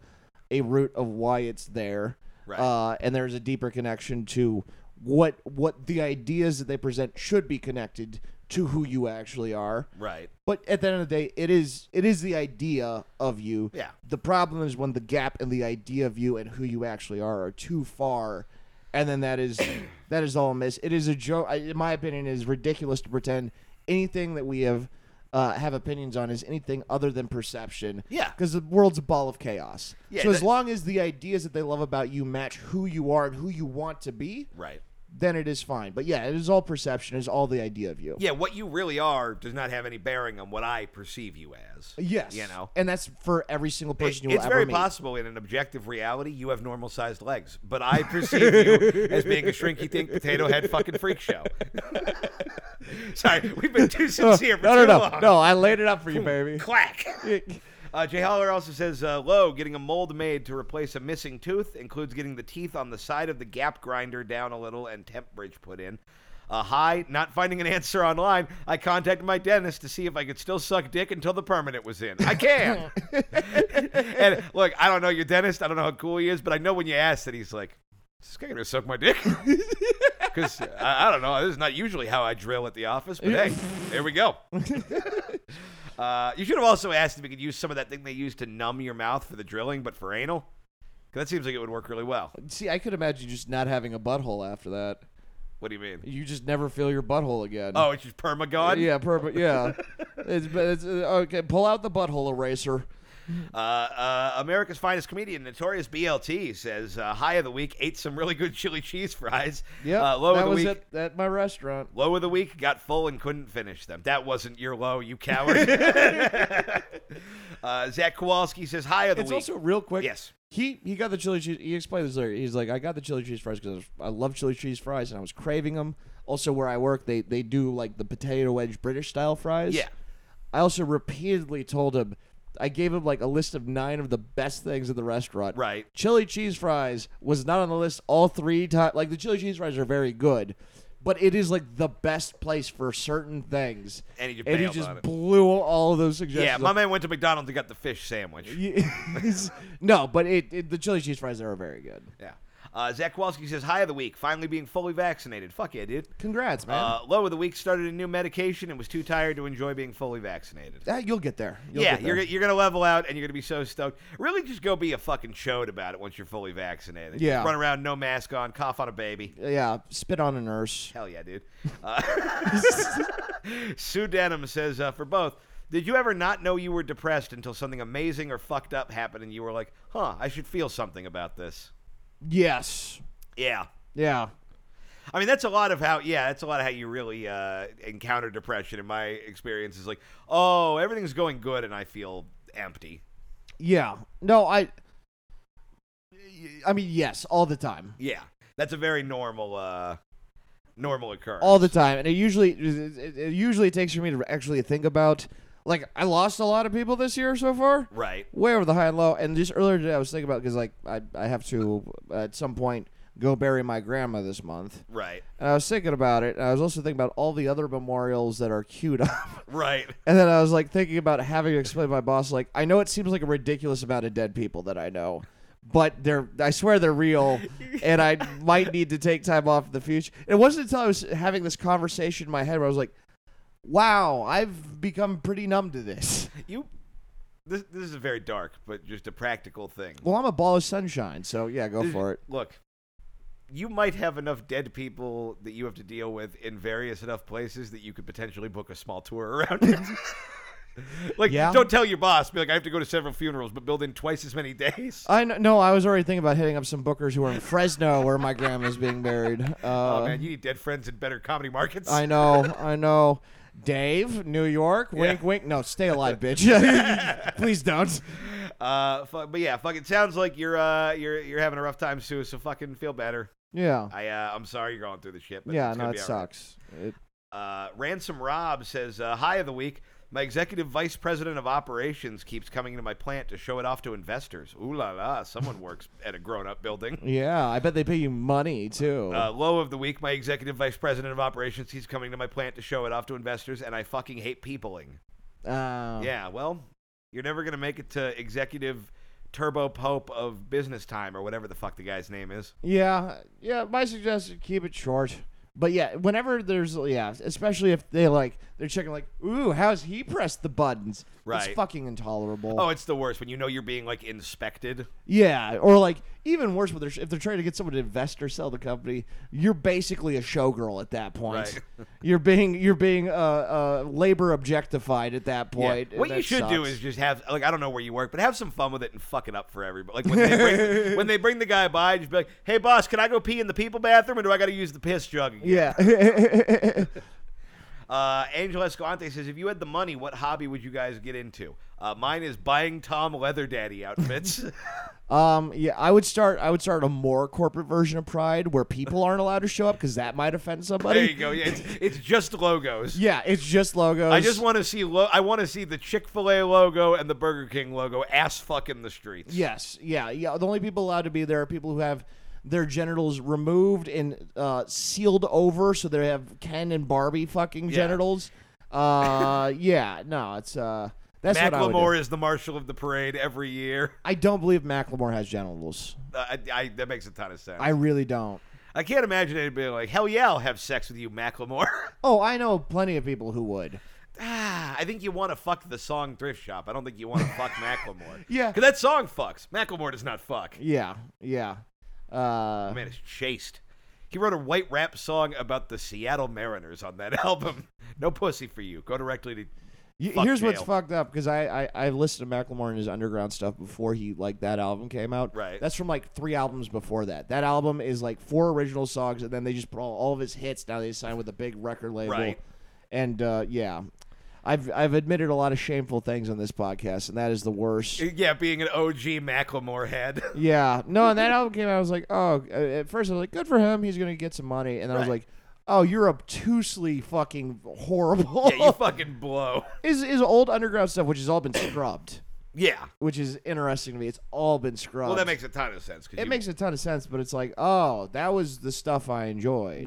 Speaker 2: a root of why it's there,
Speaker 1: Right.
Speaker 2: uh, and there's a deeper connection to what what the ideas that they present should be connected to who you actually are.
Speaker 1: Right.
Speaker 2: But at the end of the day, it is it is the idea of you.
Speaker 1: Yeah.
Speaker 2: The problem is when the gap in the idea of you and who you actually are are too far, and then that is that is all miss. It is a joke. I- In my opinion, it is ridiculous to pretend anything that we have uh, have opinions on is anything other than perception.
Speaker 1: Yeah.
Speaker 2: Because the world's a ball of chaos.
Speaker 1: Yeah,
Speaker 2: so as
Speaker 1: that-
Speaker 2: long as the ideas that they love about you match who you are and who you want to be,
Speaker 1: Right.
Speaker 2: then it is fine. But yeah, it is all perception. It is all the idea of you.
Speaker 1: Yeah, what you really are does not have any bearing on what I perceive you as.
Speaker 2: Yes.
Speaker 1: You know?
Speaker 2: And that's for every single person you will
Speaker 1: It's
Speaker 2: ever
Speaker 1: very
Speaker 2: meet.
Speaker 1: possible in an objective reality you have normal sized legs, but I perceive you as being a shrinky dink potato head fucking freak show. Sorry, we've been too sincere for
Speaker 2: no,
Speaker 1: too
Speaker 2: Oh, no, no,
Speaker 1: long.
Speaker 2: no! I laid it up for you, baby.
Speaker 1: Clack. Uh, Jay Holler also says, uh, "Low, getting a mold made to replace a missing tooth includes getting the teeth on the side of the gap grinder down a little and temp bridge put in. Uh, high, not finding an answer online. I contacted my dentist to see if I could still suck dick until the permanent was in. I can. and look, I don't know your dentist. I don't know how cool he is, but I know when you ask that he's like." Is this guy gonna suck my dick? Because I, I don't know. This is not usually how I drill at the office, but hey, there we go. Uh, you should have also asked if we could use some of that thing they use to numb your mouth for the drilling, but for anal. 'Cause That seems like it would work really well.
Speaker 2: See, I could imagine just not having a butthole after that.
Speaker 1: What do you mean?
Speaker 2: You just never feel your butthole again.
Speaker 1: Oh, it's just permagon.
Speaker 2: yeah, perfect. Yeah, it's, but it's, uh, okay. Pull out the butthole eraser.
Speaker 1: Uh, uh, America's finest comedian, notorious BLT, says uh, high of the week ate some really good chili cheese fries.
Speaker 2: Yeah,
Speaker 1: Uh, low
Speaker 2: that
Speaker 1: of the
Speaker 2: was
Speaker 1: week.
Speaker 2: at, at my restaurant.
Speaker 1: Low of the week got full and couldn't finish them. That wasn't your low, you coward. uh, Zach Kowalski says high of the
Speaker 2: It's
Speaker 1: week.
Speaker 2: also real quick.
Speaker 1: Yes.
Speaker 2: He he got the chili cheese. He explained this later. He's like, I got the chili cheese fries because I love chili cheese fries and I was craving them. Also, where I work, they they do like the potato wedge British style fries.
Speaker 1: Yeah.
Speaker 2: I also repeatedly told him. I gave him like a list of nine of the best things at the restaurant.
Speaker 1: Right.
Speaker 2: Chili cheese fries was not on the list all three times. Like the chili cheese fries are very good, but it is like the best place for certain things.
Speaker 1: And he just
Speaker 2: and he
Speaker 1: bailed
Speaker 2: just
Speaker 1: on it.
Speaker 2: blew all of those suggestions.
Speaker 1: yeah,
Speaker 2: up.
Speaker 1: my man went to McDonald's and got the fish sandwich.
Speaker 2: Yes. no, but it, it the chili cheese fries there are very good.
Speaker 1: Yeah. Uh, Zach Kowalski says, High of the week, finally being fully vaccinated. Fuck yeah, dude.
Speaker 2: Congrats, man.
Speaker 1: Uh, low of the week started a new medication and was too tired to enjoy being fully vaccinated.
Speaker 2: Ah, you'll get there. You'll
Speaker 1: yeah,
Speaker 2: get there.
Speaker 1: you're, you're going to level out and you're going to be so stoked. Really, just go be a fucking chode about it once you're fully vaccinated.
Speaker 2: Yeah.
Speaker 1: Run around, no mask on, cough on a baby.
Speaker 2: Uh, yeah. Spit on a nurse.
Speaker 1: Hell yeah, dude. Uh, Sue Denham says, uh, For both, did you ever not know you were depressed until something amazing or fucked up happened and you were like, huh, I should feel something about this?
Speaker 2: Yes.
Speaker 1: Yeah.
Speaker 2: Yeah.
Speaker 1: I mean, that's a lot of how, yeah, that's a lot of how you really uh, encounter depression. In my experience, is like, oh, everything's going good, and I feel empty.
Speaker 2: Yeah. No, I. I mean, yes, all the time,
Speaker 1: Yeah, that's a very normal, uh, normal occurrence.
Speaker 2: all the time, and it usually it, it usually takes for me to actually think about. Like, I lost a lot of people this year so far.
Speaker 1: right.
Speaker 2: way over the high and low. And just earlier today, I was thinking about because like I, I have to at some point go bury my grandma this month,
Speaker 1: Right,
Speaker 2: and I was thinking about it. And I was also thinking about all the other memorials that are queued up.
Speaker 1: right.
Speaker 2: And then I was like thinking about having to explain to my boss, like I know it seems like a ridiculous amount of dead people that I know, but they're I swear they're real, and I might need to take time off in the future. It wasn't until I was having this conversation in my head where I was like, "Wow, I've become pretty numb to this."
Speaker 1: You, this, this is very dark, but just a practical thing.
Speaker 2: Well, I'm a ball of sunshine, so yeah, go
Speaker 1: This-
Speaker 2: for it.
Speaker 1: Look, you might have enough dead people that you have to deal with in various enough places that you could potentially book a small tour around it. like,
Speaker 2: Yeah.
Speaker 1: don't tell your boss. Be like, I have to go to several funerals, but build in twice as many days.
Speaker 2: I kn- no, I was already thinking about hitting up some bookers who are in Fresno, where my grandma's being buried. Uh,
Speaker 1: oh man, you need dead friends in better comedy markets.
Speaker 2: I know, I know. Dave, New York, wink, wink. No, stay alive, bitch. Please don't.
Speaker 1: uh, fu- but yeah, fuck. It sounds like you're uh, you're you're having a rough time, Sue. So fucking feel better.
Speaker 2: Yeah,
Speaker 1: I uh, I'm sorry you're going through this shit. But
Speaker 2: yeah.
Speaker 1: it's
Speaker 2: No,
Speaker 1: gonna
Speaker 2: it
Speaker 1: be all right.
Speaker 2: sucks. It-
Speaker 1: Uh, Ransom Rob says, uh, "Hi of the week. My executive vice president of operations keeps coming into my plant to show it off to investors. Ooh la la! Someone works at a grown-up building."
Speaker 2: yeah, I bet they pay you money too.
Speaker 1: Uh, low of the week. My executive vice president of operations. He's coming to my plant to show it off to investors, and I fucking hate peopling.
Speaker 2: Uh,
Speaker 1: Yeah, well, you're never gonna make it to executive turbo pope of business time or whatever the fuck the guy's name is.
Speaker 2: yeah, yeah. My suggestion: keep it short. But yeah, whenever there's yeah, especially if they like they're checking like, ooh, how's he pressed the buttons?
Speaker 1: Right.
Speaker 2: It's fucking intolerable.
Speaker 1: Oh, it's the worst when you know you're being like inspected.
Speaker 2: Yeah, or like even worse, when they're, if they're trying to get someone to invest or sell the company, you're basically a showgirl at that point. you're being you're being uh, uh, labor objectified at that
Speaker 1: Yeah.
Speaker 2: point. and
Speaker 1: What you
Speaker 2: that
Speaker 1: should do
Speaker 2: sucks.
Speaker 1: is just have like I don't know where you work, but have some fun with it and fuck it up for everybody. Like when they bring, when they bring the guy by, just be like, "Hey boss, can I go pee in the people bathroom, or do I got to use the piss jug?" Again?
Speaker 2: yeah.
Speaker 1: Uh, Angel Escalante says, if you had the money, what hobby would you guys get into? Uh, mine is buying Tom Leather Daddy outfits.
Speaker 2: Um, yeah, I would start. I would start a more corporate version of Pride where people aren't allowed to show up because that might offend somebody.
Speaker 1: there you go. Yeah, it's, it's just logos.
Speaker 2: Yeah, it's just logos.
Speaker 1: I just want to see. Lo- I want to see the Chick Fil A logo and the Burger King logo ass fucking the streets.
Speaker 2: Yes, yeah, yeah. The only people allowed to be there are people who have their genitals removed and uh, sealed over, so they have Ken and Barbie fucking genitals. Uh, yeah, no, it's uh, that's what I would. do.
Speaker 1: Macklemore is the marshal of the parade every year.
Speaker 2: I don't believe Macklemore has genitals.
Speaker 1: Uh, I, I, that makes a ton of sense.
Speaker 2: I
Speaker 1: I,
Speaker 2: really don't.
Speaker 1: can't imagine anybody like, hell yeah, I'll have sex with you, Macklemore.
Speaker 2: Oh, I know plenty of people who would.
Speaker 1: ah, I think you want to fuck the song Thrift Shop. I don't think you want to fuck Macklemore.
Speaker 2: Yeah.
Speaker 1: Because that song fucks. Macklemore does not fuck.
Speaker 2: Yeah, yeah. Uh,
Speaker 1: That man is chaste. He wrote a white rap song about the Seattle Mariners on that album. No pussy for you. Go directly to.
Speaker 2: Y-
Speaker 1: Fuck
Speaker 2: here's what's
Speaker 1: jail.
Speaker 2: fucked up because I, I I listened to Macklemore and his underground stuff before he like that album came out.
Speaker 1: Right.
Speaker 2: That's from like three albums before that. That album is like four original songs, and then they just put all, all of his hits. Now they signed with a big record label.
Speaker 1: Right.
Speaker 2: And uh, yeah, I've I've admitted a lot of shameful things on this podcast, and that is the worst.
Speaker 1: Yeah, being an OG Macklemore head.
Speaker 2: yeah. No, and that album came out. I was like, oh. uh, At first, I was like, good for him. He's gonna get some money. And then I was
Speaker 1: Right.
Speaker 2: like, oh, you're obtusely fucking horrible.
Speaker 1: yeah, you fucking blow.
Speaker 2: is is old underground stuff, which has all been scrubbed,
Speaker 1: Yeah.
Speaker 2: which is interesting to me. It's all been scrubbed.
Speaker 1: Well, that makes a ton of sense. 'cause
Speaker 2: it
Speaker 1: you-
Speaker 2: makes a ton of sense, but it's like, oh, that was the stuff I enjoyed.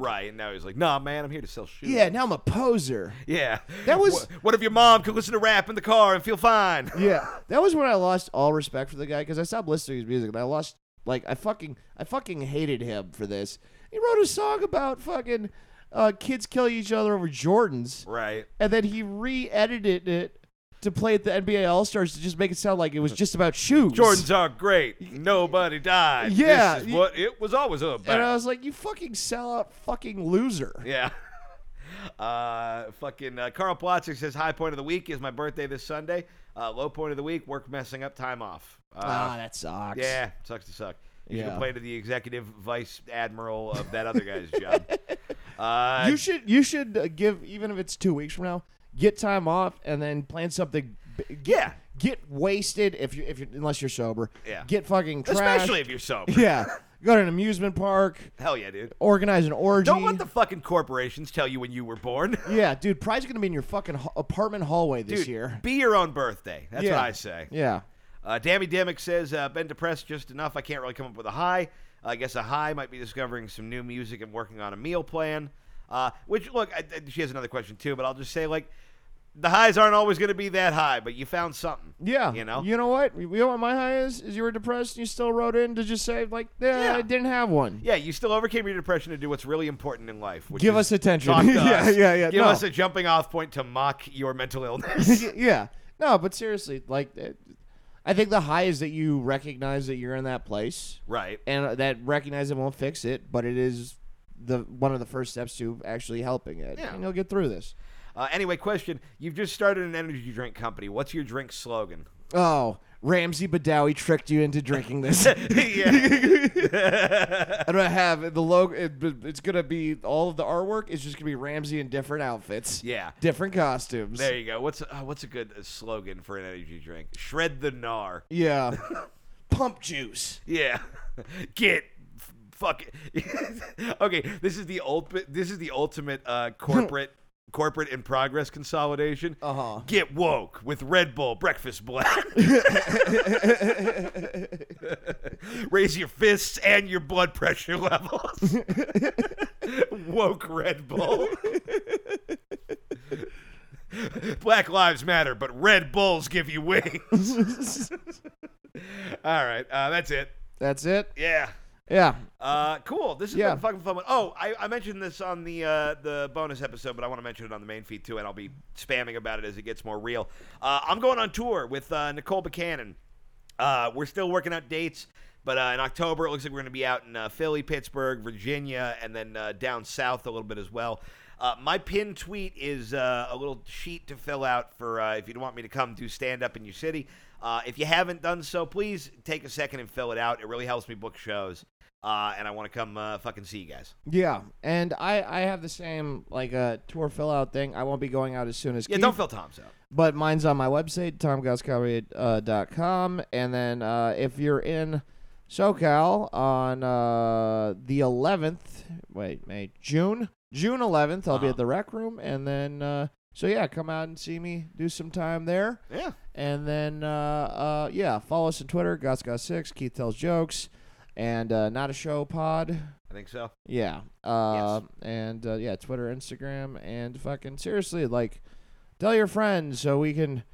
Speaker 1: Right, and now he's like, nah, man, I'm here to sell shoes.
Speaker 2: Yeah, now I'm a poser.
Speaker 1: Yeah.
Speaker 2: That was-
Speaker 1: What, what if your mom could listen to rap in the car and feel fine?
Speaker 2: Yeah, that was when I lost all respect for the guy because I stopped listening to his music and I lost like I fucking I fucking hated him for this. He wrote a song about fucking uh, kids killing each other over Jordans,
Speaker 1: Right.
Speaker 2: and then he re-edited it to play at the NBA All Stars to just make it sound like it was just about shoes.
Speaker 1: Jordans are great. Nobody died.
Speaker 2: Yeah,
Speaker 1: This is
Speaker 2: you-
Speaker 1: what it was always about.
Speaker 2: And I was like, you fucking sellout fucking loser.
Speaker 1: Yeah. Uh, fucking uh, Carl Plotzik says high point of the week is my birthday this Sunday. Uh, low point of the week, work messing up, time off. Uh,
Speaker 2: Ah, that sucks.
Speaker 1: yeah, sucks to suck. You should
Speaker 2: Yeah.
Speaker 1: complain to the executive vice admiral of that other guy's job. Uh,
Speaker 2: You should you should uh, give even if it's 2 weeks from now, get time off and then plan something b- get,
Speaker 1: yeah,
Speaker 2: get wasted if you if you unless you're sober.
Speaker 1: Yeah.
Speaker 2: Get fucking trashed.
Speaker 1: especially if you're sober.
Speaker 2: Yeah. Go to an amusement park,
Speaker 1: Hell yeah, dude.
Speaker 2: organize an orgy.
Speaker 1: Don't let the fucking corporations tell you when you were born.
Speaker 2: Yeah, dude, Pride's going to be in your fucking ho- apartment hallway this
Speaker 1: Dude,
Speaker 2: year.
Speaker 1: be your own birthday. That's
Speaker 2: Yeah.
Speaker 1: what I say.
Speaker 2: Yeah.
Speaker 1: Uh, Dammy Dimick says, uh, been depressed just enough. I can't really come up with a high. I guess a high might be discovering some new music and working on a meal plan. Uh, which, look, I, I- she has another question too, but I'll just say, like, the highs aren't always going to be that high, but you found something.
Speaker 2: Yeah.
Speaker 1: You know?
Speaker 2: You know what? You know what my high is? Is you were depressed and you still wrote in to just say like, yeah,
Speaker 1: Yeah.
Speaker 2: I didn't have one.
Speaker 1: Yeah, you still overcame your depression to do what's really important in life. Which
Speaker 2: Give
Speaker 1: is
Speaker 2: us attention.
Speaker 1: talk to
Speaker 2: Yeah,
Speaker 1: us.
Speaker 2: yeah, yeah,
Speaker 1: Give
Speaker 2: no.
Speaker 1: us a jumping off point to mock your mental illness.
Speaker 2: yeah. No, but seriously, like, it- I think the high is that you recognize that you're in that place,
Speaker 1: right.
Speaker 2: and that recognize it won't fix it, but it is the one of the first steps to actually helping it.
Speaker 1: Yeah.
Speaker 2: and you'll get through this.
Speaker 1: Uh, anyway, question. You've just started an energy drink company. What's your drink slogan?
Speaker 2: Oh, Ramsey Badawi tricked you into drinking this.
Speaker 1: yeah.
Speaker 2: I'm gonna have the logo. It, it's gonna be all of the artwork. It's just gonna be Ramsey in different outfits.
Speaker 1: Yeah.
Speaker 2: different costumes.
Speaker 1: There you go. What's uh, what's a good uh, slogan for an energy drink? Shred the gnar.
Speaker 2: yeah, pump juice.
Speaker 1: Yeah. Get f- fuck it. okay, this is the ultimate this is the ultimate uh, corporate corporate in progress consolidation.
Speaker 2: Uh-huh.
Speaker 1: Get woke with Red Bull Breakfast Black. Raise your fists and your blood pressure levels. woke Red Bull. Black lives matter, but Red Bulls give you wings. All right, uh, that's it.
Speaker 2: That's it.
Speaker 1: Yeah.
Speaker 2: Yeah.
Speaker 1: Uh, cool. This has
Speaker 2: Yeah.
Speaker 1: been a fucking fun one. Oh, I, I mentioned this on the uh, the bonus episode, but I want to mention it on the main feed too, and I'll be spamming about it as it gets more real. Uh, I'm going on tour with uh, Nicole Buchanan. Uh, we're still working out dates, but uh, in October it looks like we're going to be out in uh, Philly, Pittsburgh, Virginia, and then uh, down south a little bit as well. Uh, my pin tweet is uh, a little sheet to fill out for uh, if you want me to come do stand up in your city. Uh, if you haven't done so, please take a second and fill it out. It really helps me book shows. uh, and I want to come uh, fucking see you guys.
Speaker 2: Yeah, and I I have the same like uh, tour fill out thing. I won't be going out as soon as
Speaker 1: Yeah,
Speaker 2: Keith,
Speaker 1: don't fill Tom's out.
Speaker 2: but mine's on my website tomgoscomedy.com uh, and then uh, if you're in SoCal on uh, the 11th, wait, May, June, June 11th, I'll be
Speaker 1: Uh-huh.
Speaker 2: at the Rec Room and then uh, so yeah, come out and see me, do some time there.
Speaker 1: Yeah.
Speaker 2: And then, uh, uh, yeah, follow us on Twitter, GotsGot6, Keith Tells Jokes, and uh, Not a Show Pod.
Speaker 1: I think so.
Speaker 2: Yeah. Uh, And uh, yeah, Twitter, Instagram, and fucking seriously, like, tell your friends so we can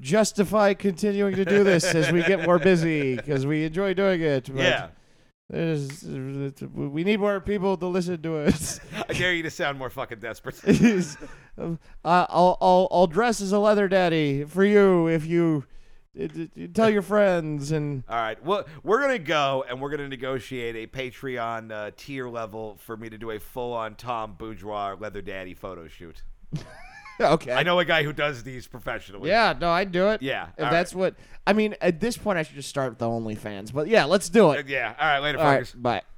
Speaker 2: justify continuing to do this as we get more busy because we enjoy doing it. But
Speaker 1: Yeah.
Speaker 2: There's, we need more people to listen to us.
Speaker 1: I dare you to sound more fucking desperate.
Speaker 2: is, uh, I'll, I'll, I'll dress as a leather daddy for you if you it, it- you tell your friends and
Speaker 1: All right. Well, we're going to go and we're going to negotiate a Patreon uh, tier level for me to do a full on Tom Bourgeois leather daddy photo shoot.
Speaker 2: okay.
Speaker 1: I know a guy who does these professionally.
Speaker 2: yeah, no, I'd do it.
Speaker 1: Yeah,
Speaker 2: if
Speaker 1: all
Speaker 2: that's what I mean. At this point, I should just start the OnlyFans. But yeah, let's do
Speaker 1: Uh,
Speaker 2: it.
Speaker 1: Yeah. All right. Later,
Speaker 2: All
Speaker 1: Fergus.
Speaker 2: right, bye.